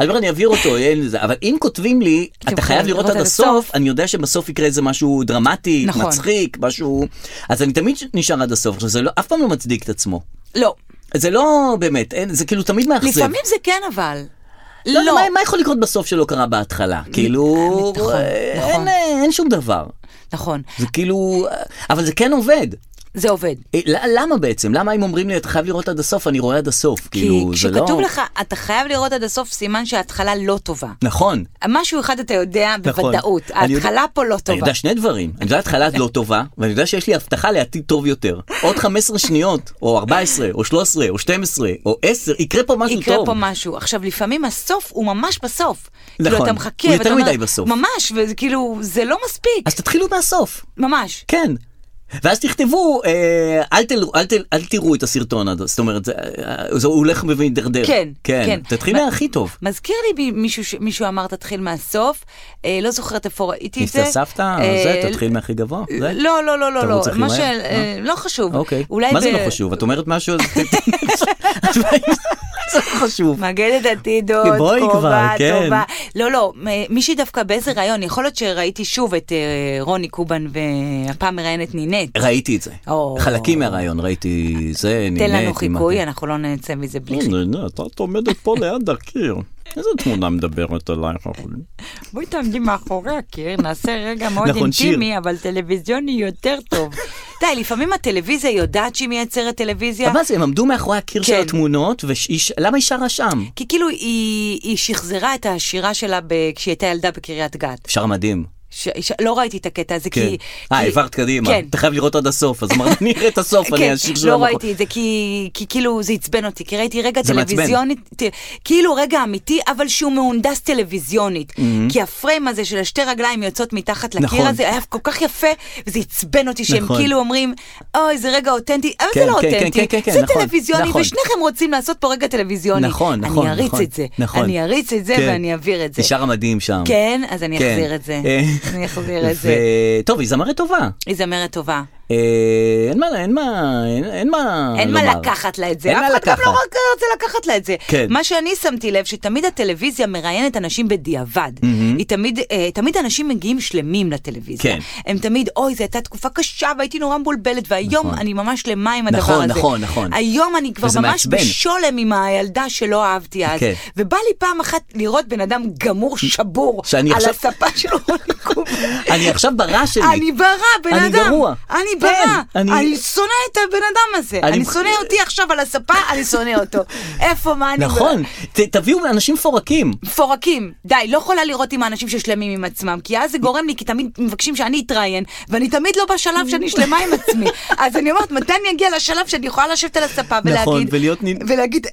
[SPEAKER 2] אני אומר, אני אעביר אותו, אין זה, אבל אם כותבים לי, אתה חייב
[SPEAKER 1] לא
[SPEAKER 2] לראות עד הסוף, אני יודע שבסוף יקרה איזה משהו דרמטי,
[SPEAKER 1] נכון.
[SPEAKER 2] מצחיק, משהו... אז אני תמיד נשאר עד הסוף. עכשיו, זה לא, אף פעם לא מצדיק את עצמו.
[SPEAKER 1] לא.
[SPEAKER 2] זה לא באמת, אין, זה כאילו תמיד מאכזב.
[SPEAKER 1] לפעמים זה כן, אבל.
[SPEAKER 2] לא, לא. מה, מה יכול לקרות בסוף שלא קרה בהתחלה? כאילו,
[SPEAKER 1] נכון,
[SPEAKER 2] אה,
[SPEAKER 1] נכון.
[SPEAKER 2] אין, אין שום דבר.
[SPEAKER 1] נכון.
[SPEAKER 2] זה כאילו, אה, אבל זה כן עובד.
[SPEAKER 1] זה עובד.
[SPEAKER 2] אה, ל- למה בעצם? למה אם אומרים לי, אתה חייב לראות עד הסוף, אני רואה עד הסוף.
[SPEAKER 1] כי
[SPEAKER 2] כאילו, זה לא...
[SPEAKER 1] כשכתוב לך, אתה חייב לראות עד הסוף, סימן שההתחלה לא טובה.
[SPEAKER 2] נכון.
[SPEAKER 1] משהו אחד אתה יודע
[SPEAKER 2] נכון.
[SPEAKER 1] בוודאות,
[SPEAKER 2] אני יודע-
[SPEAKER 1] ההתחלה פה לא
[SPEAKER 2] אני
[SPEAKER 1] טובה.
[SPEAKER 2] יודע שני דברים, אני יודע התחלה לא טובה, ואני יודע שיש לי הבטחה לעתיד טוב יותר. עוד 15 שניות, או 14, או 13, או 12, או 10, יקרה פה משהו
[SPEAKER 1] יקרה
[SPEAKER 2] טוב.
[SPEAKER 1] פה משהו. עכשיו, לפעמים הסוף הוא ממש בסוף.
[SPEAKER 2] נכון.
[SPEAKER 1] כאילו, אתה מחכה
[SPEAKER 2] הוא
[SPEAKER 1] ואתה
[SPEAKER 2] יותר
[SPEAKER 1] אומר...
[SPEAKER 2] מדי בסוף.
[SPEAKER 1] ממש, וכאילו, זה לא מספיק.
[SPEAKER 2] אז תתחילו מהסוף,
[SPEAKER 1] ממש.
[SPEAKER 2] כן. ואז תכתבו, אה, אל, תל, אל, תל, אל תראו את הסרטון, עד- זאת אומרת, זה, אה, זה הולך ומידרדר.
[SPEAKER 1] כן, כן.
[SPEAKER 2] תתחיל
[SPEAKER 1] מה-
[SPEAKER 2] מהכי טוב.
[SPEAKER 1] מזכיר לי מ- מישהו, ש- מישהו אמר תתחיל מהסוף, אה, לא זוכרת איפה ראיתי את זה.
[SPEAKER 2] ניסתה סבתא,
[SPEAKER 1] אה,
[SPEAKER 2] זה, תתחיל מהכי גבוה. זה.
[SPEAKER 1] לא, לא, לא, לא, לא,
[SPEAKER 2] תרוץ הכי
[SPEAKER 1] מה
[SPEAKER 2] מהר?
[SPEAKER 1] ש...
[SPEAKER 2] אה.
[SPEAKER 1] אה, לא חשוב.
[SPEAKER 2] אוקיי.
[SPEAKER 1] אולי
[SPEAKER 2] מה זה
[SPEAKER 1] ב-
[SPEAKER 2] לא חשוב? את אומרת משהו? אז ת- ת- זה לא חשוב.
[SPEAKER 1] מגדת עתידות,
[SPEAKER 2] בואי כבר,
[SPEAKER 1] קרובה,
[SPEAKER 2] כן.
[SPEAKER 1] טובה. לא, לא, מ- מישהי דווקא באיזה ראיון, יכול להיות שראיתי שוב את אה, רוני קובן והפעם מראיינת נינט.
[SPEAKER 2] ראיתי את זה.
[SPEAKER 1] או.
[SPEAKER 2] חלקים מהרעיון, ראיתי זה,
[SPEAKER 1] תן
[SPEAKER 2] נהניתי.
[SPEAKER 1] לנו חיקוי, אנחנו לא נצא מזה בלי חיקוי.
[SPEAKER 2] לא, את עומדת פה ליד הקיר. איזה תמונה מדברת עלייך?
[SPEAKER 1] בואי תעמדי מאחורי הקיר, נעשה רגע מאוד
[SPEAKER 2] נכון, שיר.
[SPEAKER 1] אינטימי, אבל טלוויזיוני יותר טוב. די, לפעמים הטלוויזיה יודעת שהיא מייצרת טלוויזיה.
[SPEAKER 2] אבל זה, הם עמדו מאחורי הקיר של
[SPEAKER 1] כן.
[SPEAKER 2] התמונות, ולמה היא שרה שם?
[SPEAKER 1] כי כאילו היא, היא שחזרה את השירה שלה ב... כשהיא הייתה ילדה בקריית גת.
[SPEAKER 2] שר מדהים.
[SPEAKER 1] ש... ש... לא ראיתי את הקטע הזה,
[SPEAKER 2] כן.
[SPEAKER 1] כי...
[SPEAKER 2] אה,
[SPEAKER 1] כי-
[SPEAKER 2] העברת קדימה.
[SPEAKER 1] כן.
[SPEAKER 2] אתה חייב לראות עד הסוף, אז אמרת, אני אראה את הסוף, אני
[SPEAKER 1] כן,
[SPEAKER 2] אשיר שלה.
[SPEAKER 1] לא
[SPEAKER 2] מאחור."
[SPEAKER 1] ראיתי את זה, כי, כי כאילו זה עצבן אותי, כי ראיתי רגע
[SPEAKER 2] זה מעצבן.
[SPEAKER 1] טלוויזיונית, ת, כאילו רגע אמיתי, אבל שהוא מהונדס טלוויזיונית. Mm-hmm. כי הפריים הזה של השתי רגליים יוצאות מתחת לקיר
[SPEAKER 2] נכון.
[SPEAKER 1] הזה, היה כל כך יפה, וזה עצבן אותי שהם
[SPEAKER 2] נכון.
[SPEAKER 1] כאילו אומרים, אוי, זה רגע אותנטי, אבל
[SPEAKER 2] כן,
[SPEAKER 1] זה לא
[SPEAKER 2] כן, כן,
[SPEAKER 1] אותנטי,
[SPEAKER 2] כן, כן, כן,
[SPEAKER 1] זה
[SPEAKER 2] נכון,
[SPEAKER 1] טלוויזיוני,
[SPEAKER 2] נכון.
[SPEAKER 1] ושניכם רוצים לעשות פה רגע טלוויזיוני.
[SPEAKER 2] נכון, נכון,
[SPEAKER 1] אני אריץ
[SPEAKER 2] נכון,
[SPEAKER 1] את זה,
[SPEAKER 2] נכון.
[SPEAKER 1] אני אריץ את זה
[SPEAKER 2] כן.
[SPEAKER 1] ואני אעביר את זה.
[SPEAKER 2] היא שרה מדהים שם.
[SPEAKER 1] כן, אז אני
[SPEAKER 2] כן.
[SPEAKER 1] אחזיר את זה.
[SPEAKER 2] אה,
[SPEAKER 1] אני אחזיר את
[SPEAKER 2] ו-
[SPEAKER 1] זה.
[SPEAKER 2] טוב, היא זמרת טובה.
[SPEAKER 1] היא זמרת טובה.
[SPEAKER 2] אה, אין מה, אין מה, אין- אין מה
[SPEAKER 1] אין
[SPEAKER 2] לומר.
[SPEAKER 1] מה לקחת לה את זה,
[SPEAKER 2] אין
[SPEAKER 1] אף
[SPEAKER 2] מה
[SPEAKER 1] אחד גם
[SPEAKER 2] לקחת.
[SPEAKER 1] לא רק רוצה לקחת לה את זה.
[SPEAKER 2] כן.
[SPEAKER 1] מה שאני שמתי לב, שתמיד הטלוויזיה מראיינת אנשים בדיעבד. היא תמיד, אה, תמיד אנשים מגיעים שלמים לטלוויזיה.
[SPEAKER 2] כן.
[SPEAKER 1] הם תמיד, אוי, זו הייתה תקופה קשה והייתי נורא מבולבלת, והיום
[SPEAKER 2] נכון.
[SPEAKER 1] אני ממש שלמה עם הדבר
[SPEAKER 2] נכון,
[SPEAKER 1] הזה.
[SPEAKER 2] נכון, נכון.
[SPEAKER 1] היום אני כבר
[SPEAKER 2] וזה
[SPEAKER 1] ממש
[SPEAKER 2] מעצבן.
[SPEAKER 1] בשולם עם הילדה שלא אהבתי אז.
[SPEAKER 2] כן.
[SPEAKER 1] ובא לי פעם אחת לראות בן אדם גמור, שבור,
[SPEAKER 2] שאני
[SPEAKER 1] על
[SPEAKER 2] עכשיו-
[SPEAKER 1] הספה שלו.
[SPEAKER 2] אני עכשיו ברע שלי.
[SPEAKER 1] אני ברע, בן
[SPEAKER 2] אני
[SPEAKER 1] אדם.
[SPEAKER 2] גרוע.
[SPEAKER 1] אני
[SPEAKER 2] כן,
[SPEAKER 1] ברע.
[SPEAKER 2] אני-
[SPEAKER 1] אני שונא את הבן אדם הזה.
[SPEAKER 2] אני-
[SPEAKER 1] אני שונא אותי עכשיו על הספה, אני שונא אותו. איפה, מה אני...
[SPEAKER 2] נכון, ת- תביאו אנשים מפורקים.
[SPEAKER 1] מפורקים. די, לא יכולה לראות עם האנשים ששלמים עם עצמם, כי אז זה גורם לי, כי תמיד מבקשים שאני אתראיין, ואני תמיד לא בשלב שאני שלמה עם עצמי. אז אני אומרת, מתי אני אגיע לשלב שאני יכולה לשבת על הספה ולהגיד...
[SPEAKER 2] נכון, ולהיות נין-
[SPEAKER 1] ולהגיד...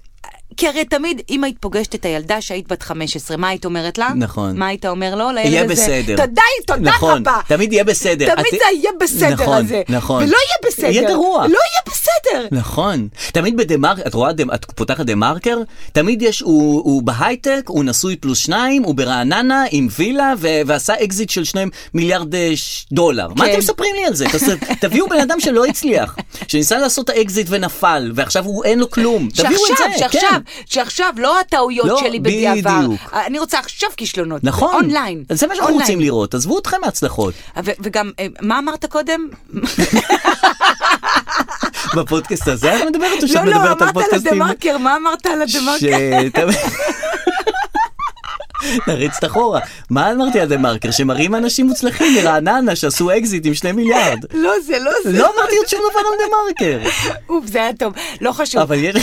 [SPEAKER 1] כי הרי תמיד, אם היית פוגשת את הילדה שהיית בת 15, מה היית אומרת לה?
[SPEAKER 2] נכון.
[SPEAKER 1] מה היית אומר לו? לילד
[SPEAKER 2] יהיה
[SPEAKER 1] הזה?
[SPEAKER 2] בסדר.
[SPEAKER 1] תודה, תודה
[SPEAKER 2] נכון,
[SPEAKER 1] רבה.
[SPEAKER 2] תמיד יהיה בסדר.
[SPEAKER 1] תמיד
[SPEAKER 2] את-
[SPEAKER 1] זה יהיה בסדר
[SPEAKER 2] נכון,
[SPEAKER 1] הזה. ולא
[SPEAKER 2] נכון.
[SPEAKER 1] יהיה בסדר.
[SPEAKER 2] יהיה
[SPEAKER 1] לא
[SPEAKER 2] גרוע.
[SPEAKER 1] יהיה בסדר.
[SPEAKER 2] נכון, תמיד בדה מרקר, את רואה, דה- את פותחת דה מרקר, תמיד יש, הוא הוא בהייטק, הוא נשוי פלוס שניים, הוא ברעננה עם וילה ו- ועשה אקזיט של שני מיליארד אה, ש- דולר. מה
[SPEAKER 1] כן.
[SPEAKER 2] אתם מספרים לי על זה? תס- תביאו בן אדם שלא הצליח, שניסה לעשות את האקזיט ונפל, ועכשיו הוא אין לו כלום. תביאו את
[SPEAKER 1] שעכשיו,
[SPEAKER 2] זה,
[SPEAKER 1] שעכשיו,
[SPEAKER 2] כן.
[SPEAKER 1] שעכשיו, לא הטעויות
[SPEAKER 2] לא,
[SPEAKER 1] שלי בדיעבר.
[SPEAKER 2] בדיוק.
[SPEAKER 1] אני רוצה עכשיו כישלונות.
[SPEAKER 2] נכון.
[SPEAKER 1] אונליין.
[SPEAKER 2] אז זה מה שאנחנו
[SPEAKER 1] אונליין.
[SPEAKER 2] רוצים לראות, עזבו אתכם מההצלחות.
[SPEAKER 1] ו- וגם, אה, מה אמרת קודם?
[SPEAKER 2] בפודקאסט הזה את מדברת או שאת
[SPEAKER 1] לא, לא,
[SPEAKER 2] מדברת על
[SPEAKER 1] אמרת על
[SPEAKER 2] פודקאסטים?
[SPEAKER 1] הדה-מרקר, מה אמרת על הדה-מרקר?
[SPEAKER 2] ש- נריץ את אחורה. מה אמרתי על דה מרקר? שמראים אנשים מוצלחים מרעננה שעשו אקזיט עם שני מיליארד.
[SPEAKER 1] לא, זה לא זה.
[SPEAKER 2] לא אמרתי עוד שום דבר על דה מרקר.
[SPEAKER 1] אופ, זה היה טוב. לא חשוב.
[SPEAKER 2] אבל יש...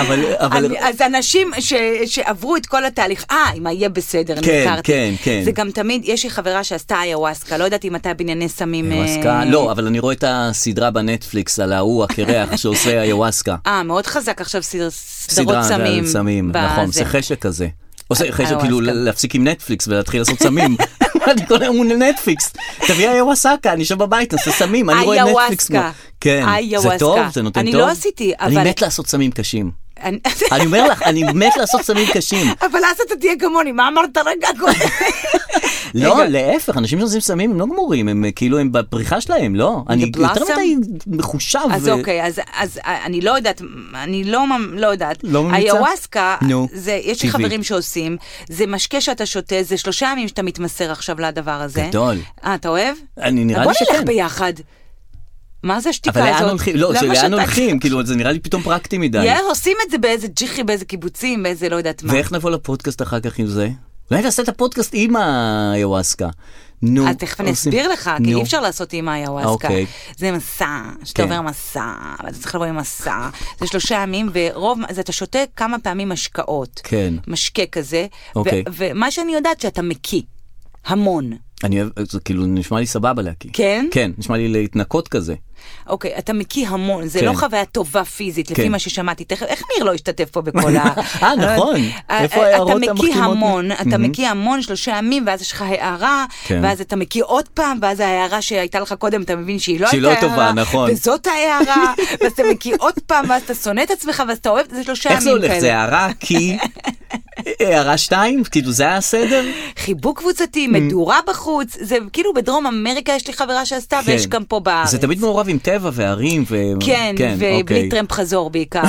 [SPEAKER 2] אבל... אבל...
[SPEAKER 1] אני, אז אנשים ש, שעברו את כל התהליך, אה, אם יהיה בסדר,
[SPEAKER 2] כן,
[SPEAKER 1] נזכרתי.
[SPEAKER 2] כן, כן.
[SPEAKER 1] זה גם תמיד, יש לי חברה שעשתה איוואסקה, לא יודעת אם אתה בענייני סמים... אה,
[SPEAKER 2] איוואסקה? לא, אבל אני רואה את הסדרה בנטפליקס על ההוא הקרח שעושה איוואסקה.
[SPEAKER 1] אה, מאוד חזק עכשיו סדר, סדרות
[SPEAKER 2] סדרה על
[SPEAKER 1] סמים. אה,
[SPEAKER 2] סמים,
[SPEAKER 1] בזה.
[SPEAKER 2] נכון, זה חשק כזה. עושה חשק
[SPEAKER 1] איוואסקה.
[SPEAKER 2] כאילו ל- להפסיק עם נטפליקס ולהתחיל לעשות סמים. אני כל היום מול נטפליקס. תביא איוואסקה, אני יושב בבית, נעשה סמים, אני רואה
[SPEAKER 1] איוואסקה.
[SPEAKER 2] נטפליקס. כמו- כן, זה
[SPEAKER 1] איוואסקה.
[SPEAKER 2] טוב, זה נותן טוב.
[SPEAKER 1] אני לא עשיתי, אבל-
[SPEAKER 2] אני מת לעשות סמים קשים.
[SPEAKER 1] אני-
[SPEAKER 2] אני אומר לך, אני מת לעשות סמים קשים.
[SPEAKER 1] אבל אז אתה תהיה כמוני, מה אמרת רגע קודם?
[SPEAKER 2] לא,
[SPEAKER 1] רגע.
[SPEAKER 2] להפך, אנשים שעושים סמים הם לא גמורים, הם אה, כאילו הם בפריחה שלהם, לא. אני יותר
[SPEAKER 1] blossom?
[SPEAKER 2] מדי מחושב.
[SPEAKER 1] אז
[SPEAKER 2] ו-
[SPEAKER 1] אוקיי, אז- אז אה, אני לא יודעת, אני לא ממ- לא יודעת.
[SPEAKER 2] לא ממליצה?
[SPEAKER 1] היוואסקה,
[SPEAKER 2] נו,
[SPEAKER 1] זה- יש לי
[SPEAKER 2] טבעי.
[SPEAKER 1] חברים שעושים, זה משקה שאתה שותה, זה שלושה ימים שאתה מתמסר עכשיו לדבר הזה.
[SPEAKER 2] גדול.
[SPEAKER 1] אה, אתה אוהב?
[SPEAKER 2] אני נראה
[SPEAKER 1] בוא
[SPEAKER 2] לי שכן.
[SPEAKER 1] נלך ביחד. מה זה השתיקה
[SPEAKER 2] אבל
[SPEAKER 1] הזאת?
[SPEAKER 2] לאן הולכים? לא,
[SPEAKER 1] למה
[SPEAKER 2] זה
[SPEAKER 1] שאתה-
[SPEAKER 2] לאן הולכים? כאילו, זה נראה לי פתאום פרקטי מדי.
[SPEAKER 1] יאללה, עושים את זה באיזה ג'יחי, באיזה קיבוצים, באיזה לא יודעת מה.
[SPEAKER 2] ואיך נבוא לפודקאסט אחר כך עם זה? אולי נעשה את הפודקאסט עם היוואסקה. נו,
[SPEAKER 1] אז אה, תכף אני
[SPEAKER 2] עושים-
[SPEAKER 1] אסביר לך, כי
[SPEAKER 2] נו.
[SPEAKER 1] אי אפשר לעשות עם האיוואסקה.
[SPEAKER 2] אוקיי.
[SPEAKER 1] זה מסע, שאתה
[SPEAKER 2] כן.
[SPEAKER 1] עובר מסע, ואתה צריך לבוא עם מסע. זה שלושה ימים, ורוב, אז אתה שותה כמה פעמים משקאות.
[SPEAKER 2] כן.
[SPEAKER 1] משקה כזה. ו-
[SPEAKER 2] אוקיי.
[SPEAKER 1] ומה שאני יודעת שאתה מקיא, המון.
[SPEAKER 2] אני אוהב, זה כאילו נשמע לי סבבה להקיא.
[SPEAKER 1] כן?
[SPEAKER 2] כן, נשמע לי להתנקות כזה.
[SPEAKER 1] אוקיי, אתה מקיא המון, זה
[SPEAKER 2] כן.
[SPEAKER 1] לא חוויה טובה פיזית, לפי
[SPEAKER 2] כן.
[SPEAKER 1] מה ששמעתי. תכף, איך ניר לא השתתף פה בכל ה...
[SPEAKER 2] אה, נכון.
[SPEAKER 1] אה,
[SPEAKER 2] איפה
[SPEAKER 1] אה,
[SPEAKER 2] ההערות
[SPEAKER 1] אתה מקיא
[SPEAKER 2] המחכימות?
[SPEAKER 1] המון, אתה מקיא המון שלושה ימים, ואז יש לך הערה,
[SPEAKER 2] כן.
[SPEAKER 1] ואז אתה מקיא עוד פעם, ואז ההערה שהייתה לך קודם, אתה מבין שהיא לא
[SPEAKER 2] שהיא
[SPEAKER 1] הייתה
[SPEAKER 2] לא טובה,
[SPEAKER 1] הערה,
[SPEAKER 2] נכון.
[SPEAKER 1] וזאת ההערה, ואז אתה מקיא עוד פעם, ואז אתה שונא את עצמך, ואז אתה אוהב, זה שלושה ימים
[SPEAKER 2] איך זה
[SPEAKER 1] כאלה.
[SPEAKER 2] הולך? זה הערה כי... אה, הערה שתיים? כאילו זה היה הסדר?
[SPEAKER 1] חיבוק קבוצתי, מדורה בחוץ, זה כאילו בדרום אמריקה יש לי חברה שעשתה, ויש
[SPEAKER 2] כן.
[SPEAKER 1] גם פה בארץ.
[SPEAKER 2] זה תמיד מעורב עם טבע וערים ו...
[SPEAKER 1] כן, ובלי
[SPEAKER 2] אוקיי.
[SPEAKER 1] טרמפ חזור בעיקר.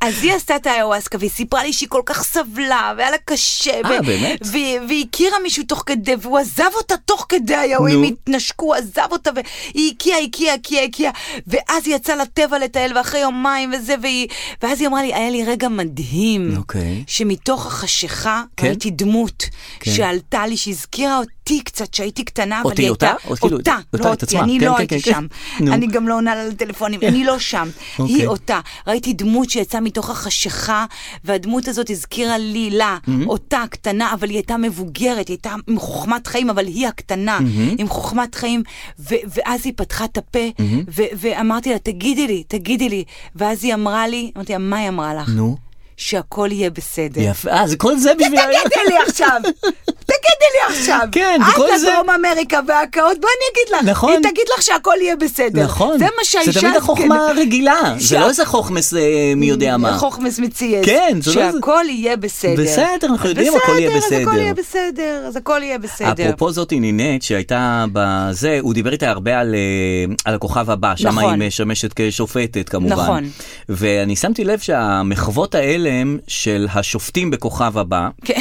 [SPEAKER 1] אז היא עשתה את האיוואסקה, והיא סיפרה לי שהיא כל כך סבלה, והיה לה קשה.
[SPEAKER 2] אה, באמת?
[SPEAKER 1] והיא, והיא הכירה מישהו תוך כדי, והוא עזב אותה תוך כדי, היו,
[SPEAKER 2] נו.
[SPEAKER 1] הם התנשקו, עזב אותה, והיא הקיאה, הקיאה, הקיאה, הקיאה, ואז היא יצאה לטבע לטייל, ואחרי יומיים וזה, והיא... ואז היא אמרה לי, היה לי רגע מדהים,
[SPEAKER 2] אוקיי.
[SPEAKER 1] שמתוך החשיכה
[SPEAKER 2] כן?
[SPEAKER 1] ראיתי דמות
[SPEAKER 2] כן.
[SPEAKER 1] שעלתה לי, שהזכירה אותי קצת, שהייתי קטנה, אבל
[SPEAKER 2] אותי,
[SPEAKER 1] היא הייתה...
[SPEAKER 2] אותה? או כאילו,
[SPEAKER 1] אותה,
[SPEAKER 2] אותה,
[SPEAKER 1] לא
[SPEAKER 2] את
[SPEAKER 1] אותי,
[SPEAKER 2] עצמה.
[SPEAKER 1] אני
[SPEAKER 2] כן,
[SPEAKER 1] לא
[SPEAKER 2] כן,
[SPEAKER 1] הייתי
[SPEAKER 2] כן,
[SPEAKER 1] שם.
[SPEAKER 2] כן. נו.
[SPEAKER 1] אני גם לא עונה לה לטלפונים, אני לא שם.
[SPEAKER 2] אוקיי.
[SPEAKER 1] היא אותה. ראיתי דמות שיצאה מתוך החשיכה, והדמות הזאת הזכירה לי, לה, אותה הקטנה, אבל היא הייתה מבוגרת, היא הייתה עם חוכמת חיים, אבל היא הקטנה, עם חוכמת חיים. ו- ואז היא פתחה את הפה, ו- ואמרתי לה, תגידי לי, תגידי לי. ואז היא אמרה לי, אמרתי לה, מה היא אמרה לך?
[SPEAKER 2] נו.
[SPEAKER 1] שהכל יהיה בסדר.
[SPEAKER 2] יפה, אה, זה כל זה בשביל...
[SPEAKER 1] תגידי לי עכשיו, תגידי לי עכשיו.
[SPEAKER 2] כן, וכל
[SPEAKER 1] את
[SPEAKER 2] זה-
[SPEAKER 1] לדרום אמריקה וההקאות, בואי אני אגיד לך.
[SPEAKER 2] נכון.
[SPEAKER 1] היא תגיד לך שהכל יהיה בסדר.
[SPEAKER 2] נכון.
[SPEAKER 1] זה מה שהאישה... כן,
[SPEAKER 2] זה תמיד החוכמה הרגילה, זה
[SPEAKER 1] שה-
[SPEAKER 2] לא איזה חוכמס אה, מי יודע מה.
[SPEAKER 1] חוכמס מצייץ.
[SPEAKER 2] כן, זה לא זה-
[SPEAKER 1] שהכל יהיה בסדר.
[SPEAKER 2] בסדר, אנחנו יודעים, הכל יהיה
[SPEAKER 1] אז הכל
[SPEAKER 2] בסדר.
[SPEAKER 1] יהיה בסדר, אז הכל יהיה בסדר.
[SPEAKER 2] אפרופו זאתי נינט שהייתה בזה, הוא דיבר איתה הרבה על, אה, על הכוכב הבא, שם
[SPEAKER 1] נכון.
[SPEAKER 2] היא משמשת כשופטת כמובן.
[SPEAKER 1] נכון.
[SPEAKER 2] ואני שמתי לב שהמחוות ההלם של השופטים בכוכב הבא,
[SPEAKER 1] כן.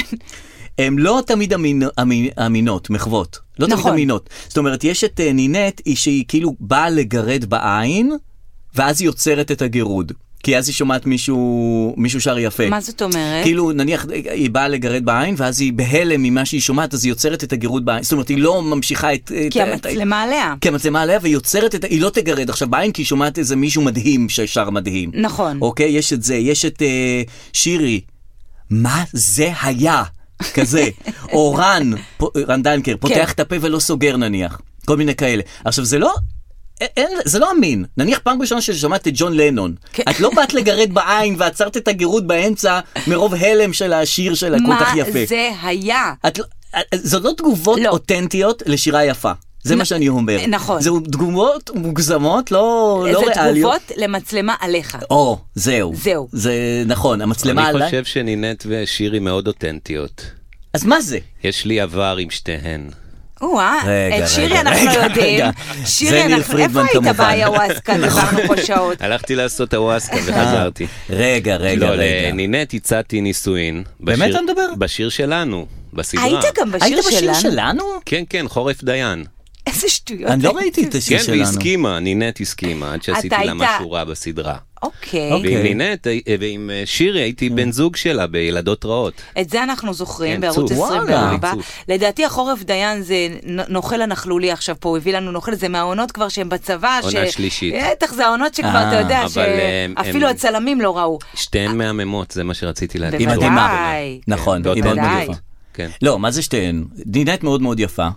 [SPEAKER 2] הן לא תמיד אמינ... אמינ... אמינות, מחוות. לא נכון.
[SPEAKER 1] נכון.
[SPEAKER 2] תמיד אמינות. זאת אומרת, יש את אה, נינט, היא שהיא כאילו באה לגרד בעין, ואז היא יוצרת את הגירוד. כי אז היא שומעת מישהו, מישהו שר יפה.
[SPEAKER 1] מה זאת אומרת?
[SPEAKER 2] אה, כאילו, נניח, היא באה לגרד בעין, ואז היא בהלם ממה שהיא שומעת, אז היא יוצרת את הגירוד בעין. זאת אומרת, היא לא ממשיכה את...
[SPEAKER 1] כי
[SPEAKER 2] את- את-
[SPEAKER 1] המצלמה עליה.
[SPEAKER 2] כי המצלמה עליה, והיא יוצרת את... היא לא תגרד עכשיו בעין, כי היא שומעת איזה מישהו מדהים ששר מדהים.
[SPEAKER 1] נכון.
[SPEAKER 2] אוקיי? יש את זה, יש את אה, שירי. מה זה היה? כזה. או רן, פו- רן דנקר, פותח
[SPEAKER 1] כן.
[SPEAKER 2] את הפה ולא סוגר נניח. כל מיני כאלה. עכשיו, זה לא... א- אין, זה לא אמין, נניח פעם ראשונה ששמעת את ג'ון לנון,
[SPEAKER 1] כן.
[SPEAKER 2] את לא באת לגרד בעין ועצרת את הגירוד באמצע מרוב הלם של השיר שלה, כל כך יפה.
[SPEAKER 1] מה זה היה?
[SPEAKER 2] את, לא- את, זאת לא תגובות
[SPEAKER 1] לא.
[SPEAKER 2] לא. אותנטיות לשירה יפה. זה מה שאני אומר.
[SPEAKER 1] נכון.
[SPEAKER 2] זה תגובות מוגזמות, לא, לא
[SPEAKER 1] זה
[SPEAKER 2] ריאליות.
[SPEAKER 1] תגובות למצלמה עליך.
[SPEAKER 2] או, זהו.
[SPEAKER 1] זהו.
[SPEAKER 2] זה נכון, המצלמה
[SPEAKER 4] אני
[SPEAKER 2] עליי.
[SPEAKER 4] חושב שנינט ושירי מאוד אותנטיות.
[SPEAKER 2] אז מה זה?
[SPEAKER 4] יש לי עבר עם שתיהן.
[SPEAKER 1] או-אה,
[SPEAKER 2] רגע,
[SPEAKER 1] את שירי
[SPEAKER 2] רגע,
[SPEAKER 1] אנחנו לא
[SPEAKER 2] רגע,
[SPEAKER 1] יודעים.
[SPEAKER 2] רגע.
[SPEAKER 1] שירי,
[SPEAKER 2] זה
[SPEAKER 1] אנחנו...
[SPEAKER 2] ניר
[SPEAKER 1] איפה
[SPEAKER 2] פרידמן,
[SPEAKER 1] היית
[SPEAKER 2] כמובן. נכון.
[SPEAKER 1] באיוואסקה? דיברנו פה שעות.
[SPEAKER 4] הלכתי לעשות הוואסקה וחזרתי.
[SPEAKER 2] רגע, רגע,
[SPEAKER 4] לא,
[SPEAKER 2] רגע.
[SPEAKER 4] לנינט הצעתי נישואין.
[SPEAKER 2] באמת
[SPEAKER 4] בשיר-
[SPEAKER 2] אתה מדבר?
[SPEAKER 4] בשיר שלנו, בסדרה.
[SPEAKER 1] היית גם
[SPEAKER 2] היית
[SPEAKER 1] בשיר
[SPEAKER 2] בשיר
[SPEAKER 1] שלנו?
[SPEAKER 2] שלנו?
[SPEAKER 4] כן, כן, חורף דיין.
[SPEAKER 1] איזה שטויות.
[SPEAKER 2] אני לא ראיתי את
[SPEAKER 4] כן,
[SPEAKER 2] השיר
[SPEAKER 4] והיא
[SPEAKER 2] שלנו.
[SPEAKER 4] הסכימה, נינט הסכימה, עד שעשיתי
[SPEAKER 1] אתה
[SPEAKER 4] לה
[SPEAKER 1] היית-
[SPEAKER 4] משהו רע בסדרה.
[SPEAKER 1] אוקיי.
[SPEAKER 2] אוקיי.
[SPEAKER 4] ועם נינט, אה, ועם אה, שירי הייתי בן זוג שלה בילדות רעות.
[SPEAKER 1] את זה אנחנו זוכרים
[SPEAKER 4] כן,
[SPEAKER 1] בערוץ
[SPEAKER 4] צוף. וואלה.
[SPEAKER 1] 24.
[SPEAKER 4] צוף.
[SPEAKER 1] לדעתי החורף דיין זה נ- נוכל הנכלולי עכשיו פה, הוא הביא לנו נוכל, זה מהעונות כבר שהם בצבא.
[SPEAKER 4] עונה
[SPEAKER 1] ש-
[SPEAKER 4] שלישית.
[SPEAKER 1] בטח, זה העונות שכבר,
[SPEAKER 2] אה,
[SPEAKER 1] אתה יודע,
[SPEAKER 4] אבל, הם-
[SPEAKER 1] שאפילו
[SPEAKER 4] הם-
[SPEAKER 1] הצלמים לא ראו.
[SPEAKER 4] שתיהן מהממות, זה מה שרציתי להגיד.
[SPEAKER 2] היא
[SPEAKER 1] בוודאי.
[SPEAKER 2] מדהימה.
[SPEAKER 4] כן,
[SPEAKER 2] נכון, היא מאוד
[SPEAKER 1] בוודאי.
[SPEAKER 2] מאוד יפה.
[SPEAKER 4] כן.
[SPEAKER 2] לא, מה זה שתיהן? נינט מאוד מאוד יפה.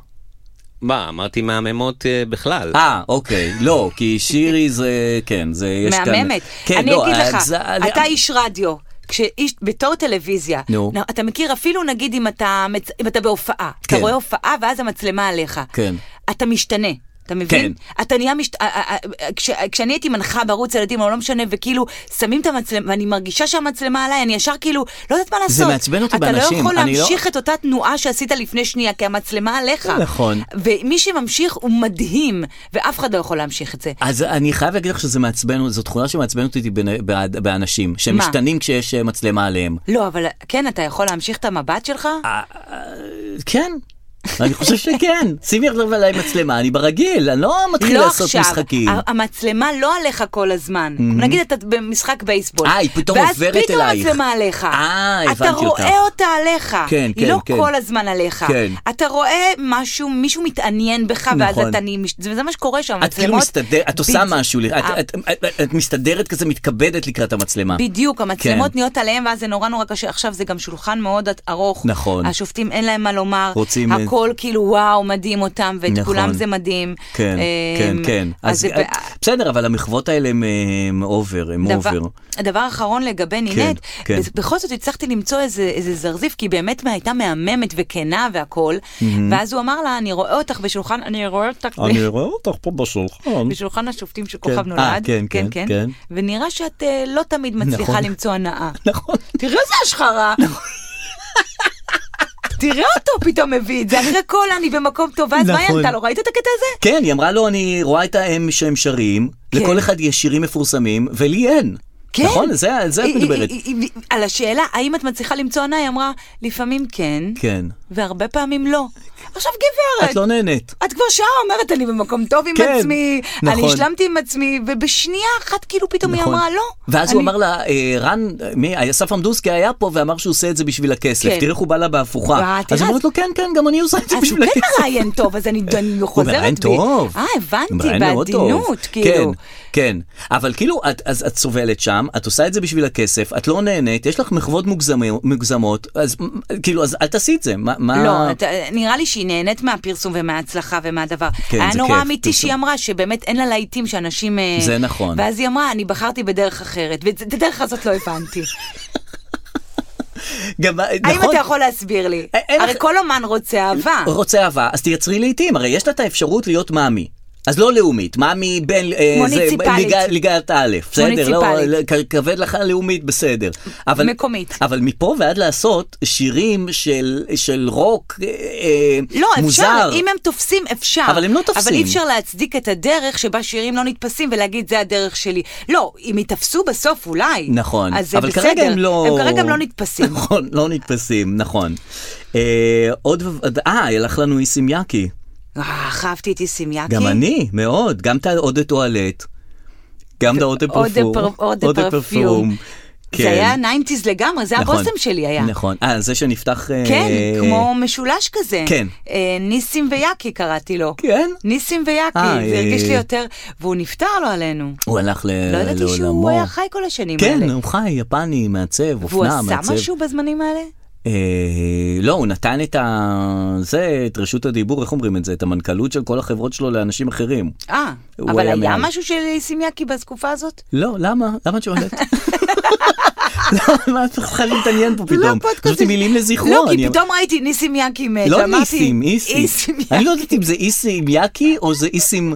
[SPEAKER 4] מה, אמרתי מהממות אה, בכלל.
[SPEAKER 2] אה, אוקיי, לא, כי שירי זה, כן, זה יש כאן...
[SPEAKER 1] מהממת.
[SPEAKER 2] כן,
[SPEAKER 1] אני
[SPEAKER 2] לא,
[SPEAKER 1] אגיד לך,
[SPEAKER 2] אז-
[SPEAKER 1] אתה איש רדיו. כשאיש, בתור טלוויזיה,
[SPEAKER 2] נו.
[SPEAKER 1] נ- אתה מכיר אפילו נגיד אם אתה, מצ- אם אתה בהופעה, אתה
[SPEAKER 2] כן.
[SPEAKER 1] רואה הופעה ואז המצלמה עליך.
[SPEAKER 2] כן.
[SPEAKER 1] אתה משתנה. אתה מבין? אתה נהיה משת... אה, אה, אה, כש... כשאני הייתי מנחה בערוץ הילדים, או לא משנה, וכאילו, שמים את המצלמה, ואני מרגישה שהמצלמה עליי, אני ישר כאילו, לא יודעת מה לעשות.
[SPEAKER 2] מעצבן אותי
[SPEAKER 1] אתה לא
[SPEAKER 2] באנשים,
[SPEAKER 1] יכול
[SPEAKER 2] אני לא-
[SPEAKER 1] להמשיך את אותה תנועה שעשית לפני שנייה, כי המצלמה עליך.
[SPEAKER 2] נכון.
[SPEAKER 1] ומי שממשיך הוא מדהים, ואף אחד לא יכול להמשיך את זה.
[SPEAKER 2] אז אני חייב להגיד לך שזה מעצבן, זו תכונה שמעצבנת אותי בנ- באד- באנשים, שהם
[SPEAKER 1] מה?
[SPEAKER 2] משתנים כשיש אה, מצלמה עליהם. אה,
[SPEAKER 1] לא, אבל כן, אתה יכול להמשיך את המבט שלך?
[SPEAKER 2] כן, אני חושב שכן. שימי עכשיו עליי מצלמה, אני ברגיל, אני לא מתחיל
[SPEAKER 1] לא
[SPEAKER 2] לעשות
[SPEAKER 1] עכשיו,
[SPEAKER 2] משחקים. Mm-hmm.
[SPEAKER 1] ה- המצלמה לא עליך כל הזמן. נגיד אתה במשחק בייסבול.
[SPEAKER 2] אה, היא פתאום עוברת
[SPEAKER 1] ואז
[SPEAKER 2] אלייך.
[SPEAKER 1] פתאום המצלמה עליך.
[SPEAKER 2] אה, הבנתי
[SPEAKER 1] אתה
[SPEAKER 2] אותך.
[SPEAKER 1] רואה אותה עליך.
[SPEAKER 2] כן, כן,
[SPEAKER 1] היא לא
[SPEAKER 2] כן.
[SPEAKER 1] כל הזמן עליך.
[SPEAKER 2] כן.
[SPEAKER 1] אתה רואה משהו, מישהו מתעניין בך, ואז
[SPEAKER 2] נכון.
[SPEAKER 1] אתה נהיים... זה זה מה שקורה שם,
[SPEAKER 2] את כאילו
[SPEAKER 1] המצלמות-
[SPEAKER 2] מסתדרת, את עושה
[SPEAKER 1] בד-
[SPEAKER 2] משהו, את-
[SPEAKER 1] ה-
[SPEAKER 2] את- את- את- את מסתדרת כזה, מתכבדת לקראת המצלמה.
[SPEAKER 1] בדיוק, המצלמות
[SPEAKER 2] כן.
[SPEAKER 1] נהיות עליהם, ואז זה נורא נורא קשה. עכשיו זה גם שולחן מאוד ארוך.
[SPEAKER 2] נכון.
[SPEAKER 1] השופטים אין להם מה לומר.
[SPEAKER 2] רוצים-
[SPEAKER 1] הכל כאילו, וואו, מדהים אותם, ואת
[SPEAKER 2] נכון.
[SPEAKER 1] כולם זה מדהים.
[SPEAKER 2] כן,
[SPEAKER 1] אה,
[SPEAKER 2] כן, כן.
[SPEAKER 1] אז
[SPEAKER 2] אז
[SPEAKER 1] זה...
[SPEAKER 2] את- בסדר, אבל המחוות האלה הם, אה, הם אובר, הם אובר.
[SPEAKER 1] דבר אחרון לגבי נינט,
[SPEAKER 2] כן.
[SPEAKER 1] בס- בכל זאת הצלחתי למצוא איזה, איזה זרזיף, כי היא באמת מה- הייתה מהממת וכנה והכול, ואז הוא אמר לה, אני רואה אותך בשולחן, אני רואה אותך ב-
[SPEAKER 2] רואה אותך פה בשולחן.
[SPEAKER 1] בשולחן השופטים של כוכב
[SPEAKER 2] כן.
[SPEAKER 1] נולד,
[SPEAKER 2] אה, כן, כן, כן.
[SPEAKER 1] ונראה שאת אה, לא תמיד מצליחה
[SPEAKER 2] נכון.
[SPEAKER 1] למצוא הנאה.
[SPEAKER 2] נכון.
[SPEAKER 1] תראה איזה השחרה. תראה אותו פתאום מביא את זה, אחרי כל אני במקום טוב, ואז מה היא
[SPEAKER 2] נכון.
[SPEAKER 1] ענתה לו? ראית את הקטע הזה?
[SPEAKER 2] כן, היא אמרה לו, אני רואה את האם שהם שרים,
[SPEAKER 1] כן.
[SPEAKER 2] לכל אחד יש שירים מפורסמים, ולי אין.
[SPEAKER 1] כן.
[SPEAKER 2] נכון, זה- על זה את
[SPEAKER 1] היא-
[SPEAKER 2] מדברת.
[SPEAKER 1] היא- היא- היא- על השאלה, האם את מצליחה למצוא הנאה, היא אמרה, לפעמים כן,
[SPEAKER 2] כן.
[SPEAKER 1] והרבה פעמים לא. עכשיו גברת.
[SPEAKER 2] את לא נהנית.
[SPEAKER 1] את כבר שעה אומרת, אני במקום טוב עם
[SPEAKER 2] כן,
[SPEAKER 1] עצמי,
[SPEAKER 2] נכון.
[SPEAKER 1] אני השלמתי עם עצמי, ובשנייה אחת כאילו פתאום היא
[SPEAKER 2] נכון.
[SPEAKER 1] אמרה לא.
[SPEAKER 2] ואז
[SPEAKER 1] אני...
[SPEAKER 2] הוא אמר לה, אה, רן, מי, אסף עמדוסקי היה פה ואמר שהוא עושה את זה בשביל הכסף.
[SPEAKER 1] כן.
[SPEAKER 2] תראה איך הוא בא לה בהפוכה.
[SPEAKER 1] וואו,
[SPEAKER 2] אז
[SPEAKER 1] תראה,
[SPEAKER 2] היא
[SPEAKER 1] אז-
[SPEAKER 2] אומרת לו, כן, כן, גם אני עושה את זה
[SPEAKER 1] אז הוא
[SPEAKER 2] בשביל
[SPEAKER 1] כן
[SPEAKER 2] הכסף.
[SPEAKER 1] מראיין טוב, אז אני אני חוזרת בי.
[SPEAKER 2] הוא מראיין טוב.
[SPEAKER 1] אה, הבנתי,
[SPEAKER 2] מראיין מאוד טוב.
[SPEAKER 1] בעדינות, כאילו.
[SPEAKER 2] כן, כן. אבל כאילו, את, אז את סובלת שם, את עושה את זה בשביל הכסף, את לא נהנית, יש לך מחוות מוגזמו- מוגזמות, אז מ- כאילו, אז אל תעשי את זה. מה... מה...
[SPEAKER 1] לא, אתה- נראה לי שהיא נהנית מהפרסום ומההצלחה ומהדבר.
[SPEAKER 2] כן,
[SPEAKER 1] היה
[SPEAKER 2] זה
[SPEAKER 1] נורא
[SPEAKER 2] כיף,
[SPEAKER 1] אמיתי
[SPEAKER 2] פרסום.
[SPEAKER 1] שהיא אמרה שבאמת אין לה להיטים שאנשים... אה,
[SPEAKER 2] זה נכון.
[SPEAKER 1] ואז היא אמרה, אני בחרתי בדרך אחרת, ואת את הדרך הזאת לא הבנתי.
[SPEAKER 2] נכון. גם,
[SPEAKER 1] האם
[SPEAKER 2] נכון.
[SPEAKER 1] אתה יכול להסביר לי?
[SPEAKER 2] אה, אין
[SPEAKER 1] הרי
[SPEAKER 2] לך- אה,
[SPEAKER 1] כל אומן רוצה אהבה.
[SPEAKER 2] רוצה אהבה, אז תייצרי לעיתים, הרי יש לה את האפשרות להיות מאמי. אז לא לאומית, מאמי בין... אה,
[SPEAKER 1] מוניציפלית.
[SPEAKER 2] זה, ליגה- ליגת א', בסדר? לא,
[SPEAKER 1] מוניציפלית.
[SPEAKER 2] כ- כבד לך לאומית, בסדר. אבל,
[SPEAKER 1] מקומית.
[SPEAKER 2] אבל מפה ועד לעשות שירים של, של רוק אה, אה,
[SPEAKER 1] לא, אפשר,
[SPEAKER 2] מוזר.
[SPEAKER 1] אם הם תופסים, אפשר.
[SPEAKER 2] אבל הם לא תופסים.
[SPEAKER 1] אבל אי אפשר להצדיק את הדרך שבה שירים לא נתפסים ולהגיד, זה הדרך שלי. לא, אם ייתפסו בסוף אולי.
[SPEAKER 2] נכון,
[SPEAKER 1] אז זה
[SPEAKER 2] אבל
[SPEAKER 1] בסדר.
[SPEAKER 2] כרגע הם לא...
[SPEAKER 1] הם כרגע הם לא נתפסים.
[SPEAKER 2] נכון, לא נתפסים, נכון. אה, עוד... ו- אה, הלך לנו איסים יאקי.
[SPEAKER 1] אה, איך אהבתי את איסים יאקי.
[SPEAKER 2] גם אני, מאוד. גם את האודה טואלט, גם את האודה
[SPEAKER 1] אודה
[SPEAKER 2] פרפום.
[SPEAKER 1] פר- אודה פרפיום.
[SPEAKER 2] כן.
[SPEAKER 1] זה היה 90's לגמרי, זה
[SPEAKER 2] נכון,
[SPEAKER 1] הבושם שלי היה.
[SPEAKER 2] נכון. אה, זה שנפתח... אה,
[SPEAKER 1] כן, כמו משולש כזה.
[SPEAKER 2] כן.
[SPEAKER 1] אה, ניסים ויקי קראתי לו.
[SPEAKER 2] כן?
[SPEAKER 1] ניסים
[SPEAKER 2] אה,
[SPEAKER 1] ויקי, זה
[SPEAKER 2] אה,
[SPEAKER 1] הרגיש לי
[SPEAKER 2] אה.
[SPEAKER 1] יותר, והוא נפטר לו עלינו.
[SPEAKER 2] הוא הלך ל- לעולמו.
[SPEAKER 1] לא ידעתי שהוא היה חי כל השנים האלה.
[SPEAKER 2] כן, הוא חי, יפני, מעצב,
[SPEAKER 1] והוא
[SPEAKER 2] אופנה, מעצב.
[SPEAKER 1] עשה משהו בזמנים האלה?
[SPEAKER 2] אה, לא, הוא נתן את ה... זה, את רשות הדיבור, איך אומרים את זה? את המנכ"לות של כל החברות שלו לאנשים אחרים.
[SPEAKER 1] אה,
[SPEAKER 2] הוא
[SPEAKER 1] אבל
[SPEAKER 2] היה
[SPEAKER 1] היה
[SPEAKER 2] מעל.
[SPEAKER 1] משהו של ניסים יקי בתקופה הזאת?
[SPEAKER 2] לא, למה? למה את שואלת? למה את צריכה להתעניין פה פתאום?
[SPEAKER 1] לפודקאסט.
[SPEAKER 2] פשוט מילים לזכרו.
[SPEAKER 1] לא, כי
[SPEAKER 2] אני-
[SPEAKER 1] פתאום ראיתי ניסים אה, יקי מת,
[SPEAKER 2] לא
[SPEAKER 1] ואמרתי,
[SPEAKER 2] ניסים, איסים.
[SPEAKER 1] איסים
[SPEAKER 2] אני
[SPEAKER 1] יאקי.
[SPEAKER 2] לא יודעת אם זה איסים יאקי או זה איסים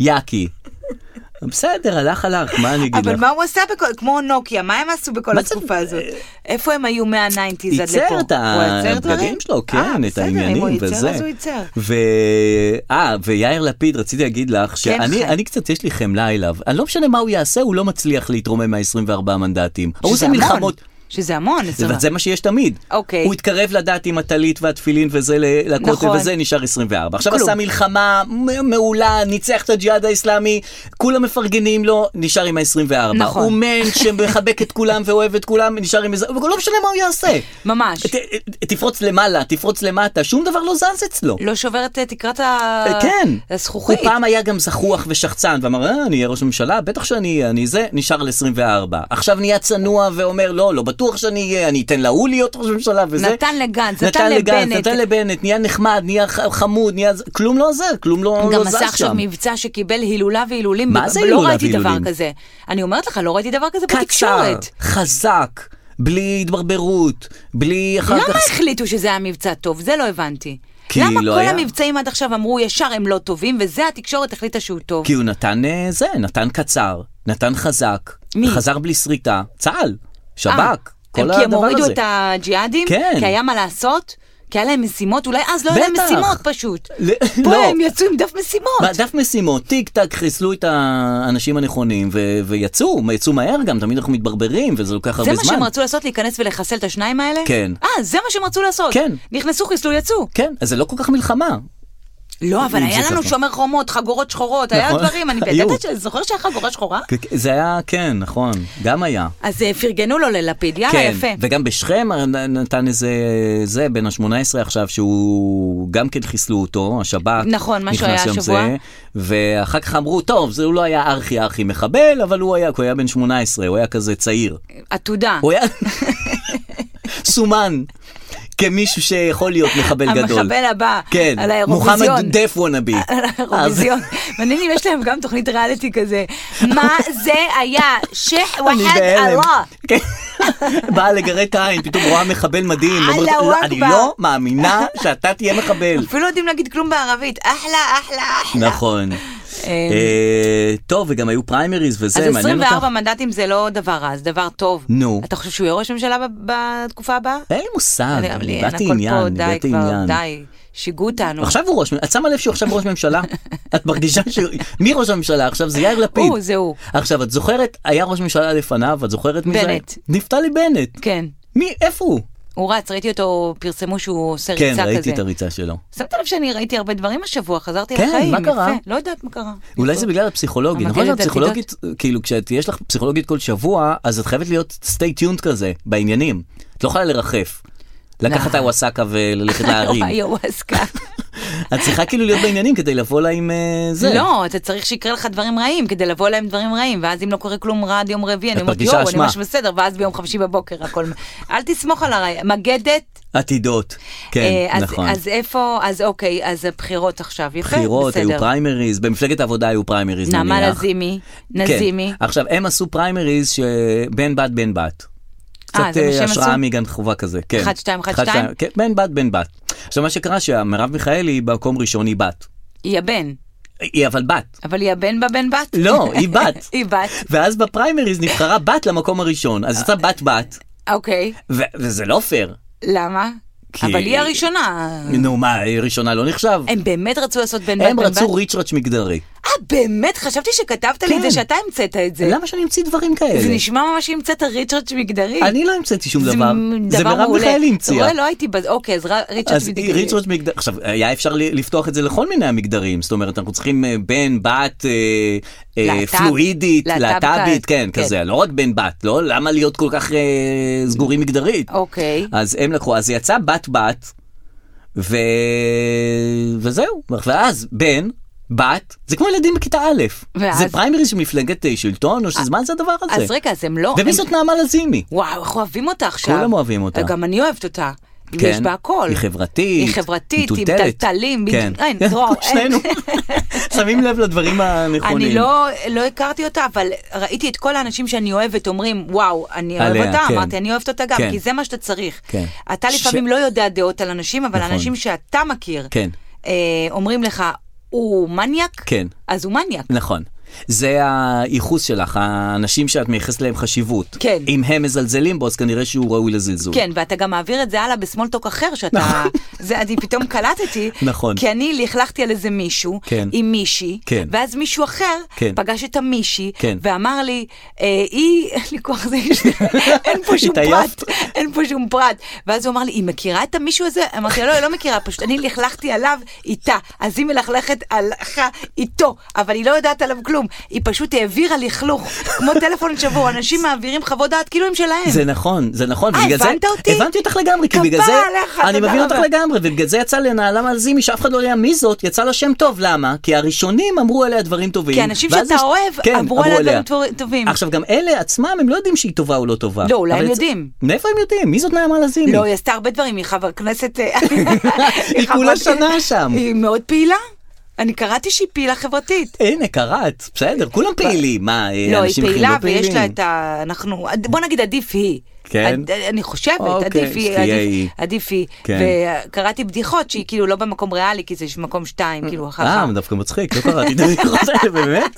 [SPEAKER 2] יאקי. בסדר, הלך הלך, מה אני אגיד
[SPEAKER 1] אבל
[SPEAKER 2] לך?
[SPEAKER 1] מה הוא עשה בכל, כמו נוקיה, מה הם עשו בכל
[SPEAKER 2] מה זה- אה,
[SPEAKER 1] התקופה הזאת? איפה הם היו מהניינטיז עד לפה?
[SPEAKER 2] ייצר את
[SPEAKER 1] הוא יצר דברים?
[SPEAKER 2] הבגדים שלו,
[SPEAKER 1] אה,
[SPEAKER 2] כן, את
[SPEAKER 1] בסדר, אם
[SPEAKER 2] העניינים
[SPEAKER 1] הוא
[SPEAKER 2] וזה.
[SPEAKER 1] ייצר, אז הוא ייצר.
[SPEAKER 2] ו... אה, ויאיר לפיד, רציתי להגיד
[SPEAKER 1] כן,
[SPEAKER 2] לך, שאני
[SPEAKER 1] חיים.
[SPEAKER 2] אני קצת, יש לי חמלה אליו. אני לא משנה מה הוא יעשה, הוא לא מצליח להתרומם מה-24 מנדטים. הוא
[SPEAKER 1] שזה
[SPEAKER 2] עושה
[SPEAKER 1] המון,
[SPEAKER 2] מלחמות.
[SPEAKER 1] שזה המון, זאת אומרת.
[SPEAKER 2] וזה מה שיש תמיד.
[SPEAKER 1] אוקיי.
[SPEAKER 2] הוא התקרב לדת עם הטלית והתפילין וזה ל- לכותל
[SPEAKER 1] נכון.
[SPEAKER 2] וזה, נשאר 24. עכשיו
[SPEAKER 1] כלום.
[SPEAKER 2] עשה מלחמה מ- מעולה, ניצח את הג'יהאד האיסלאמי, כולם מפרגנים לו, נשאר עם ה-24.
[SPEAKER 1] נכון.
[SPEAKER 2] הוא מן שמחבק את כולם ואוהב את כולם, נשאר עם איזה... אבל לא משנה מה הוא יעשה.
[SPEAKER 1] ממש.
[SPEAKER 2] ת, תפרוץ למעלה, תפרוץ למטה, שום דבר לא זז אצלו.
[SPEAKER 1] לא שובר את אה, תקרת ה-
[SPEAKER 2] כן.
[SPEAKER 1] הזכוכית.
[SPEAKER 2] הוא פעם היה גם זחוח ושחצן, ואמר, אה, אני אהיה ראש ממשלה, בטח שאני אהיה, אני זה, נשאר על 24. עכשיו נהיה צנוע ואומר, לא, לא בטוח שאני אהיה, אני אתן להוא להיות ראש ממשלה וזה.
[SPEAKER 1] נתן לגנץ,
[SPEAKER 2] נתן
[SPEAKER 1] נתן
[SPEAKER 2] לגנץ,
[SPEAKER 1] לבנט.
[SPEAKER 2] נתן לבנט, נהיה נחמד, נהיה ח- חמוד, נהיה... זה- כלום לא עוזר, כלום לא
[SPEAKER 1] הוא
[SPEAKER 2] לא
[SPEAKER 1] גם
[SPEAKER 2] זז
[SPEAKER 1] עשה עכשיו
[SPEAKER 2] שם.
[SPEAKER 1] מבצע שקיבל הילולה והילולים.
[SPEAKER 2] מה
[SPEAKER 1] ב-
[SPEAKER 2] זה הילולה
[SPEAKER 1] לא ראיתי דבר
[SPEAKER 2] והילולים?
[SPEAKER 1] כזה. אני אומרת לך, לא ראיתי דבר כזה
[SPEAKER 2] קצר,
[SPEAKER 1] בתקשורת.
[SPEAKER 2] חזק, בלי התברברות, בלי אחר
[SPEAKER 1] למה
[SPEAKER 2] כך...
[SPEAKER 1] החליטו שזה היה מבצע טוב? זה לא הבנתי.
[SPEAKER 2] כי
[SPEAKER 1] למה
[SPEAKER 2] לא
[SPEAKER 1] כל
[SPEAKER 2] היה.
[SPEAKER 1] המבצעים עד עכשיו אמרו ישר הם לא טובים, וזה התקשורת החליטה שהוא טוב?
[SPEAKER 2] כי הוא נתן אה, זה, נתן קצר, נתן חזק,
[SPEAKER 1] מי?
[SPEAKER 2] חזר בלי שריטה, צה"ל,
[SPEAKER 1] אה,
[SPEAKER 2] שב"כ, כל
[SPEAKER 1] כי הם
[SPEAKER 2] הדבר
[SPEAKER 1] הורידו
[SPEAKER 2] הזה.
[SPEAKER 1] את הג'יהאדים?
[SPEAKER 2] כן.
[SPEAKER 1] כי היה מה לעשות? כי היה להם משימות, אולי אז לא היה להם
[SPEAKER 2] בטח.
[SPEAKER 1] משימות פשוט.
[SPEAKER 2] ל-
[SPEAKER 1] פה
[SPEAKER 2] לא.
[SPEAKER 1] הם יצאו עם דף משימות.
[SPEAKER 2] דף משימות, טיק טק, חיסלו את האנשים הנכונים ו- ויצאו, יצאו מהר גם, תמיד אנחנו מתברברים וזה לוקח
[SPEAKER 1] זה
[SPEAKER 2] הרבה
[SPEAKER 1] מה שהם
[SPEAKER 2] זמן.
[SPEAKER 1] רצו לעשות, להיכנס ולחסל את השניים האלה?
[SPEAKER 2] כן.
[SPEAKER 1] אה, זה מה שהם רצו לעשות.
[SPEAKER 2] כן.
[SPEAKER 1] נכנסו, חיסלו, יצאו.
[SPEAKER 2] כן, אז זה לא כל כך מלחמה.
[SPEAKER 1] לא, אבל
[SPEAKER 2] אם
[SPEAKER 1] היה
[SPEAKER 2] זה
[SPEAKER 1] לנו
[SPEAKER 2] ככה.
[SPEAKER 1] שומר חומות, חגורות שחורות, היה
[SPEAKER 2] נכון.
[SPEAKER 1] דברים, אני
[SPEAKER 2] היו.
[SPEAKER 1] יודעת, זוכר שהיה חגורה שחורה?
[SPEAKER 2] כ- זה היה, כן, נכון, גם היה.
[SPEAKER 1] אז אה, פרגנו לו ללפיד, יאללה,
[SPEAKER 2] כן,
[SPEAKER 1] אה, יפה.
[SPEAKER 2] וגם בשכם נתן איזה, זה, בן ה-18 עכשיו, שהוא גם כן חיסלו אותו, השב"כ.
[SPEAKER 1] נכון, משהו
[SPEAKER 2] נכנס
[SPEAKER 1] היה
[SPEAKER 2] שם
[SPEAKER 1] השבוע.
[SPEAKER 2] זה, ואחר כך אמרו, טוב, זה הוא לא היה ארכי ארכי מחבל, אבל הוא היה, כי הוא היה בן 18, הוא היה כזה צעיר.
[SPEAKER 1] עתודה.
[SPEAKER 2] הוא היה סומן כמישהו שיכול להיות מחבל גדול.
[SPEAKER 1] המחבל הבא,
[SPEAKER 2] כן,
[SPEAKER 1] על
[SPEAKER 2] מוחמד
[SPEAKER 1] האירוויזיון.
[SPEAKER 2] דף וונאבי.
[SPEAKER 1] על האירוויזיון. מעניין אם יש להם גם תוכנית ריאליטי כזה. מה זה היה? שייח וואחד אללה.
[SPEAKER 2] באה כן. לגרד את העין, פתאום רואה מחבל מדהים,
[SPEAKER 1] אללה
[SPEAKER 2] אומרת, "לא, אני
[SPEAKER 1] וואכבר."
[SPEAKER 2] לא מאמינה שאתה תהיה מחבל.
[SPEAKER 1] אפילו לא יודעים להגיד כלום בערבית. אחלה, אחלה, אחלה.
[SPEAKER 2] נכון. אה, טוב, וגם היו פריימריז וזה,
[SPEAKER 1] אמ. אז
[SPEAKER 2] מעניין אותך.
[SPEAKER 1] 24 מנדטים זה לא דבר רע, זה דבר טוב.
[SPEAKER 2] נו.
[SPEAKER 1] אתה חושב שהוא יהיה ראש ממשלה ב- בתקופה הבאה?
[SPEAKER 2] אין לי מושג,
[SPEAKER 1] אני-
[SPEAKER 2] אבל
[SPEAKER 1] אין,
[SPEAKER 2] הבאתי
[SPEAKER 1] הכל
[SPEAKER 2] עניין,
[SPEAKER 1] פה, די
[SPEAKER 2] הבאתי
[SPEAKER 1] כבר,
[SPEAKER 2] עניין.
[SPEAKER 1] די, שיגעו אותנו.
[SPEAKER 2] עכשיו הוא ראש, מ- את שמה לב שהוא עכשיו ראש ממשלה? את מרגישה ש... מי ראש הממשלה עכשיו? זה יאיר לפיד.
[SPEAKER 1] הוא, זה הוא.
[SPEAKER 2] עכשיו, את זוכרת, היה ראש ממשלה לפניו, את זוכרת מי זה?
[SPEAKER 1] בנט.
[SPEAKER 2] נפתלי בנט.
[SPEAKER 1] כן.
[SPEAKER 2] מי, איפה הוא?
[SPEAKER 1] הוא רץ, ראיתי אותו, פרסמו שהוא עושה ריצה
[SPEAKER 2] כן,
[SPEAKER 1] כזה.
[SPEAKER 2] ראיתי את הריצה שלו.
[SPEAKER 1] שמת לב שאני ראיתי הרבה דברים השבוע, חזרתי
[SPEAKER 2] כן,
[SPEAKER 1] לחיים,
[SPEAKER 2] מה קרה?
[SPEAKER 1] יפה. לא יודעת מה קרה.
[SPEAKER 2] אולי
[SPEAKER 1] יפה.
[SPEAKER 2] זה בגלל הפסיכולוגי,
[SPEAKER 1] המגן
[SPEAKER 2] נכון?
[SPEAKER 1] הדתית.
[SPEAKER 2] הפסיכולוגית, כאילו כשיש לך פסיכולוגית כל שבוע, אז את חייבת להיות stay tuned כזה, בעניינים. את לא יכולה לרחף. לקחת את
[SPEAKER 1] נכון.
[SPEAKER 2] הווסאקה וללכת
[SPEAKER 1] לא
[SPEAKER 2] להרים.
[SPEAKER 1] וואי, הוואסקה.
[SPEAKER 2] את צריכה כאילו להיות בעניינים כדי לבוא לה עם אה, זה.
[SPEAKER 1] לא, אתה צריך שיקרה לך דברים רעים כדי לבוא אליהם דברים רעים, ואז אם לא קורה כלום רע עד יום רביעי, אני אומרת,
[SPEAKER 2] מרגישה
[SPEAKER 1] יואו, אני
[SPEAKER 2] אשמה."
[SPEAKER 1] ממש בסדר, ואז ביום חמישי בבוקר הכל... אל תסמוך על הרעי... מגדת.
[SPEAKER 2] עתידות. כן,
[SPEAKER 1] אה, אז-
[SPEAKER 2] נכון.
[SPEAKER 1] אז איפה, אז אוקיי, אז הבחירות עכשיו, יפה,
[SPEAKER 2] בחירות, היו
[SPEAKER 1] בסדר.
[SPEAKER 2] פריימריז, במפלגת העבודה היו פריימריז נניח.
[SPEAKER 1] נעמה לזימי, נזימי.
[SPEAKER 2] כן. עכשיו, הם עשו פריימריז שבן בת בן בת.
[SPEAKER 1] אה,
[SPEAKER 2] קצת
[SPEAKER 1] זה מה
[SPEAKER 2] אה,
[SPEAKER 1] שהם
[SPEAKER 2] השראה
[SPEAKER 1] עשו?
[SPEAKER 2] מגן חובה כזה, כן.
[SPEAKER 1] אחד, שתיים, אחד,
[SPEAKER 2] שתיים?
[SPEAKER 1] שתיים?
[SPEAKER 2] כן, בן בת בן בת. עכשיו, מה שקרה שמרב מיכאלי במקום ראשון היא בת.
[SPEAKER 1] היא הבן,
[SPEAKER 2] היא אבל בת.
[SPEAKER 1] אבל היא הבן בבן בת?
[SPEAKER 2] לא, היא בת.
[SPEAKER 1] היא בת,
[SPEAKER 2] ואז בפריימריז נבחרה בת למקום הראשון, אז יצאה בת בת,
[SPEAKER 1] אוקיי.
[SPEAKER 2] ו- וזה לא פייר.
[SPEAKER 1] למה?
[SPEAKER 2] כי-
[SPEAKER 1] אבל היא הראשונה.
[SPEAKER 2] נו מה, היא ראשונה לא נחשב?
[SPEAKER 1] הם באמת רצו לעשות בן בת בן
[SPEAKER 2] הם
[SPEAKER 1] בת?
[SPEAKER 2] רצו ריצ'רץ' מגדרי.
[SPEAKER 1] אה, באמת? חשבתי שכתבת לי את זה
[SPEAKER 2] כן.
[SPEAKER 1] שאתה המצאת את זה.
[SPEAKER 2] למה שאני אמציא דברים כאלה?
[SPEAKER 1] זה נשמע ממש שהמצאת ריצ'רד מגדרי.
[SPEAKER 2] אני לא המצאתי שום
[SPEAKER 1] זה
[SPEAKER 2] דבר.
[SPEAKER 1] מ-
[SPEAKER 2] זה
[SPEAKER 1] דבר
[SPEAKER 2] מרב
[SPEAKER 1] מעולה.
[SPEAKER 2] מיכאלי המציאה.
[SPEAKER 1] רואה, לא הייתי בזה, אוקיי, אז ר- ריצ'רד
[SPEAKER 2] אז
[SPEAKER 1] מגדרי.
[SPEAKER 2] ריצ'רד מגדר, עכשיו היה אפשר ל- לפתוח את זה לכל מיני המגדרים, זאת אומרת אנחנו צריכים אה, בן, בת, אה, אה,
[SPEAKER 1] להט"ב.
[SPEAKER 2] פלואידית,
[SPEAKER 1] להט"ב
[SPEAKER 2] להט"בית, כן,
[SPEAKER 1] כן.
[SPEAKER 2] כזה, לא רק בן בת, לא? למה להיות כל כך אה, סגורים מגדרית?
[SPEAKER 1] אוקיי.
[SPEAKER 2] אז הם לקחו, אז יצא בת בת, ו... וזהו, ואז בן. בת, זה כמו ילדים בכיתה א',
[SPEAKER 1] ואז?
[SPEAKER 2] זה פריימריז של מפלגת אה, שלטון, או שזה מה זה הדבר הזה?
[SPEAKER 1] אז רגע, אז הם לא...
[SPEAKER 2] ומי
[SPEAKER 1] הם-
[SPEAKER 2] זאת נעמה לזימי?
[SPEAKER 1] וואו, איך אוהבים אותה עכשיו.
[SPEAKER 2] כולם אוהבים אותה.
[SPEAKER 1] גם אני אוהבת אותה.
[SPEAKER 2] כן.
[SPEAKER 1] יש בה הכל.
[SPEAKER 2] היא חברתית,
[SPEAKER 1] היא חברתית, היא
[SPEAKER 2] מטולטלת.
[SPEAKER 1] מטלטלים,
[SPEAKER 2] כן.
[SPEAKER 1] בדיוק- אין, דרור, אין.
[SPEAKER 2] שנינו שמים לב לדברים הנכונים.
[SPEAKER 1] אני לא, לא הכרתי אותה, אבל ראיתי את כל האנשים שאני אוהבת אומרים, וואו, אני אוהב
[SPEAKER 2] עליה,
[SPEAKER 1] אותה,
[SPEAKER 2] כן.
[SPEAKER 1] אמרתי, אני אוהבת אותה גם,
[SPEAKER 2] כן.
[SPEAKER 1] כי זה מה שאתה צריך.
[SPEAKER 2] כן.
[SPEAKER 1] אתה לפעמים
[SPEAKER 2] ש-
[SPEAKER 1] לא יודע דעות על אנשים, אבל
[SPEAKER 2] נכון.
[SPEAKER 1] אנשים שאתה מכיר,
[SPEAKER 2] כן.
[SPEAKER 1] אה, אומרים לך, הוא מניאק?
[SPEAKER 2] כן.
[SPEAKER 1] אז הוא מניאק.
[SPEAKER 2] נכון. זה הייחוס שלך, האנשים שאת מייחסת להם חשיבות.
[SPEAKER 1] כן.
[SPEAKER 2] אם הם מזלזלים בו, אז כנראה שהוא ראוי לזלזול.
[SPEAKER 1] כן, ואתה גם מעביר את זה הלאה בסמולטוק אחר שאתה... זה, אני פתאום קלטתי,
[SPEAKER 2] נכון.
[SPEAKER 1] כי אני לכלכתי על איזה מישהו,
[SPEAKER 2] כן.
[SPEAKER 1] עם מישהי,
[SPEAKER 2] כן.
[SPEAKER 1] ואז מישהו אחר
[SPEAKER 2] כן.
[SPEAKER 1] פגש את המישהי,
[SPEAKER 2] כן.
[SPEAKER 1] ואמר לי, אה, היא, אין לי כוח זה, אין פה שום
[SPEAKER 2] התעייפת?
[SPEAKER 1] פרט, אין פה שום פרט. ואז הוא אמר לי, היא מכירה את המישהו הזה? אמרתי, לא, היא לא מכירה, פשוט אני לכלכתי עליו איתה, אז היא מלכלכת עליך איתו, אבל היא לא יודעת עליו כלום, היא פשוט העבירה לכלוך, כמו טלפון שבור, אנשים מעבירים חוות דעת כאילו הם שלהם.
[SPEAKER 2] זה נכון, זה נכון.
[SPEAKER 1] אה,
[SPEAKER 2] ובגלל זה-
[SPEAKER 1] הבנת אותי?
[SPEAKER 2] הבנתי אותך לגמרי, כי
[SPEAKER 1] כפרה
[SPEAKER 2] בגלל זה...
[SPEAKER 1] עליך,
[SPEAKER 2] אני
[SPEAKER 1] תודה
[SPEAKER 2] מבין אותך
[SPEAKER 1] רבה.
[SPEAKER 2] לגמרי, ובגלל זה יצא לנעלה מלזימי, שאף אחד לא יודע מי זאת, יצא לה שם טוב, למה? כי הראשונים אמרו עליה דברים טובים.
[SPEAKER 1] כי אנשים
[SPEAKER 2] ואז
[SPEAKER 1] שאתה
[SPEAKER 2] יש-
[SPEAKER 1] אוהב
[SPEAKER 2] כן,
[SPEAKER 1] אמרו עליה דברים טוב- טובים.
[SPEAKER 2] עכשיו, גם אלה עצמם, הם לא יודעים שהיא טובה או לא טובה.
[SPEAKER 1] לא, אולי
[SPEAKER 2] אבל
[SPEAKER 1] הם
[SPEAKER 2] יצ-
[SPEAKER 1] יודעים.
[SPEAKER 2] מאיפה הם יודעים? מי זאת נעמה לזימי?
[SPEAKER 1] לא, היא עשתה הרבה דברים, היא חבר כנסת... אה,
[SPEAKER 2] היא כולה
[SPEAKER 1] חברת-
[SPEAKER 2] שנה שם.
[SPEAKER 1] היא מאוד פעילה. אני קראתי שהיא פעילה חברתית.
[SPEAKER 2] הנה, קראת, בסדר, כולם פעילים. מה, אה,
[SPEAKER 1] לא, היא
[SPEAKER 2] אנשים אחרים
[SPEAKER 1] פעילה
[SPEAKER 2] לא
[SPEAKER 1] ויש
[SPEAKER 2] פעילים?
[SPEAKER 1] לה את ה... אנחנו... בוא נגיד עדיף היא.
[SPEAKER 2] כן?
[SPEAKER 1] עד- אני חושבת,
[SPEAKER 2] אוקיי,
[SPEAKER 1] עדיף היא,
[SPEAKER 2] שתהיה
[SPEAKER 1] עדיף-
[SPEAKER 2] היא.
[SPEAKER 1] עדיף היא.
[SPEAKER 2] כן.
[SPEAKER 1] וקראתי בדיחות שהיא כאילו לא במקום ריאלי, כי זה מקום שתיים, כאילו אחר
[SPEAKER 2] אה,
[SPEAKER 1] כך.
[SPEAKER 2] דווקא מצחיק, לא קראתי את הבדיחות האלה, באמת?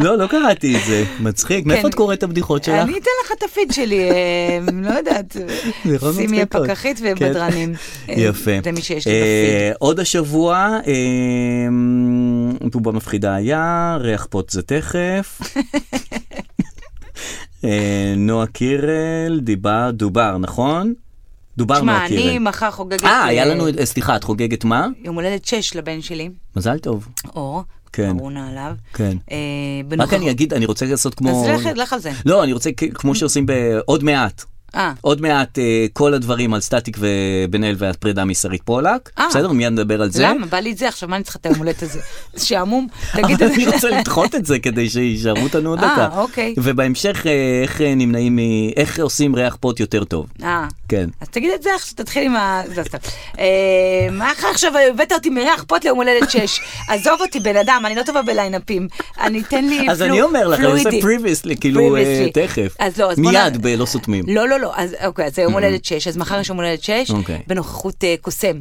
[SPEAKER 2] לא, לא קראתי את זה. מצחיק. מאיפה את קוראת את הבדיחות שלך?
[SPEAKER 1] כן. אני אתן לך את הפיד שלי, אה, לא יודעת.
[SPEAKER 2] זיכרונות
[SPEAKER 1] שימי
[SPEAKER 2] מצחיקות.
[SPEAKER 1] הפקחית
[SPEAKER 2] כן.
[SPEAKER 1] ובדרנים. אה,
[SPEAKER 2] יפה.
[SPEAKER 1] זה מי שיש לי
[SPEAKER 2] אה,
[SPEAKER 1] בפיד.
[SPEAKER 2] עוד השבוע, אה, בובה מפחידה היה, ריח פוט זה תכף. אה, נועה קירל, דיבר, דובר, נכון? דובר
[SPEAKER 1] שמע,
[SPEAKER 2] נועה קירל.
[SPEAKER 1] אני מחר חוגגת...
[SPEAKER 2] אה, היה
[SPEAKER 1] אה,
[SPEAKER 2] לנו, אה, סליחה, את חוגגת מה?
[SPEAKER 1] יום הולדת שש לבן שלי,
[SPEAKER 2] מזל טוב.
[SPEAKER 1] אור,
[SPEAKER 2] כן.
[SPEAKER 1] ארונה עליו.
[SPEAKER 2] כן.
[SPEAKER 1] אה,
[SPEAKER 2] רק
[SPEAKER 1] בנוכח-
[SPEAKER 2] אני אגיד, אני רוצה לעשות כמו...
[SPEAKER 1] אז לך- לך על זה.
[SPEAKER 2] לא, אני רוצה כ- כמו שעושים בעוד מעט.
[SPEAKER 1] אה,
[SPEAKER 2] עוד מעט אה, כל הדברים על סטטיק ובן אל והפרידה משרית פולק.
[SPEAKER 1] אה.
[SPEAKER 2] בסדר? מיד נדבר על זה.
[SPEAKER 1] למה? בא לי את זה עכשיו, מה אני צריכה את היום הולדת הזה? זה שעמום, תגיד
[SPEAKER 2] אבל
[SPEAKER 1] את
[SPEAKER 2] אני
[SPEAKER 1] זה.
[SPEAKER 2] רוצה לדחות את זה כדי שישארו אותנו עוד דקה.
[SPEAKER 1] אה, אוקיי.
[SPEAKER 2] ובהמשך אה, איך אה, נמנעים מ... איך עושים ריח פוט יותר טוב.
[SPEAKER 1] אה.
[SPEAKER 2] כן.
[SPEAKER 1] אז תגיד את זה עכשיו, תתחיל עם ה... זה סתם. אה, מה אחר עכשיו, הבאת אותי מריח פוט ליום הולדת 6. עזוב אותי, בן אדם, אני לא טובה בליינאפים. אני, תן לי
[SPEAKER 2] אז
[SPEAKER 1] פלו-
[SPEAKER 2] אני אומר לך, אני עושה
[SPEAKER 1] פלואידי.
[SPEAKER 2] previously, כאילו, אה,
[SPEAKER 1] Previously.
[SPEAKER 2] תכף.
[SPEAKER 1] אז לא, אז בוא נ-
[SPEAKER 2] מיד בלא סותמים.
[SPEAKER 1] לא, לא, לא, אז אוקיי, אז זה יום הולדת 6, אז מחר יש יום הולדת 6,
[SPEAKER 2] Mm-hmm. אוקיי.
[SPEAKER 1] בנוכחות אה, קוסם.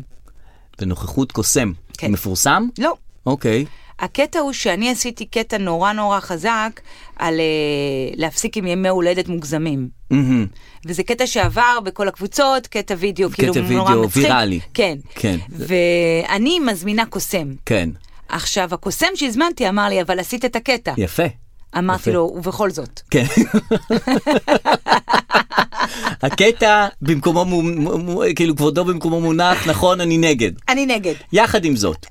[SPEAKER 2] בנוכחות קוסם.
[SPEAKER 1] כן.
[SPEAKER 2] מפורסם?
[SPEAKER 1] לא.
[SPEAKER 2] אוקיי.
[SPEAKER 1] הקטע הוא שאני עשיתי קטע נורא נורא חזק על אה, להפסיק עם ימי הולדת מוגזמים.
[SPEAKER 2] מהמם.
[SPEAKER 1] וזה קטע שעבר בכל הקבוצות, קטע וידאו, כאילו
[SPEAKER 2] קטע
[SPEAKER 1] נורא
[SPEAKER 2] וידאו
[SPEAKER 1] מצחיק.
[SPEAKER 2] ויראלי.
[SPEAKER 1] כן.
[SPEAKER 2] כן.
[SPEAKER 1] ואני מזמינה קוסם.
[SPEAKER 2] כן.
[SPEAKER 1] עכשיו, הקוסם שהזמנתי אמר לי, אבל עשית את הקטע.
[SPEAKER 2] יפה. כן, יפה.
[SPEAKER 1] אמרתי לו, ובכל זאת.
[SPEAKER 2] כן. הקטע במקומו, מו- מו- מו- כאילו כבודו במקומו מונח, נכון, אני נגד.
[SPEAKER 1] אני נגד.
[SPEAKER 2] יחד עם זאת,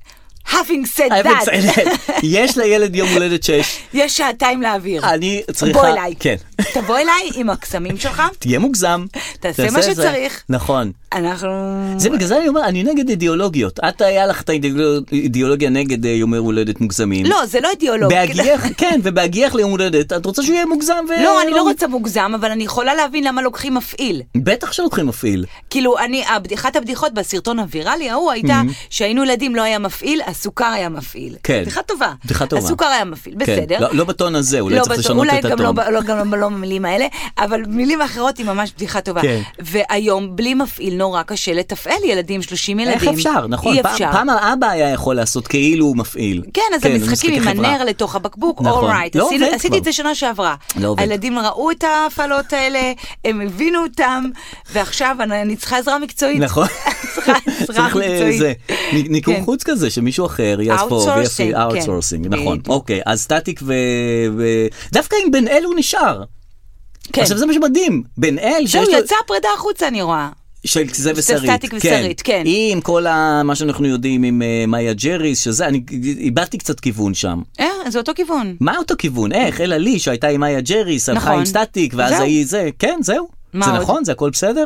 [SPEAKER 1] Having said
[SPEAKER 2] I would
[SPEAKER 1] that,
[SPEAKER 2] say that. יש לילד יום הולדת שש,
[SPEAKER 1] יש שעתיים לאוויר.
[SPEAKER 2] אני צריכה...
[SPEAKER 1] בוא אליי.
[SPEAKER 2] כן.
[SPEAKER 1] תבוא אליי עם הקסמים שלך,
[SPEAKER 2] תהיה מוגזם.
[SPEAKER 1] תעשה מה
[SPEAKER 2] זה.
[SPEAKER 1] שצריך.
[SPEAKER 2] נכון.
[SPEAKER 1] אנחנו...
[SPEAKER 2] זה בגלל זה אני אומר, אני נגד אידיאולוגיות. את היה לך את האידיאולוגיה נגד אה, יומי הולדת מוגזמים.
[SPEAKER 1] לא, זה לא אידיאולוגי.
[SPEAKER 2] בהגיח, כן, ובהגיח ליום הולדת, את רוצה שהוא יהיה מוגזם ו...
[SPEAKER 1] לא, אני לא רוצה מוגזם, אבל אני יכולה להבין למה לוקחים מפעיל.
[SPEAKER 2] בטח שלוקחים מפעיל.
[SPEAKER 1] כאילו, אני, הבד- אחת הבדיחות בסרטון הוויראלי ההוא הייתה שהיינו ילדים, לא היה מפעיל, הסוכר היה מפעיל.
[SPEAKER 2] כן.
[SPEAKER 1] בדיחה טובה.
[SPEAKER 2] בדיחה טובה.
[SPEAKER 1] הסוכר היה מפעיל,
[SPEAKER 2] כן.
[SPEAKER 1] בסדר.
[SPEAKER 2] לא- לא בטון הזה, אולי
[SPEAKER 1] לא,
[SPEAKER 2] צריך
[SPEAKER 1] בטוח,
[SPEAKER 2] לשנות
[SPEAKER 1] אולי
[SPEAKER 2] את
[SPEAKER 1] גם
[SPEAKER 2] הטון.
[SPEAKER 1] לא, לא, גם לא, לא במילים האלה, אבל מילים אחרות היא ממש בדיחה טובה.
[SPEAKER 2] כן.
[SPEAKER 1] והיום, בלי מפעיל, נורא קשה לתפעל ילדים, 30 ילדים.
[SPEAKER 2] איך אפשר, נכון.
[SPEAKER 1] אי
[SPEAKER 2] פעם-
[SPEAKER 1] אפשר.
[SPEAKER 2] פעם האבא היה יכול לעשות כאילו הוא מפעיל.
[SPEAKER 1] כן, אז המשחקים
[SPEAKER 2] משחקי
[SPEAKER 1] עם
[SPEAKER 2] חברה.
[SPEAKER 1] הנר לתוך הבקבוק,
[SPEAKER 2] נכון.
[SPEAKER 1] אורייט.
[SPEAKER 2] לא עובד
[SPEAKER 1] עשיתי
[SPEAKER 2] כבר.
[SPEAKER 1] את זה שנה שעברה.
[SPEAKER 2] לא עובד.
[SPEAKER 1] הילדים ראו את ההפעלות האלה, הם הבינו אותם, ועכשיו אני אני צריכה עזרה מקצועית.
[SPEAKER 2] נכון.
[SPEAKER 1] צריכה עזרה
[SPEAKER 2] צריך לזה,
[SPEAKER 1] מקצועית.
[SPEAKER 2] נ- ניקור
[SPEAKER 1] כן.
[SPEAKER 2] חוץ כזה שמישהו אחר יעבור
[SPEAKER 1] Outsourcing,
[SPEAKER 2] ויפעיל
[SPEAKER 1] כן.
[SPEAKER 2] אאוטסורסינג, נכון,
[SPEAKER 1] בדיוק.
[SPEAKER 2] אוקיי, אז סטטיק ו... ו- דווקא עם בן אל הוא נשאר.
[SPEAKER 1] כן.
[SPEAKER 2] עכשיו זה מה שמדהים, בן אל שיש
[SPEAKER 1] זהו,
[SPEAKER 2] לו...
[SPEAKER 1] יצאה הפרידה החוצה, אני רואה.
[SPEAKER 2] של זה ושרית,
[SPEAKER 1] סטטיק ושרית, כן.
[SPEAKER 2] היא עם כל ה... מה שאנחנו יודעים עם אה, מאיה ג'ריס, שזה, אני איבדתי קצת כיוון שם.
[SPEAKER 1] אה, זה אותו כיוון.
[SPEAKER 2] מה אותו כיוון? איך? אלה לי שהייתה עם מאיה ג'ריס, הלכה
[SPEAKER 1] נכון.
[SPEAKER 2] עם סטטיק, ואז
[SPEAKER 1] זהו.
[SPEAKER 2] היא זה, כן, זהו.
[SPEAKER 1] מה
[SPEAKER 2] זה
[SPEAKER 1] עוד?
[SPEAKER 2] נכון? זה הכל בסדר?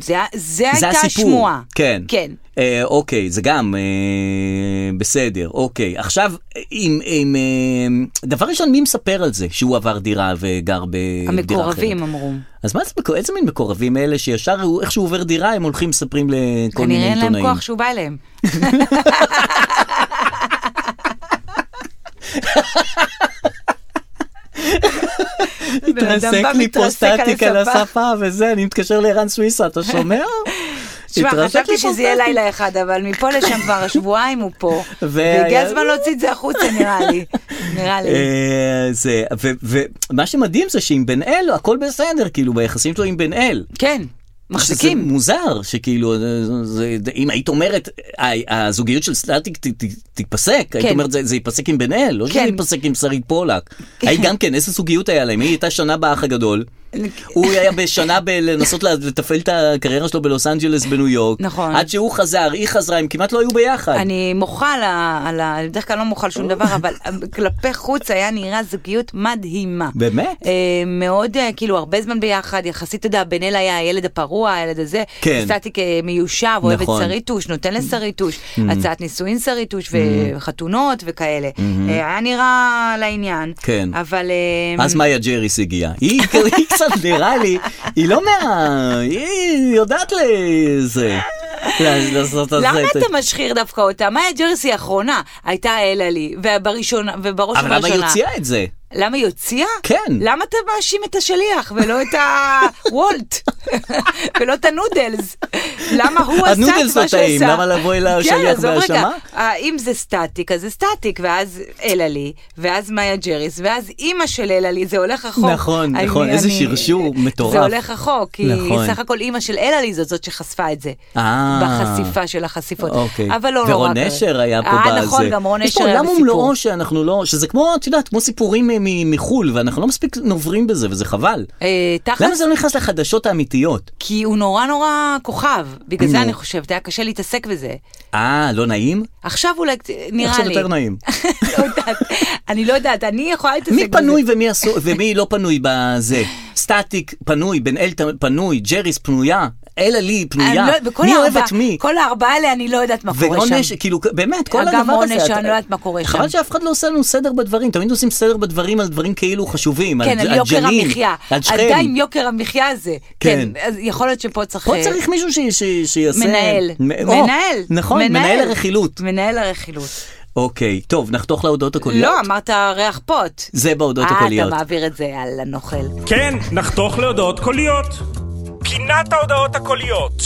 [SPEAKER 1] זה ה- זה
[SPEAKER 2] זה
[SPEAKER 1] הייתה
[SPEAKER 2] הסיפור.
[SPEAKER 1] השמועה.
[SPEAKER 2] כן.
[SPEAKER 1] כן.
[SPEAKER 2] אה, אוקיי, זה גם אה, בסדר, אוקיי. עכשיו, עם, עם, אה, דבר ראשון, מי מספר על זה שהוא עבר דירה וגר בדירה אחרת?
[SPEAKER 1] המקורבים אמרו.
[SPEAKER 2] אז מה זה, מקור- איזה מין מקורבים אלה שישר, הוא- איך שהוא עובר דירה, הם הולכים מספרים לכל מיני
[SPEAKER 1] כנראה אין להם
[SPEAKER 2] עיתונאים.
[SPEAKER 1] כוח שהוא בא אליהם. בן אדם
[SPEAKER 2] התרסק
[SPEAKER 1] בא,
[SPEAKER 2] לי פה
[SPEAKER 1] מתרסק על
[SPEAKER 2] סטטיק על
[SPEAKER 1] הספה.
[SPEAKER 2] השפה וזה, אני מתקשר לערן סוויסה, אתה שומע?
[SPEAKER 1] תשמע,
[SPEAKER 2] התרסק לי
[SPEAKER 1] חשבתי
[SPEAKER 2] פה
[SPEAKER 1] שזה יהיה
[SPEAKER 2] סטטיק.
[SPEAKER 1] לילה אחד, אבל מפה לשם כבר השבועיים הוא פה.
[SPEAKER 2] והיה-
[SPEAKER 1] והגיע הזמן להוציא את זה החוצה, נראה לי. נראה לי.
[SPEAKER 2] אה, זה, ו- ומה שמדהים זה שעם בן אל הכל בסדר, כאילו ביחסים שלו עם בן אל.
[SPEAKER 1] כן,
[SPEAKER 2] שזה
[SPEAKER 1] מחזיקים.
[SPEAKER 2] מוזר, שכאילו, זה- זה- אם היית אומרת, ה- הזוגיות של סטטיק ת- ת- תיפסק, היית
[SPEAKER 1] כן.
[SPEAKER 2] אומרת, זה זה ייפסק עם בן אל, לא שזה
[SPEAKER 1] כן.
[SPEAKER 2] ייפסק עם שרית פולק. היית גם כן, איזה זוגיות היה להם? היא הייתה שנה באח הגדול, הוא היה בשנה בלנסות לה- לתפעל את הקריירה שלו בלוס אנג'לס בניו יורק.
[SPEAKER 1] נכון.
[SPEAKER 2] עד שהוא חזר, היא חזרה, הם כמעט לא היו ביחד.
[SPEAKER 1] אני מוחה על ה... על ה- בדרך כלל לא מוחה על שום דבר, אבל כלפי חוץ היה נראה זוגיות מדהימה.
[SPEAKER 2] באמת?
[SPEAKER 1] אה, מאוד, אה, כאילו, הרבה זמן ביחד, יחסית, אתה יודע, בן אל היה הילד הפרוע, הילד הזה.
[SPEAKER 2] כן.
[SPEAKER 1] סטטיק אה, מיושב, אוהב את
[SPEAKER 2] נכון. Mm-hmm.
[SPEAKER 1] שריטוש, נותן לשריטוש, הצעת נישואין שריטוש, וחתונות וכאלה. אה, היה נראה לעניין.
[SPEAKER 2] Mm-hmm. כן.
[SPEAKER 1] אבל... אה,
[SPEAKER 2] אז מאיה ג'ריס הגיעה. היא היא קצת נראה לי, היא לא מה... היא יודעת לזה. לעשות את
[SPEAKER 1] למה
[SPEAKER 2] זה.
[SPEAKER 1] אתה משחיר דווקא אותה? מאיה ג'רסי האחרונה הייתה אלה לי, ובראשונה, ובראש
[SPEAKER 2] אבל למה
[SPEAKER 1] ובראשונה.
[SPEAKER 2] היא הוציאה את זה?
[SPEAKER 1] למה היא הוציאה?
[SPEAKER 2] כן.
[SPEAKER 1] למה אתה מאשים את השליח ולא את הוולט? ולא את הנודלס? למה הוא עשה את מה שהוא עשה?
[SPEAKER 2] הנודלס לא טעים, למה לבוא אל השליח
[SPEAKER 1] כן, עזוב רגע,
[SPEAKER 2] בהאשמה?
[SPEAKER 1] אה, אם זה סטטיק, אז זה סטטיק, ואז אלה לי, ואז מאיה ג'ריס, ואז אימא של אלה לי, זה הולך רחוק.
[SPEAKER 2] נכון,
[SPEAKER 1] אני-
[SPEAKER 2] נכון, איזה
[SPEAKER 1] אני-
[SPEAKER 2] שרשור מטורף.
[SPEAKER 1] זה הולך רחוק, כי
[SPEAKER 2] נכון.
[SPEAKER 1] סך הכל אימא של אלה לי זאת זאת שחשפה את זה.
[SPEAKER 2] אה.
[SPEAKER 1] בחשיפה של החשיפות.
[SPEAKER 2] אוקיי.
[SPEAKER 1] אבל לא, לא רק.
[SPEAKER 2] ורון אשר היה פה בזה.
[SPEAKER 1] אה, נכון, גם רון
[SPEAKER 2] יש פה
[SPEAKER 1] אשר היה
[SPEAKER 2] עולם
[SPEAKER 1] בסיפור.
[SPEAKER 2] ומלואו שאנחנו לא, שזה כמו, את יודעת, כמו סיפורים מ- מ- מחו"ל, ואנחנו לא מספיק נוברים בזה, וזה חבל.
[SPEAKER 1] אה,
[SPEAKER 2] למה
[SPEAKER 1] תכלס,
[SPEAKER 2] זה לא נכנס לחדשות האמיתיות?
[SPEAKER 1] כי הוא נורא נורא כוכב, בגלל זה
[SPEAKER 2] נו.
[SPEAKER 1] אני חושבת, היה קשה להתעסק בזה.
[SPEAKER 2] אה, לא נעים?
[SPEAKER 1] עכשיו אולי, קצת- נראה לי.
[SPEAKER 2] עכשיו יותר נעים.
[SPEAKER 1] לא יודעת, אני לא יודעת, אני יכולה להתעסק בזה.
[SPEAKER 2] מי פנוי ומי, אסור, ומי לא פנוי בזה? סטטיק פנוי, בן אל ת- פנוי, ג'ריס פנויה, אלה לי
[SPEAKER 1] אני
[SPEAKER 2] פנויה.
[SPEAKER 1] לא- וכל
[SPEAKER 2] מי אוהב
[SPEAKER 1] הארבעה-
[SPEAKER 2] את מי?
[SPEAKER 1] כל הארבעה האלה, אני לא יודעת מה קורה שם.
[SPEAKER 2] ועונש, כאילו, באמת, כל
[SPEAKER 1] גם
[SPEAKER 2] הדבר הזה.
[SPEAKER 1] עונש,
[SPEAKER 2] אתה-
[SPEAKER 1] אני לא יודעת מה קורה
[SPEAKER 2] חבל
[SPEAKER 1] שם.
[SPEAKER 2] שאף אחד לא עושה לנו סדר בדברים, תמיד עושים סדר בדברים על דברים כאילו חשובים.
[SPEAKER 1] כן, על יוקר
[SPEAKER 2] ג'נין,
[SPEAKER 1] המחיה.
[SPEAKER 2] על שכם.
[SPEAKER 1] עדיין יוקר המחיה הזה.
[SPEAKER 2] כן.
[SPEAKER 1] כן. אז יכול להיות שפה צריך...
[SPEAKER 2] פה
[SPEAKER 1] אה,
[SPEAKER 2] צריך מישהו ש- ש- שיעשה...
[SPEAKER 1] מנהל.
[SPEAKER 2] מ- או,
[SPEAKER 1] מנהל.
[SPEAKER 2] נכון, מנהל הרכילות.
[SPEAKER 1] מנהל הרכילות.
[SPEAKER 2] אוקיי, טוב, נחתוך להודעות הקוליות.
[SPEAKER 1] לא, אמרת ריח פוט.
[SPEAKER 2] זה בהודעות
[SPEAKER 1] אה,
[SPEAKER 2] הקוליות.
[SPEAKER 1] אתה מעביר את זה, יאללה, נוכל.
[SPEAKER 5] כן, נחתוך להודעות קוליות. פינת ההודעות הקוליות.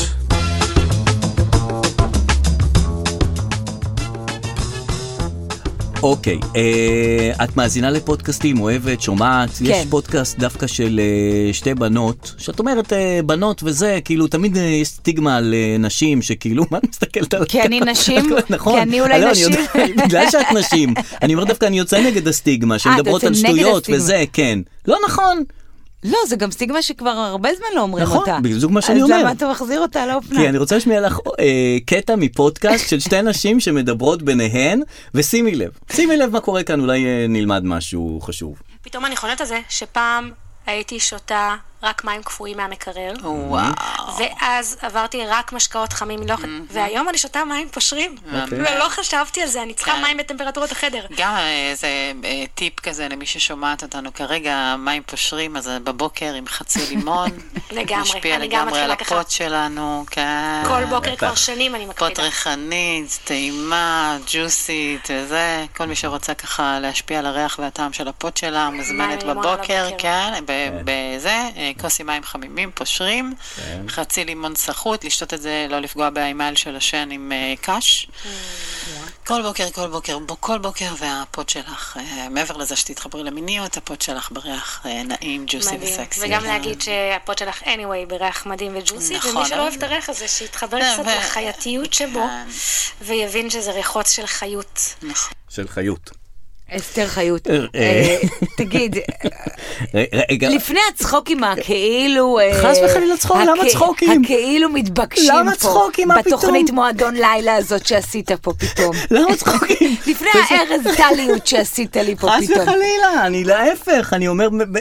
[SPEAKER 2] אוקיי, אה, את מאזינה לפודקאסטים, אוהבת, שומעת, כן. יש פודקאסט דווקא של אה, שתי בנות, שאת אומרת אה, בנות וזה, כאילו תמיד אה, יש סטיגמה על אה, נשים, שכאילו, מה את מסתכלת על
[SPEAKER 1] כי אני נשים?
[SPEAKER 2] נכון.
[SPEAKER 1] כי אני אולי
[SPEAKER 2] אה, לא,
[SPEAKER 1] נשים?
[SPEAKER 2] אני יודע, בגלל שאת נשים. אני אומר דווקא, אני יוצא נגד הסטיגמה, שמדברות
[SPEAKER 1] אה, יוצא
[SPEAKER 2] על
[SPEAKER 1] נגד
[SPEAKER 2] שטויות
[SPEAKER 1] הסטיגמה.
[SPEAKER 2] וזה, כן. לא נכון,
[SPEAKER 1] לא, זה גם סטיגמה שכבר הרבה זמן לא אומרים
[SPEAKER 2] נכון,
[SPEAKER 1] אותה.
[SPEAKER 2] בדיוק מה שאני אומר.
[SPEAKER 1] אז למה אתה מחזיר אותה לאופנה?
[SPEAKER 2] כי אני רוצה להשמיע לך אה, קטע מפודקאסט של שתי נשים שמדברות ביניהן, ושימי לב, שימי לב מה קורה כאן, אולי אה, נלמד משהו חשוב.
[SPEAKER 6] פתאום אני חולמת על זה שפעם הייתי שותה רק מים קפואים מהמקרר.
[SPEAKER 7] וואו,
[SPEAKER 6] ואז עברתי רק משקאות חמים, לא... והיום אני שותה מים פושרים. ולא חשבתי על זה, אני צריכה
[SPEAKER 7] כן.
[SPEAKER 6] מים בטמפרטורת החדר.
[SPEAKER 7] גם איזה אה, טיפ כזה למי ששומעת אותנו כרגע, מים פושרים, אז אה, בבוקר עם חצי לימון.
[SPEAKER 6] לגמרי,
[SPEAKER 7] משפיע
[SPEAKER 6] אני גם
[SPEAKER 7] לגמרי על
[SPEAKER 6] מתחילה ככה.
[SPEAKER 7] הפוט שלנו, כן.
[SPEAKER 6] כל בוקר כבר שנים אני מקפידה.
[SPEAKER 7] פוט ריחנית, טעימה, ג'וסית וזה. כל מי שרוצה ככה להשפיע על הריח והטעם של הפוט שלה, מוזמנת
[SPEAKER 6] לימון על
[SPEAKER 7] בבוקר,
[SPEAKER 6] הבוקר.
[SPEAKER 7] כן, ב- בזה, אה, כוס עם מים חמימים, פושרים, חצי לימון סחוט, לשתות את זה, לא לפגוע בעמל של השן עם אה, קש.
[SPEAKER 6] Mm.
[SPEAKER 7] כל בוקר, כל בוקר, בו- כל בוקר, והפוד שלך, אה, מעבר לזה שתתחברי למיניות, הפוד שלך בריח אה, נעים, ג'וסי
[SPEAKER 6] מדהים.
[SPEAKER 7] וסקסי.
[SPEAKER 6] וגם להגיד שהפוד שלך anyway בריח מדהים וג'וסי,
[SPEAKER 7] נכון,
[SPEAKER 6] ומי שלא
[SPEAKER 7] אבל-
[SPEAKER 6] אוהב את הריח הזה, שיתחבר
[SPEAKER 7] כן,
[SPEAKER 6] קצת
[SPEAKER 7] ו-
[SPEAKER 6] לחייתיות שבו,
[SPEAKER 7] כן.
[SPEAKER 6] ויבין שזה ריחות של חיות.
[SPEAKER 7] נכון.
[SPEAKER 2] של חיות.
[SPEAKER 1] אסתר חיות.
[SPEAKER 2] אה,
[SPEAKER 1] אה, תגיד,
[SPEAKER 2] רגע,
[SPEAKER 1] לפני הצחוקים הכאילו... אה,
[SPEAKER 2] חס וחלילה צחוק, למה
[SPEAKER 1] הכ-
[SPEAKER 2] צחוקים?
[SPEAKER 1] הכאילו מתבקשים פה.
[SPEAKER 2] למה צחוקים? מה פתאום?
[SPEAKER 1] בתוכנית מועדון לילה הזאת שעשית פה פתאום.
[SPEAKER 2] למה צחוקים?
[SPEAKER 1] לפני הארז טליות שעשית לי פה
[SPEAKER 2] חס
[SPEAKER 1] פתאום.
[SPEAKER 2] וחלילה, אני להפך, אני אומר, מ- מ-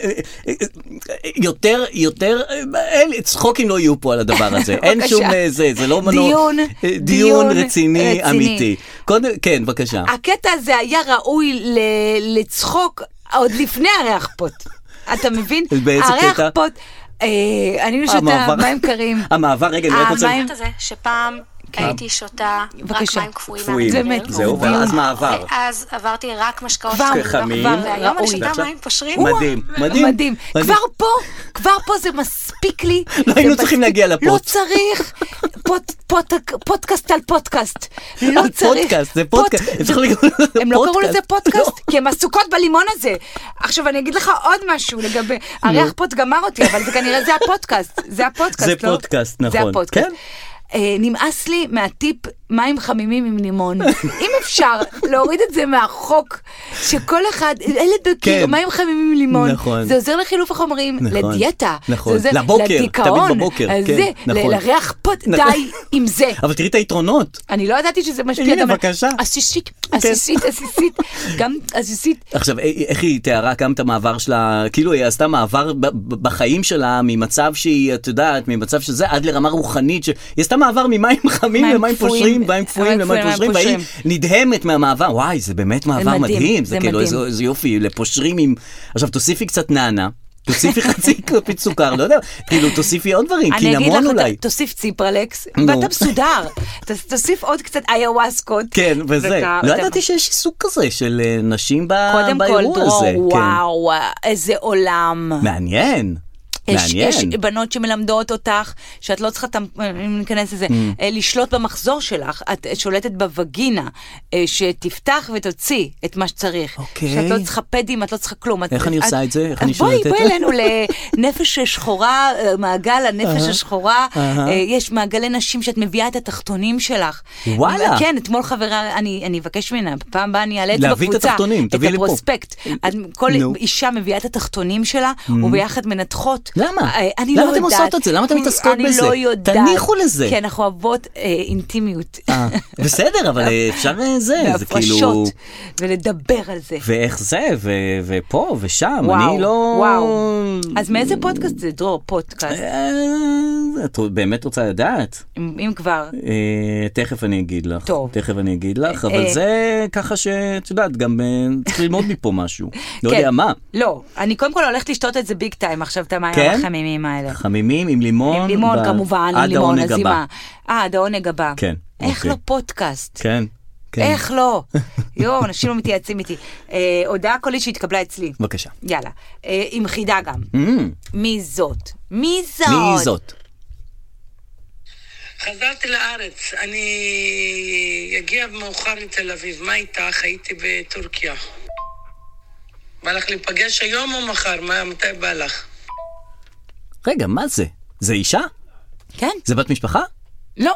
[SPEAKER 2] יותר, יותר, אין, צחוקים לא יהיו פה על הדבר הזה, אין
[SPEAKER 1] בבקשה.
[SPEAKER 2] שום אה, זה, זה לא מנוע-
[SPEAKER 1] דיון,
[SPEAKER 2] אה, דיון
[SPEAKER 1] דיון
[SPEAKER 2] רציני
[SPEAKER 1] רציני.
[SPEAKER 2] אמיתי. קודם, כן, בבקשה.
[SPEAKER 1] הקטע הזה היה ראוי ל- לצחוק עוד לפני הריח פוט. אתה מבין?
[SPEAKER 2] באיזה
[SPEAKER 1] הריח
[SPEAKER 2] קטע?
[SPEAKER 1] פוט, אה, אני שותה
[SPEAKER 2] המעבר-
[SPEAKER 1] מים קרים.
[SPEAKER 2] המעבר, רגע, אני רק רוצה...
[SPEAKER 1] המים-
[SPEAKER 6] את הזה שפעם הייתי שותה רק
[SPEAKER 1] בבקשה.
[SPEAKER 6] מים קפואים
[SPEAKER 2] קפואים.
[SPEAKER 1] באמת,
[SPEAKER 2] זהו,
[SPEAKER 1] דיון.
[SPEAKER 2] ואז מעבר.
[SPEAKER 6] ואז עברתי רק משקאות
[SPEAKER 1] כבר,
[SPEAKER 6] חמים,
[SPEAKER 2] חמים.
[SPEAKER 6] לא- והיום
[SPEAKER 1] ראוי.
[SPEAKER 6] אני שותה
[SPEAKER 2] עכשיו-
[SPEAKER 6] מים פושרים.
[SPEAKER 2] מדהים, מדהים.
[SPEAKER 1] מדהים. כבר פה, כבר פה זה מספיק לי.
[SPEAKER 2] לא
[SPEAKER 1] זה
[SPEAKER 2] היינו צריכים
[SPEAKER 1] מספיק-
[SPEAKER 2] להגיע לפוט.
[SPEAKER 1] לא צריך פוט- פוט- פודקאסט על פודקאסט. לא
[SPEAKER 2] על
[SPEAKER 1] צריך.
[SPEAKER 2] פודקאסט, זה
[SPEAKER 1] פוד-
[SPEAKER 2] פודקאסט. אפשר לקרוא לזה
[SPEAKER 1] הם לא קראו
[SPEAKER 2] פודקאסט.
[SPEAKER 1] לזה פודקאסט, כי הן עסוקות בלימון הזה. עכשיו אני אגיד לך עוד משהו לגבי, הריח פוט גמר אותי, אבל זה כנראה זה הפודקאסט, זה הפודקאסט,
[SPEAKER 2] זה
[SPEAKER 1] לא?
[SPEAKER 2] פודקאסט, נכון.
[SPEAKER 1] זה הפודקאסט.
[SPEAKER 2] כן.
[SPEAKER 1] אה, נמאס לי מהטיפ מים חמימים עם לימון. אם אפשר להוריד את זה מהחוק, שכל אחד, אלה
[SPEAKER 2] כן.
[SPEAKER 1] דקים, מים חמימים עם לימון.
[SPEAKER 2] נכון.
[SPEAKER 1] זה עוזר לחילוף החומרים,
[SPEAKER 2] נכון.
[SPEAKER 1] לדיאטה.
[SPEAKER 2] נכון.
[SPEAKER 1] זה עוזר
[SPEAKER 2] לבוקר, תמיד
[SPEAKER 1] לדיכאון,
[SPEAKER 2] בבוקר,
[SPEAKER 1] אז
[SPEAKER 2] כן,
[SPEAKER 1] זה,
[SPEAKER 2] נכון.
[SPEAKER 1] ל- לריח פוט,
[SPEAKER 2] נכון.
[SPEAKER 1] די עם זה.
[SPEAKER 2] אבל תראי את היתרונות.
[SPEAKER 1] אני לא ידעתי שזה משפיע
[SPEAKER 2] הנה,
[SPEAKER 1] גם... על-
[SPEAKER 2] בבקשה. כן.
[SPEAKER 1] עסיסית, עסיסית, עסיסית, גם עסיסית.
[SPEAKER 2] עכשיו, א- איך היא תיארה גם את המעבר שלה, כאילו היא עשתה מעבר ב- ב- בחיים שלה ממצב שהיא, את יודעת, ממצב שזה, עד לרמה רוחנית, שהיא עשתה מעבר ממים חמים
[SPEAKER 1] מים
[SPEAKER 2] למים
[SPEAKER 1] קפואים.
[SPEAKER 2] פושרים, מים קפואים
[SPEAKER 1] מים
[SPEAKER 2] למים
[SPEAKER 1] קפואים,
[SPEAKER 2] פושרים,
[SPEAKER 1] מים
[SPEAKER 2] והיא נדהמת מהמעבר, וואי, זה באמת מעבר
[SPEAKER 1] מדהים,
[SPEAKER 2] מדהים, זה
[SPEAKER 1] זה
[SPEAKER 2] כאילו
[SPEAKER 1] מדהים.
[SPEAKER 2] איזה איזה יופי, לפושרים עם... עכשיו, תוסיפי קצת נענה. תוסיפי חצי כפית סוכר, לא יודע, כאילו תוסיפי עוד דברים,
[SPEAKER 1] אני אגיד לך,
[SPEAKER 2] קינמון אולי.
[SPEAKER 1] ת- תוסיף ציפרלקס,
[SPEAKER 2] נו.
[SPEAKER 1] ואתה מסודר. ת- תוסיף עוד קצת איוואסקות.
[SPEAKER 2] כן, וזה.
[SPEAKER 1] וכ-
[SPEAKER 2] לא
[SPEAKER 1] וכ-
[SPEAKER 2] ידעתי שיש עיסוק כזה של אה, נשים ב-
[SPEAKER 1] קודם כל,
[SPEAKER 2] באירוע
[SPEAKER 1] דרור,
[SPEAKER 2] הזה. כן.
[SPEAKER 1] וואו, איזה עולם.
[SPEAKER 2] מעניין.
[SPEAKER 1] יש,
[SPEAKER 2] מעניין.
[SPEAKER 1] יש בנות שמלמדות אותך, שאת לא צריכה, טמפ- אם ניכנס
[SPEAKER 2] Mm.
[SPEAKER 1] לזה, אה, לשלוט במחזור שלך, את שולטת בווגינה, אה, שתפתח ותוציא את מה שצריך.
[SPEAKER 2] אוקיי.
[SPEAKER 1] שאת לא צריכה פדים, את לא צריכה כלום. את-
[SPEAKER 2] איך אני
[SPEAKER 1] את-
[SPEAKER 2] עושה את זה? איך
[SPEAKER 1] אז
[SPEAKER 2] אני שולטת?
[SPEAKER 1] בואי, בואי אלינו לנפש שחורה, אה, מעגל הנפש השחורה.
[SPEAKER 2] אהה.
[SPEAKER 1] אה, יש מעגלי נשים שאת מביאה את התחתונים שלך.
[SPEAKER 2] וואלה.
[SPEAKER 1] כן, אתמול חברה, אני אני אבקש ממנה, בפעם הבאה אני אעלה את זה בקבוצה.
[SPEAKER 2] להביא את התחתונים, תביאי לי פה.
[SPEAKER 1] הפרוספקט. את- כל
[SPEAKER 2] נו. Mm.
[SPEAKER 1] אישה מביאה את התחתונים שלה, וביחד מנתחות.
[SPEAKER 2] למה?
[SPEAKER 1] אה, אני לא
[SPEAKER 2] למה
[SPEAKER 1] יודעת.
[SPEAKER 2] אתם עושות את זה? למה אתם מתעסקות בזה?
[SPEAKER 1] אני לא יודעת.
[SPEAKER 2] תניחו לזה.
[SPEAKER 1] כי אנחנו אוהבות אה, אינטימיות.
[SPEAKER 2] אה, בסדר, אבל אה, אפשר אה, זה, זה כאילו...
[SPEAKER 1] והפרשות, ולדבר על זה.
[SPEAKER 2] ואיך זה, ו- ופה ושם,
[SPEAKER 1] וואו,
[SPEAKER 2] אני לא...
[SPEAKER 1] וואו. אז מאיזה פודקאסט זה, דרור? פודקאסט,
[SPEAKER 2] אה, את באמת רוצה לדעת?
[SPEAKER 1] אם אם כבר.
[SPEAKER 2] אה, תכף אני אגיד לך.
[SPEAKER 1] טוב.
[SPEAKER 2] תכף אני אגיד לך, אבל
[SPEAKER 1] אה.
[SPEAKER 2] זה ככה שאת יודעת, גם אה, צריך ללמוד מפה משהו. לא
[SPEAKER 1] כן.
[SPEAKER 2] יודע מה.
[SPEAKER 1] לא, אני קודם כל הולכת לשתות את זה ביג טיים עכשיו, את המים
[SPEAKER 2] כן?
[SPEAKER 1] החמימים האלה.
[SPEAKER 2] חמימים עם לימון.
[SPEAKER 1] עם לימון
[SPEAKER 2] ב-
[SPEAKER 1] כמובן, עם
[SPEAKER 2] עד
[SPEAKER 1] לימון,
[SPEAKER 2] העונג
[SPEAKER 1] אז עם
[SPEAKER 2] הבא.
[SPEAKER 1] ה... אה, עד העונג הבא.
[SPEAKER 2] כן,
[SPEAKER 1] איך
[SPEAKER 2] אוקיי.
[SPEAKER 1] לא פודקאסט?
[SPEAKER 2] כן. כן.
[SPEAKER 1] איך לא? יואו, אנשים לא מתייעצים איתי. אה, הודעה קולית שהתקבלה אצלי.
[SPEAKER 2] בבקשה.
[SPEAKER 1] יאללה. אה, עם חידה גם.
[SPEAKER 2] Mm,
[SPEAKER 1] מי זאת? מי זאת?
[SPEAKER 2] מי זאת?
[SPEAKER 8] חזרתי לארץ, אני אגיע מאוחר לתל אביב. מה איתך? הייתי בטורקיה. בא לך להיפגש היום או מחר? מה, מתי בא לך?
[SPEAKER 2] רגע, מה זה? זה אישה?
[SPEAKER 1] כן?
[SPEAKER 2] זה בת משפחה?
[SPEAKER 1] לא.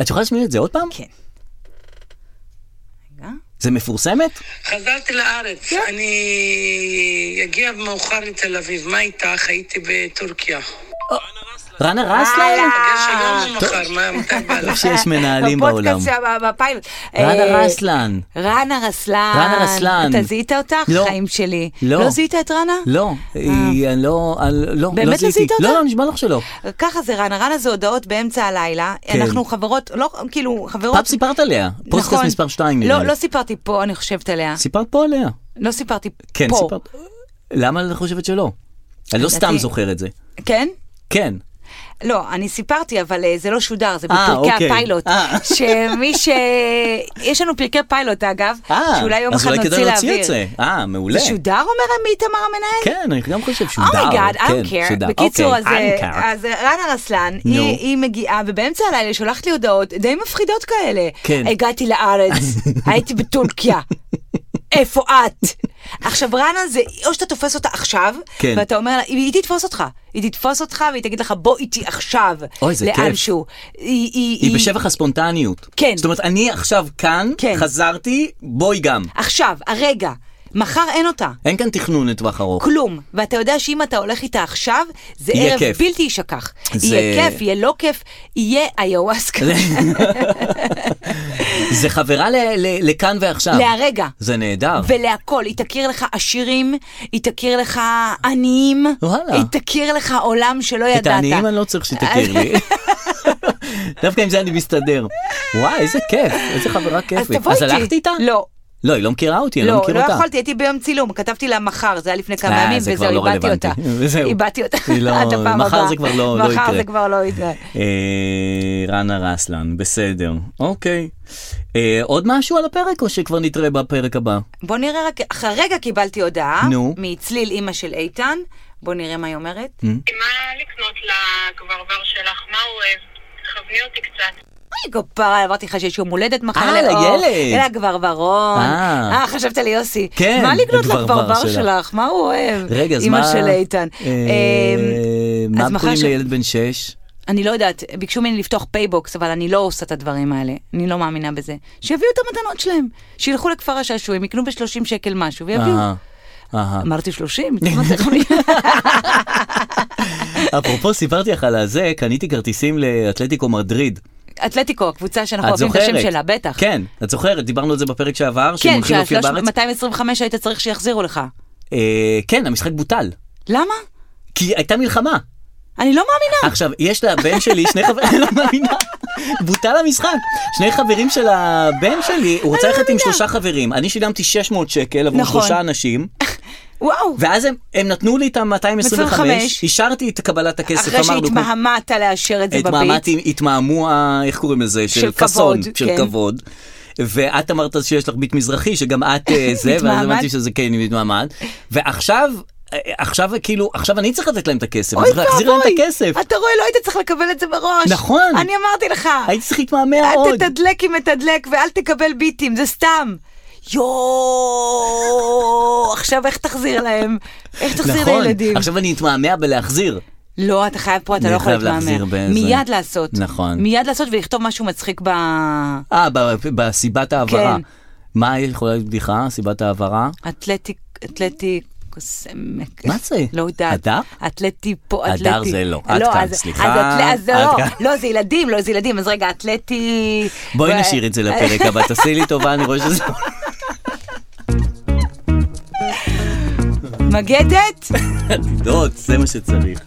[SPEAKER 2] את יכולה להשמיע את זה עוד פעם?
[SPEAKER 1] כן. רגע.
[SPEAKER 2] זה מפורסמת?
[SPEAKER 8] חזרתי לארץ, אני אגיע מאוחר לתל אביב. מה איתך? הייתי בטורקיה.
[SPEAKER 2] רנה
[SPEAKER 1] אה,
[SPEAKER 2] רסלר?
[SPEAKER 8] פגש היום או מחר? מה, מתי בא לך?
[SPEAKER 2] טוב שיש מנהלים בעולם.
[SPEAKER 1] הפודקאסט שם, בפיילוט. אה,
[SPEAKER 2] רנה רסלן.
[SPEAKER 1] רנה רסלן.
[SPEAKER 2] רנה רסלן.
[SPEAKER 1] אתה זיהית אותך?
[SPEAKER 2] לא.
[SPEAKER 1] חיים שלי.
[SPEAKER 2] לא.
[SPEAKER 1] לא זיהית את רנה?
[SPEAKER 2] לא, היא- אני לא, אני לא, לא
[SPEAKER 1] אה. באמת לא
[SPEAKER 2] זיהיתי.
[SPEAKER 1] זיהית אותה? אוקיי.
[SPEAKER 2] לא, לא, נשבע לך שלא.
[SPEAKER 1] ככה זה רנה, רנה זה הודעות באמצע הלילה,
[SPEAKER 2] כן.
[SPEAKER 1] אנחנו חברות, לא כאילו חברות,
[SPEAKER 2] פעם סיפרת עליה, פודקאסט
[SPEAKER 1] נכון.
[SPEAKER 2] מספר 2.
[SPEAKER 1] לא, לא סיפרתי פה, אני חושבת עליה,
[SPEAKER 2] סיפרת פה עליה.
[SPEAKER 1] לא סיפרתי
[SPEAKER 2] כן,
[SPEAKER 1] פה,
[SPEAKER 2] סיפרת. למה את חושבת שלא? אני לא סתם זוכר את זה.
[SPEAKER 1] כן?
[SPEAKER 2] כן.
[SPEAKER 1] לא, אני סיפרתי, אבל אה, זה לא שודר, זה
[SPEAKER 2] אה,
[SPEAKER 1] בפרקי
[SPEAKER 2] אוקיי.
[SPEAKER 1] הפיילוט.
[SPEAKER 2] אה.
[SPEAKER 1] שמי ש... יש לנו פרקי פיילוט, אגב,
[SPEAKER 2] אה,
[SPEAKER 1] שאולי יום
[SPEAKER 2] אז
[SPEAKER 1] אחד
[SPEAKER 2] אולי
[SPEAKER 1] נוציא
[SPEAKER 2] כדאי להוציא
[SPEAKER 1] לאוויר.
[SPEAKER 2] את זה. אה, מעולה.
[SPEAKER 1] זה שודר, אומר איתמר המנהל?
[SPEAKER 2] כן, אני גם חושב שהוא דר.
[SPEAKER 1] אומייגאד, Oh I
[SPEAKER 2] כן,
[SPEAKER 1] don't care.
[SPEAKER 2] שודר.
[SPEAKER 1] בקיצור,
[SPEAKER 2] אוקיי,
[SPEAKER 1] אז,
[SPEAKER 2] I don't care.
[SPEAKER 1] אה, אז רנה רסלן, היא-
[SPEAKER 2] נו.
[SPEAKER 1] היא מגיעה, ובאמצע הלילה היא שולחת לי הודעות די מפחידות כאלה.
[SPEAKER 2] כן.
[SPEAKER 1] הגעתי לארץ, הייתי בטורקיה. איפה את? עכשיו רנה זה, או שאתה תופס אותה עכשיו,
[SPEAKER 2] כן.
[SPEAKER 1] ואתה אומר לה, היא היא תתפוס אותך. היא תתפוס אותך והיא תגיד לך, בוא איתי עכשיו.
[SPEAKER 2] אוי, זה כיף.
[SPEAKER 1] לאנשהו. היא-
[SPEAKER 2] היא בשבח הספונטניות.
[SPEAKER 1] כן.
[SPEAKER 2] זאת אומרת, אני עכשיו כאן,
[SPEAKER 1] כן.
[SPEAKER 2] חזרתי, בואי גם.
[SPEAKER 1] עכשיו, הרגע. מחר אין אותה.
[SPEAKER 2] אין כאן תכנון לטווח ארוך.
[SPEAKER 1] כלום. ואתה יודע שאם אתה הולך איתה עכשיו, זה
[SPEAKER 2] יהיה
[SPEAKER 1] ערב
[SPEAKER 2] כיף.
[SPEAKER 1] בלתי יישכח.
[SPEAKER 2] זה-
[SPEAKER 1] יהיה כיף, יהיה לא כיף, יהיה איוואסקה.
[SPEAKER 2] זה חברה ל- ל- לכאן ועכשיו.
[SPEAKER 1] להרגע.
[SPEAKER 2] זה נהדר.
[SPEAKER 1] ולהכל, היא תכיר לך עשירים, היא תכיר לך עניים,
[SPEAKER 2] וואלה.
[SPEAKER 1] היא תכיר לך עולם שלא ידעת.
[SPEAKER 2] את העניים אני לא צריך שתכיר לי. דווקא עם זה אני מסתדר. וואי, איזה כיף, איזה חברה
[SPEAKER 1] אז
[SPEAKER 2] כיפית.
[SPEAKER 1] תבוא איתי.
[SPEAKER 2] אז הלכת איתה?
[SPEAKER 1] לא.
[SPEAKER 2] לא, היא לא מכירה אותי, אני לא
[SPEAKER 1] לא,
[SPEAKER 2] מכיר
[SPEAKER 1] לא
[SPEAKER 2] אותה.
[SPEAKER 1] יכולתי, הייתי ביום צילום, כתבתי לה מחר, זה היה לפני כמה
[SPEAKER 2] אה,
[SPEAKER 1] ימים,
[SPEAKER 2] זה כבר
[SPEAKER 1] וזהו,
[SPEAKER 2] לא
[SPEAKER 1] איבדתי
[SPEAKER 2] רלוונטי.
[SPEAKER 1] אותה.
[SPEAKER 2] וזהו.
[SPEAKER 1] איבדתי אותה,
[SPEAKER 2] היא לא-
[SPEAKER 1] עד הפעם הבאה.
[SPEAKER 2] מחר זה כבר לא- לא
[SPEAKER 1] מחר
[SPEAKER 2] יקרה.
[SPEAKER 1] זה כבר לא יקרה.
[SPEAKER 2] אה, רנה רסלן, בסדר, אוקיי. אה, עוד משהו על הפרק או שכבר נתראה בפרק הבא?
[SPEAKER 1] בוא נראה רק, אך הרגע קיבלתי הודעה,
[SPEAKER 2] נו.
[SPEAKER 1] מצליל אימא של איתן, בוא נראה מה היא אומרת.
[SPEAKER 9] מה לקנות לגברבר שלך? מה הוא אוהב? תכווני אותי קצת.
[SPEAKER 1] אוי, כפרה, אמרתי לך שיש יום הולדת מחר
[SPEAKER 2] אה, לילד.
[SPEAKER 1] אלא הגברברון.
[SPEAKER 2] אה.
[SPEAKER 1] אה, חשבת לי יוסי.
[SPEAKER 2] כן,
[SPEAKER 1] מה לקנות
[SPEAKER 2] הגברבר
[SPEAKER 1] לגברבר
[SPEAKER 2] שלה.
[SPEAKER 1] שלך? מה הוא אוהב?
[SPEAKER 2] רגע, אז מה...
[SPEAKER 1] אמא של איתן.
[SPEAKER 2] אה,
[SPEAKER 1] אמ, אז
[SPEAKER 2] מה
[SPEAKER 1] מחר
[SPEAKER 2] קוראים
[SPEAKER 1] ש-
[SPEAKER 2] לילד בן שש?
[SPEAKER 1] אני לא יודעת, ביקשו ממני לפתוח פייבוקס, אבל אני לא עושה את הדברים האלה. אני לא מאמינה בזה. שיביאו את המתנות שלהם. שילכו לכפר השעשועים, יקנו ב-30 שקל משהו ויביאו.
[SPEAKER 2] אהה, אהה.
[SPEAKER 1] אמרתי 30? מה זה יכול להיות?
[SPEAKER 2] אפרופו, סיפרתי לך על הזה, קניתי כרטיסים לאתלטיקו מדריד.
[SPEAKER 1] אתלטיקו, הקבוצה שאנחנו
[SPEAKER 2] את
[SPEAKER 1] אוהבים את
[SPEAKER 2] זוכרת?
[SPEAKER 1] השם שלה, בטח.
[SPEAKER 2] כן, את זוכרת, דיברנו על זה בפרק שעבר, שהם
[SPEAKER 1] כן,
[SPEAKER 2] הולכים להופיע בארץ.
[SPEAKER 1] שה-225 היית צריך שיחזירו לך.
[SPEAKER 2] אה, כן, המשחק בוטל.
[SPEAKER 1] למה?
[SPEAKER 2] כי הייתה מלחמה.
[SPEAKER 1] אני לא מאמינה.
[SPEAKER 2] עכשיו, יש לבן שלי שני חברים, אני לא מאמינה, בוטל המשחק. שני חברים של הבן שלי, הוא רוצה ללכת עם שלושה חברים. אני שילמתי 600 שקל עבור
[SPEAKER 1] לא נכון.
[SPEAKER 2] שלושה אנשים.
[SPEAKER 1] וואו.
[SPEAKER 2] ואז הם, הם נתנו לי את ה-225,
[SPEAKER 1] 25.
[SPEAKER 2] השארתי את קבלת הכסף,
[SPEAKER 1] אחרי
[SPEAKER 2] אמרנו,
[SPEAKER 1] שהתמהמת לאשר את זה בביט.
[SPEAKER 2] התמהמהתי, התמהמו, ה- איך קוראים לזה?
[SPEAKER 1] של
[SPEAKER 2] פאסון,
[SPEAKER 1] כבוד,
[SPEAKER 2] של
[SPEAKER 1] כן.
[SPEAKER 2] כבוד. ואת אמרת אז שיש לך ביט מזרחי, שגם את אה, זה, ואז
[SPEAKER 1] התמהמת?
[SPEAKER 2] אמרתי שזה כן, היא מתמהמת. ועכשיו, אה, עכשיו כאילו, עכשיו אני צריך לתת להם את הכסף, אני
[SPEAKER 1] אוי
[SPEAKER 2] צריך להחזיר להם את
[SPEAKER 1] ואבוי,
[SPEAKER 2] הכסף.
[SPEAKER 1] אתה רואה, לא היית צריך לקבל את זה מראש.
[SPEAKER 2] נכון.
[SPEAKER 1] אני אמרתי לך.
[SPEAKER 2] הייתי צריך להתמהמה
[SPEAKER 1] אל
[SPEAKER 2] עוד.
[SPEAKER 1] תתדלק אם מתדלק ואל תקבל ביטים, זה סתם. יואו, עכשיו איך תחזיר להם? איך תחזיר
[SPEAKER 2] נכון,
[SPEAKER 1] לילדים?
[SPEAKER 2] עכשיו אני אתמהמה בלהחזיר.
[SPEAKER 1] לא, אתה חייב פה, אתה
[SPEAKER 2] אני
[SPEAKER 1] לא יכול
[SPEAKER 2] חייב להחזיר
[SPEAKER 1] להתמהמה.
[SPEAKER 2] באיזה-
[SPEAKER 1] מיד לעשות.
[SPEAKER 2] נכון.
[SPEAKER 1] מיד לעשות ולכתוב משהו מצחיק ב...
[SPEAKER 2] אה, ב- בסיבת ההעברה.
[SPEAKER 1] כן.
[SPEAKER 2] מה יכולה להיות בדיחה, סיבת ההעברה?
[SPEAKER 1] אתלטיק, אתלטיק. קוסמק.
[SPEAKER 2] מה זה?
[SPEAKER 1] לא יודעת.
[SPEAKER 2] הדר?
[SPEAKER 1] אתלטי פה, אתלטי.
[SPEAKER 2] הדר זה לא. עד כאן,
[SPEAKER 1] אז- אז
[SPEAKER 2] סליחה.
[SPEAKER 1] אתל- אז זה
[SPEAKER 2] עד
[SPEAKER 1] לא.
[SPEAKER 2] כאן.
[SPEAKER 1] לא, זה ילדים, לא, זה ילדים. אז רגע, אתלטי...
[SPEAKER 2] בואי
[SPEAKER 1] ו-
[SPEAKER 2] נשאיר את זה לפרק הבא, תעשי לי טובה, אני רואה שזה...
[SPEAKER 1] מגדת?
[SPEAKER 2] עתידות, זה מה שצריך.